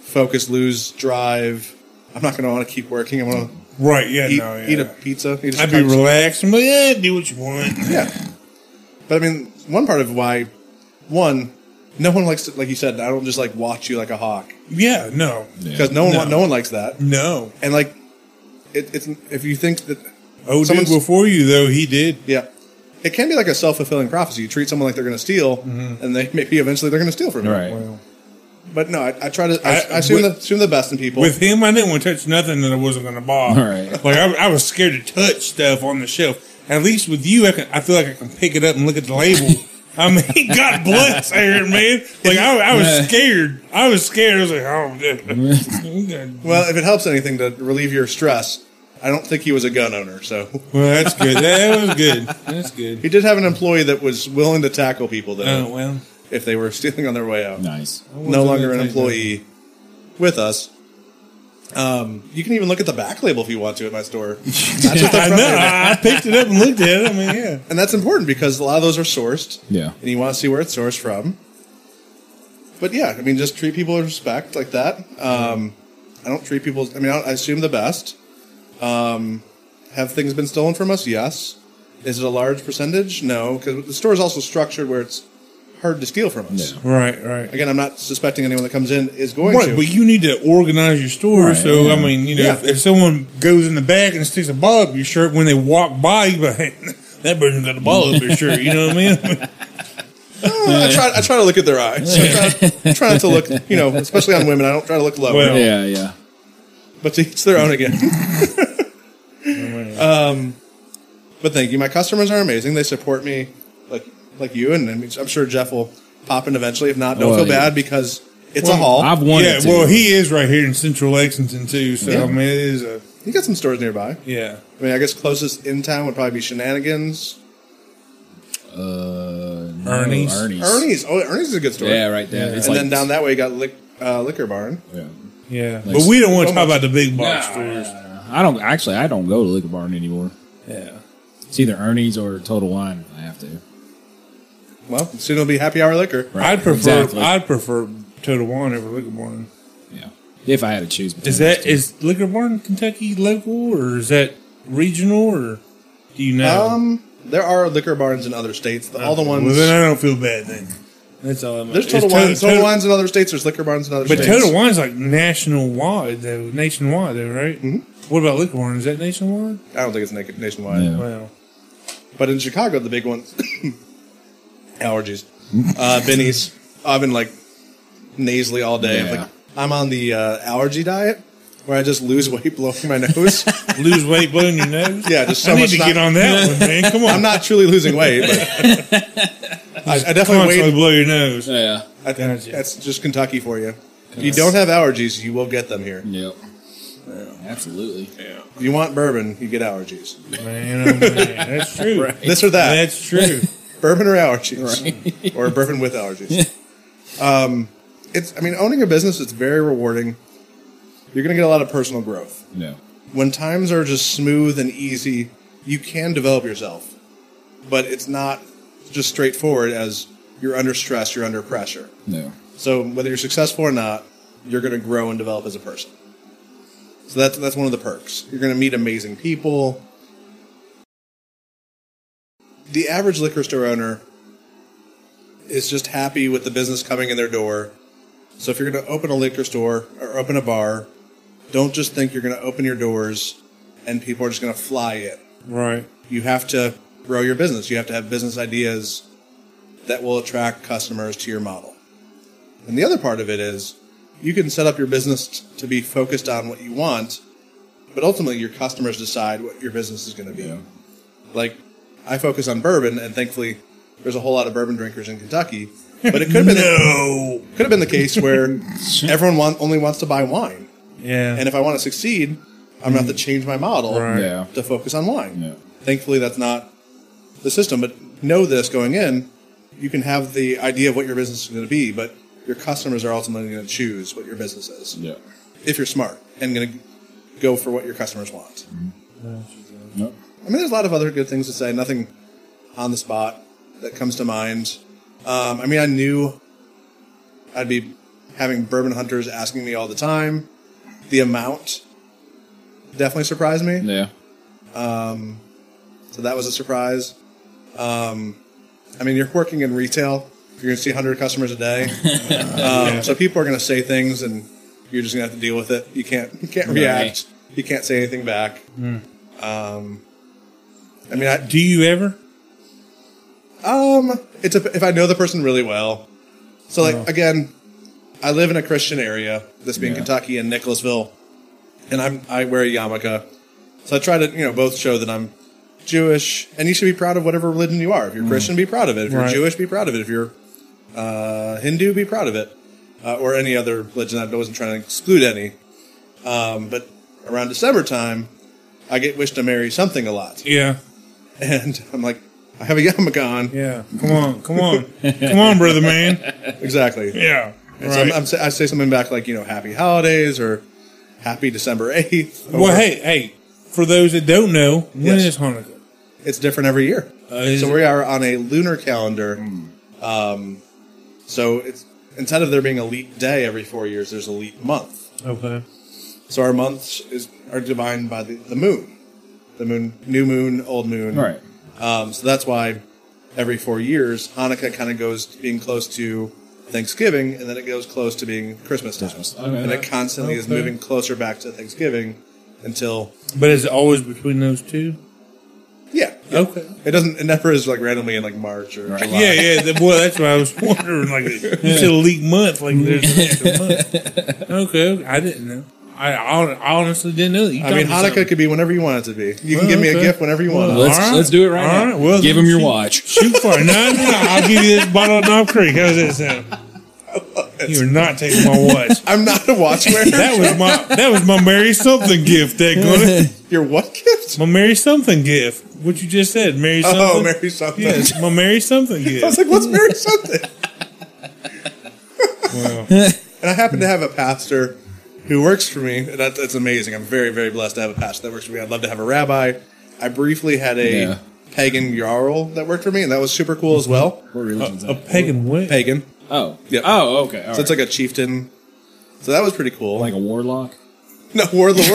focus, lose drive. I'm not going to want to keep working. I'm going to
Right. Yeah.
eat,
no. Yeah.
eat a pizza. Eat a
I'd be
pizza.
relaxed. I'm like, yeah, do what you want.
Yeah. But I mean, one part of why, one, no one likes to, like you said, I don't just like watch you like a hawk
Yeah. No.
because no one,
No.
wa- no one likes that.
No.
And like, it, it's if you think that,
Oh, dude,
Someone's-
before you though, he did.
yeah. It can be like a self fulfilling prophecy. You treat someone like they're going to steal,
Mm-hmm.
and they maybe eventually they're going to steal from you.
Right.
But no, I, I try to.
I-
I, I assume,
with-
the, assume the best in people.
With him, I didn't want to touch nothing that I wasn't going to buy.
All right.
Like I, I was scared to touch stuff on the shelf. At least with you, I, can, I feel like I can pick it up and look at the label I mean, God bless Aaron, man. Like I, I was scared. I was scared. I was like, oh, man.
Well, if it helps anything to relieve your stress, I don't think he was a gun owner. So
well, that's good. That was good. That's good.
he did have an employee that was willing to tackle people though
Oh well,
if they were stealing on their way out.
Nice.
no longer an employee with us. Um, you can even look at the back label if you want to at my store. That's what
I
they're
know.
from.
I, I picked it up and looked at it. I mean, yeah.
And that's important because a lot of those are sourced.
Yeah.
And you want to see where it's sourced from. But yeah, I mean, just treat people with respect like that. Um, I don't treat people, I mean, I I assume the best. Um, have things been stolen from us? Yes. Is it a large percentage? No, because the store is also structured where it's hard to steal from us.
Right, right.
Again, I'm not suspecting anyone that comes in is going
Right,
to.
but you need to organize your store.
Right,
so
yeah.
I mean, you know,
Yeah.
if, if someone goes in the back and sticks a ball up your shirt when they walk by, you like, that person got a ball up their shirt. You know what I mean?
I try. I try to look at their eyes. I try, I try not to look, you know, especially on women. I don't try to look low.
Well,
Yeah, yeah.
but to each their own again. um, but thank you. My customers are amazing. They support me, like like you, and I'm I'm sure Jeff will pop in eventually. If not, don't
Well,
feel
yeah.
bad because it's a
Well,
haul.
I've wanted
yeah.
to.
Well, he is right here in Central Lexington too. So I mean, it is a
you got some stores nearby.
yeah.
I mean, I guess closest in town would probably be Shenanigans.
uh, no,
Ernie's.
Ernie's.
Ernie's. Oh, Ernie's is a good store.
Yeah, right there. It's
and
like,
then down that way, you got Lick, uh, Liquor Barn.
Yeah.
Yeah,
Like-
but we don't want to talk about the big box stores.
I don't actually. I don't go to Liquor Barn anymore.
Yeah,
It's either Ernie's or Total Wine. If I have to.
Well, soon it'll be Happy Hour Liquor.
Right,
I'd prefer
exactly.
I'd prefer Total Wine over Liquor Barn.
Yeah. If I had to choose, between
Is that
those
is Liquor Barn Kentucky local or is that regional or do you know?
Um, there are liquor barns in other states. All the ones.
Uh, Well, then I don't feel bad then. That's all. I'm
There's total, wine, total, wines in other states. There's liquor barns in other
But
states.
Total Wine's like national wide though, nationwide though, right?
Mm-hmm.
What about Liquor Barn? Is that nationwide?
I don't think it's naked nationwide.
two. Yeah.
Well,
But in Chicago, the big ones. allergies. Uh, Benny's. I've been like nasally all day. I'm
Yeah.
Like, I'm on the uh, allergy diet where I just lose weight blowing my nose.
lose weight, blowing your nose.
yeah, just so
I need
much.
to
not-
get on that one, man. Come on,
I'm not truly losing weight. But I, I definitely
constantly
weighed.
blow your nose.
Yeah.
I think
Gotcha.
that's just Kentucky for you. If you don't have allergies, you will get them here.
Yep. Absolutely.
If you want bourbon, you get allergies.
Man, oh, man, that's true.
This or that.
That's true.
bourbon or allergies, or bourbon with allergies. um, it's I mean owning a business is very rewarding. You're going to get a lot of personal growth.
No.
When times are just smooth and easy, you can develop yourself, but it's not just straightforward as you're under stress, you're under pressure.
No.
So whether you're successful or not, you're going to grow and develop as a person. So that's that's one of the perks. You're going to meet amazing people. The average liquor store owner is just happy with the business coming in their door. So if you're going to open a liquor store or open a bar, don't just think you're going to open your doors and people are just going to fly in
right.
you have to grow your business. You have to have business ideas that will attract customers to your model. And the other part of it is you can set up your business t- to be focused on what you want, but ultimately your customers decide what your business is going to be. Like I focus on bourbon and thankfully there's a whole lot of bourbon drinkers in Kentucky, but it could have been
No.
could have been the case where everyone want, only wants to buy wine.
Yeah.
And if I want to succeed, I'm going to have to change my model
Mm. Right.
Yeah.
to focus on wine.
Yeah.
Thankfully, that's not the system, but know this going in. You can have the idea of what your business is going to be, but your customers are ultimately going to choose what your business is
Yeah.
if you're smart and going to go for what your customers want.
No.
I mean, there's a lot of other good things to say. Nothing on the spot that comes to mind. Um, I mean, I knew I'd be having bourbon hunters asking me all the time. The amount definitely surprised me.
Yeah.
So that was a surprise. Um, I mean, you're working in retail. You're going to see 100 customers a day. um, So people are going to say things, and you're just going to have to deal with it. You can't you can't react. You can't say anything back. Um, I mean, I,
Do you ever?
um, it's a, if I know the person really well. So like
Oh.
again, I live in a Christian area. This being
Yeah.
Kentucky and Nicholasville, and I'm I wear a yarmulke, so I try to you know both show that I'm Jewish, and you should be proud of whatever religion you are. If you're Christian, be proud of it. If you're
Mm. Right.
Jewish, be proud of it. If you're uh, Hindu, be proud of it. Uh, or any other religion. I wasn't trying to exclude any. Um, but around December time, I get wished to marry something a lot.
Yeah. and
And I'm like, I have a yarmulke on.
yeah, come on, come on, come on, brother man.
Exactly.
Yeah,
And so I'm,
right.
I'm, sa- I say something back like, you know, happy holidays or happy December 8th. or-
well, hey, hey, for those that don't know, when is
Yes.
Hanukkah?
It's different every year.
Uh, is
so
it? Hmm.
we are on a lunar calendar. Um, so it's instead of there being a leap day every four years, there's a leap month.
Okay,
So our months is are divined by the, the moon, the moon, new moon, old moon.
Right.
Um, so that's why every four years Hanukkah kind of goes to being close to Thanksgiving, and then it goes close to being Christmas time, and it constantly is
Okay.
moving closer back to Thanksgiving until
but is it always between those two?
yeah. yeah.
Okay.
It doesn't. It never is like randomly in like March or July.
Yeah, yeah. The, well, that's what I was wondering. Like, you said a leak month. Like, there's an extra month. Okay, I didn't know. I, hon- I honestly didn't know. that. You
I mean,
taught me
Hanukkah could be whenever you want it to be. You
Well,
can give me
okay.
a gift whenever you want.
Well,
Let's
All right.
let's do it right
All
now.
right, well,
Give
then
him your
she-
watch.
something. shoot for it. No, no, no. I'll give you this bottle of Knob Creek. How's that sound? You are not taking my watch.
I'm not a watch wearer.
That was my that was my Mary something gift. That good.
Your what gift?
My Mary something gift. What you just said, Mary something.
Oh, Mary something.
Yes, my Mary something
I was
gift.
like, what's Mary something?
Wow.
And I happen to have a pastor who works for me. That, that's amazing. I'm very, very blessed to have a pastor that works for me. I'd love to have a rabbi. I briefly had a
Yeah.
pagan jarl that worked for me, and that was super cool as well.
What religion's
A
that?
pagan what?
Pagan.
Oh.
Yep.
Oh, okay. all
So it's
right.
like a chieftain. So that was pretty cool.
like a warlock.
No warlord,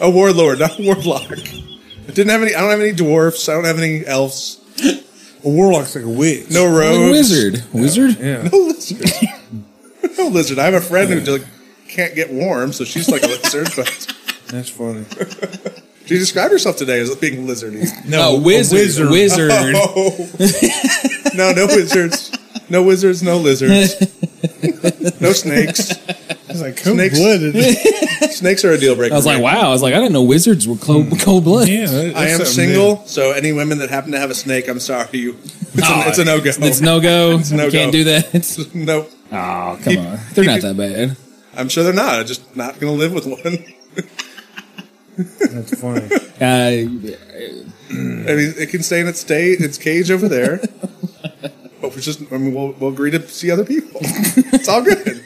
a warlord, not a warlock. I didn't have any. I don't have any dwarfs. I don't have any elves.
A warlock's like a witch.
No
Like
rogues.
wizard. Wizard?
Oh, Yeah.
No lizard. no Oh, lizard. I have a friend who like, can't get warm, so she's like a lizard. But
That's funny.
she described herself today as being lizardy.
No,
oh,
a wizard.
wizard. Wizard.
Oh. no, no wizards. No wizards. No lizards. no snakes.
It's like
Snakes.
cold-blooded.
Snakes are a deal breaker.
I was like,
for me.
wow. I was like, I didn't know wizards were cold, cold blood.
Hmm. Yeah, that-
I
that's
am
something
single, so any women that happen to have a snake, I'm sorry, you. It's, a, it's a no go.
It's no go.
no
you can't
go.
do that.
Nope.
Oh, come
Keep-
on. They're not
keep
that bad.
I'm sure they're not. I'm just not going to live with one.
new. That's funny.
Uh,
I mean, it can stay in its state, its cage over there. but we're just, I mean, we'll, we'll agree to see other people. it's all good.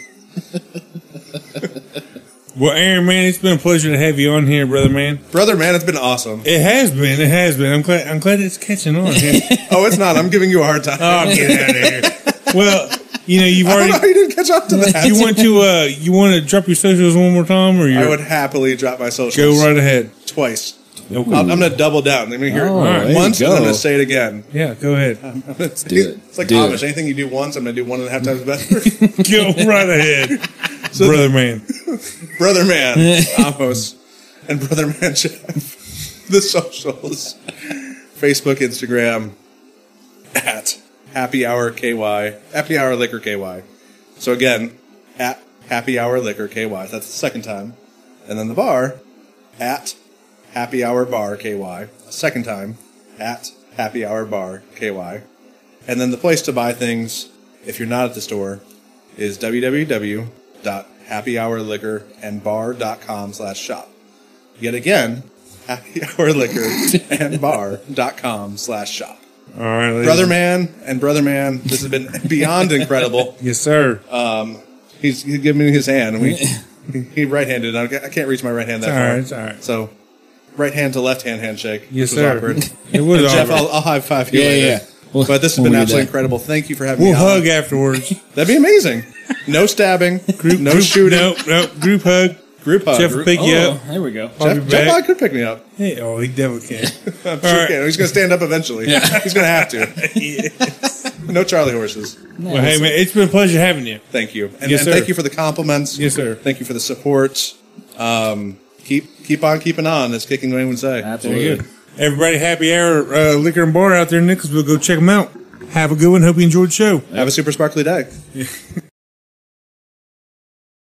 Well, Aaron, man, it's been a pleasure to have you on here, brother, man.
Brother, man, it's been awesome.
It has been. It has been. I'm glad. I'm glad it's catching on. Here.
Oh, it's not. I'm giving you a hard time.
oh, get out of here. Well, you know, you've
I don't know how
already.
you didn't catch up to that.
You want to? Uh, you want to drop your socials one more time, or you
I would happily drop my socials
go right ahead?
twice.
Okay.
I'm, I'm going to double down. I'm going to hear
Oh,
there
it
you
once, and then I'm
go.
going to say it again.
Yeah, go ahead.
Let's
do it.
It's like
Do
Amish.
it.
Anything you do once, I'm going to do one and a half times better.
go right ahead, brother, man.
Brother Man, Amos, and Brother Man Jeff. The socials Facebook, Instagram, at Happy Hour KY, Happy Hour Liquor KY. So again, at Happy Hour Liquor KY. That's the second time. And then the bar, at Happy Hour Bar KY. Second time, at Happy Hour Bar KY. And then the place to buy things, if you're not at the store, is www.happyhourliquorandbar.com slash shop. Yet again, happyhourliquorandbar.com slash shop.
All right, ladies.
Brother Man and Brother Man, this has been beyond incredible.
Yes, sir.
Uh, He's, he's giving me his hand. and We, he- he right-handed. I ca- I can't reach my right hand that
It's all
far.
right, it's all right.
So, right hand to left hand handshake.
yes,
which was
sir.
awkward.
It was
Jeff,
awkward.
I'll, I'll high five you
Yeah,
later.
yeah. We'll-
but this has
we'll
been
do
absolutely
that.
incredible. Thank you for having
we'll
me.
hug
On.
afterwards.
That'd be amazing. No stabbing. Group, no
group,
shooting.
No, no group hug.
Group hug.
Jeff, will
Group-
pick you
oh,
up.
there we go.
I'll be
Jeff, Jeff
back.
probably could pick me up.
Hey, oh, he definitely can. All
Sure
right.
can. He's going to stand up eventually. He's going to have to. No Charlie horses.
Well, hey, man, it's been a pleasure having you.
Thank you, and,
Yes,
and
sir.
thank you for the compliments.
Yes, sir.
Thank you for the support. Um, keep keep on keeping on. That's kicking Wayne would say.
Absolutely.
Everybody, happy hour uh, liquor and bar out there in Nicholasville. Go check them out. Have a good one. Hope you enjoyed the show.
Have a super sparkly day.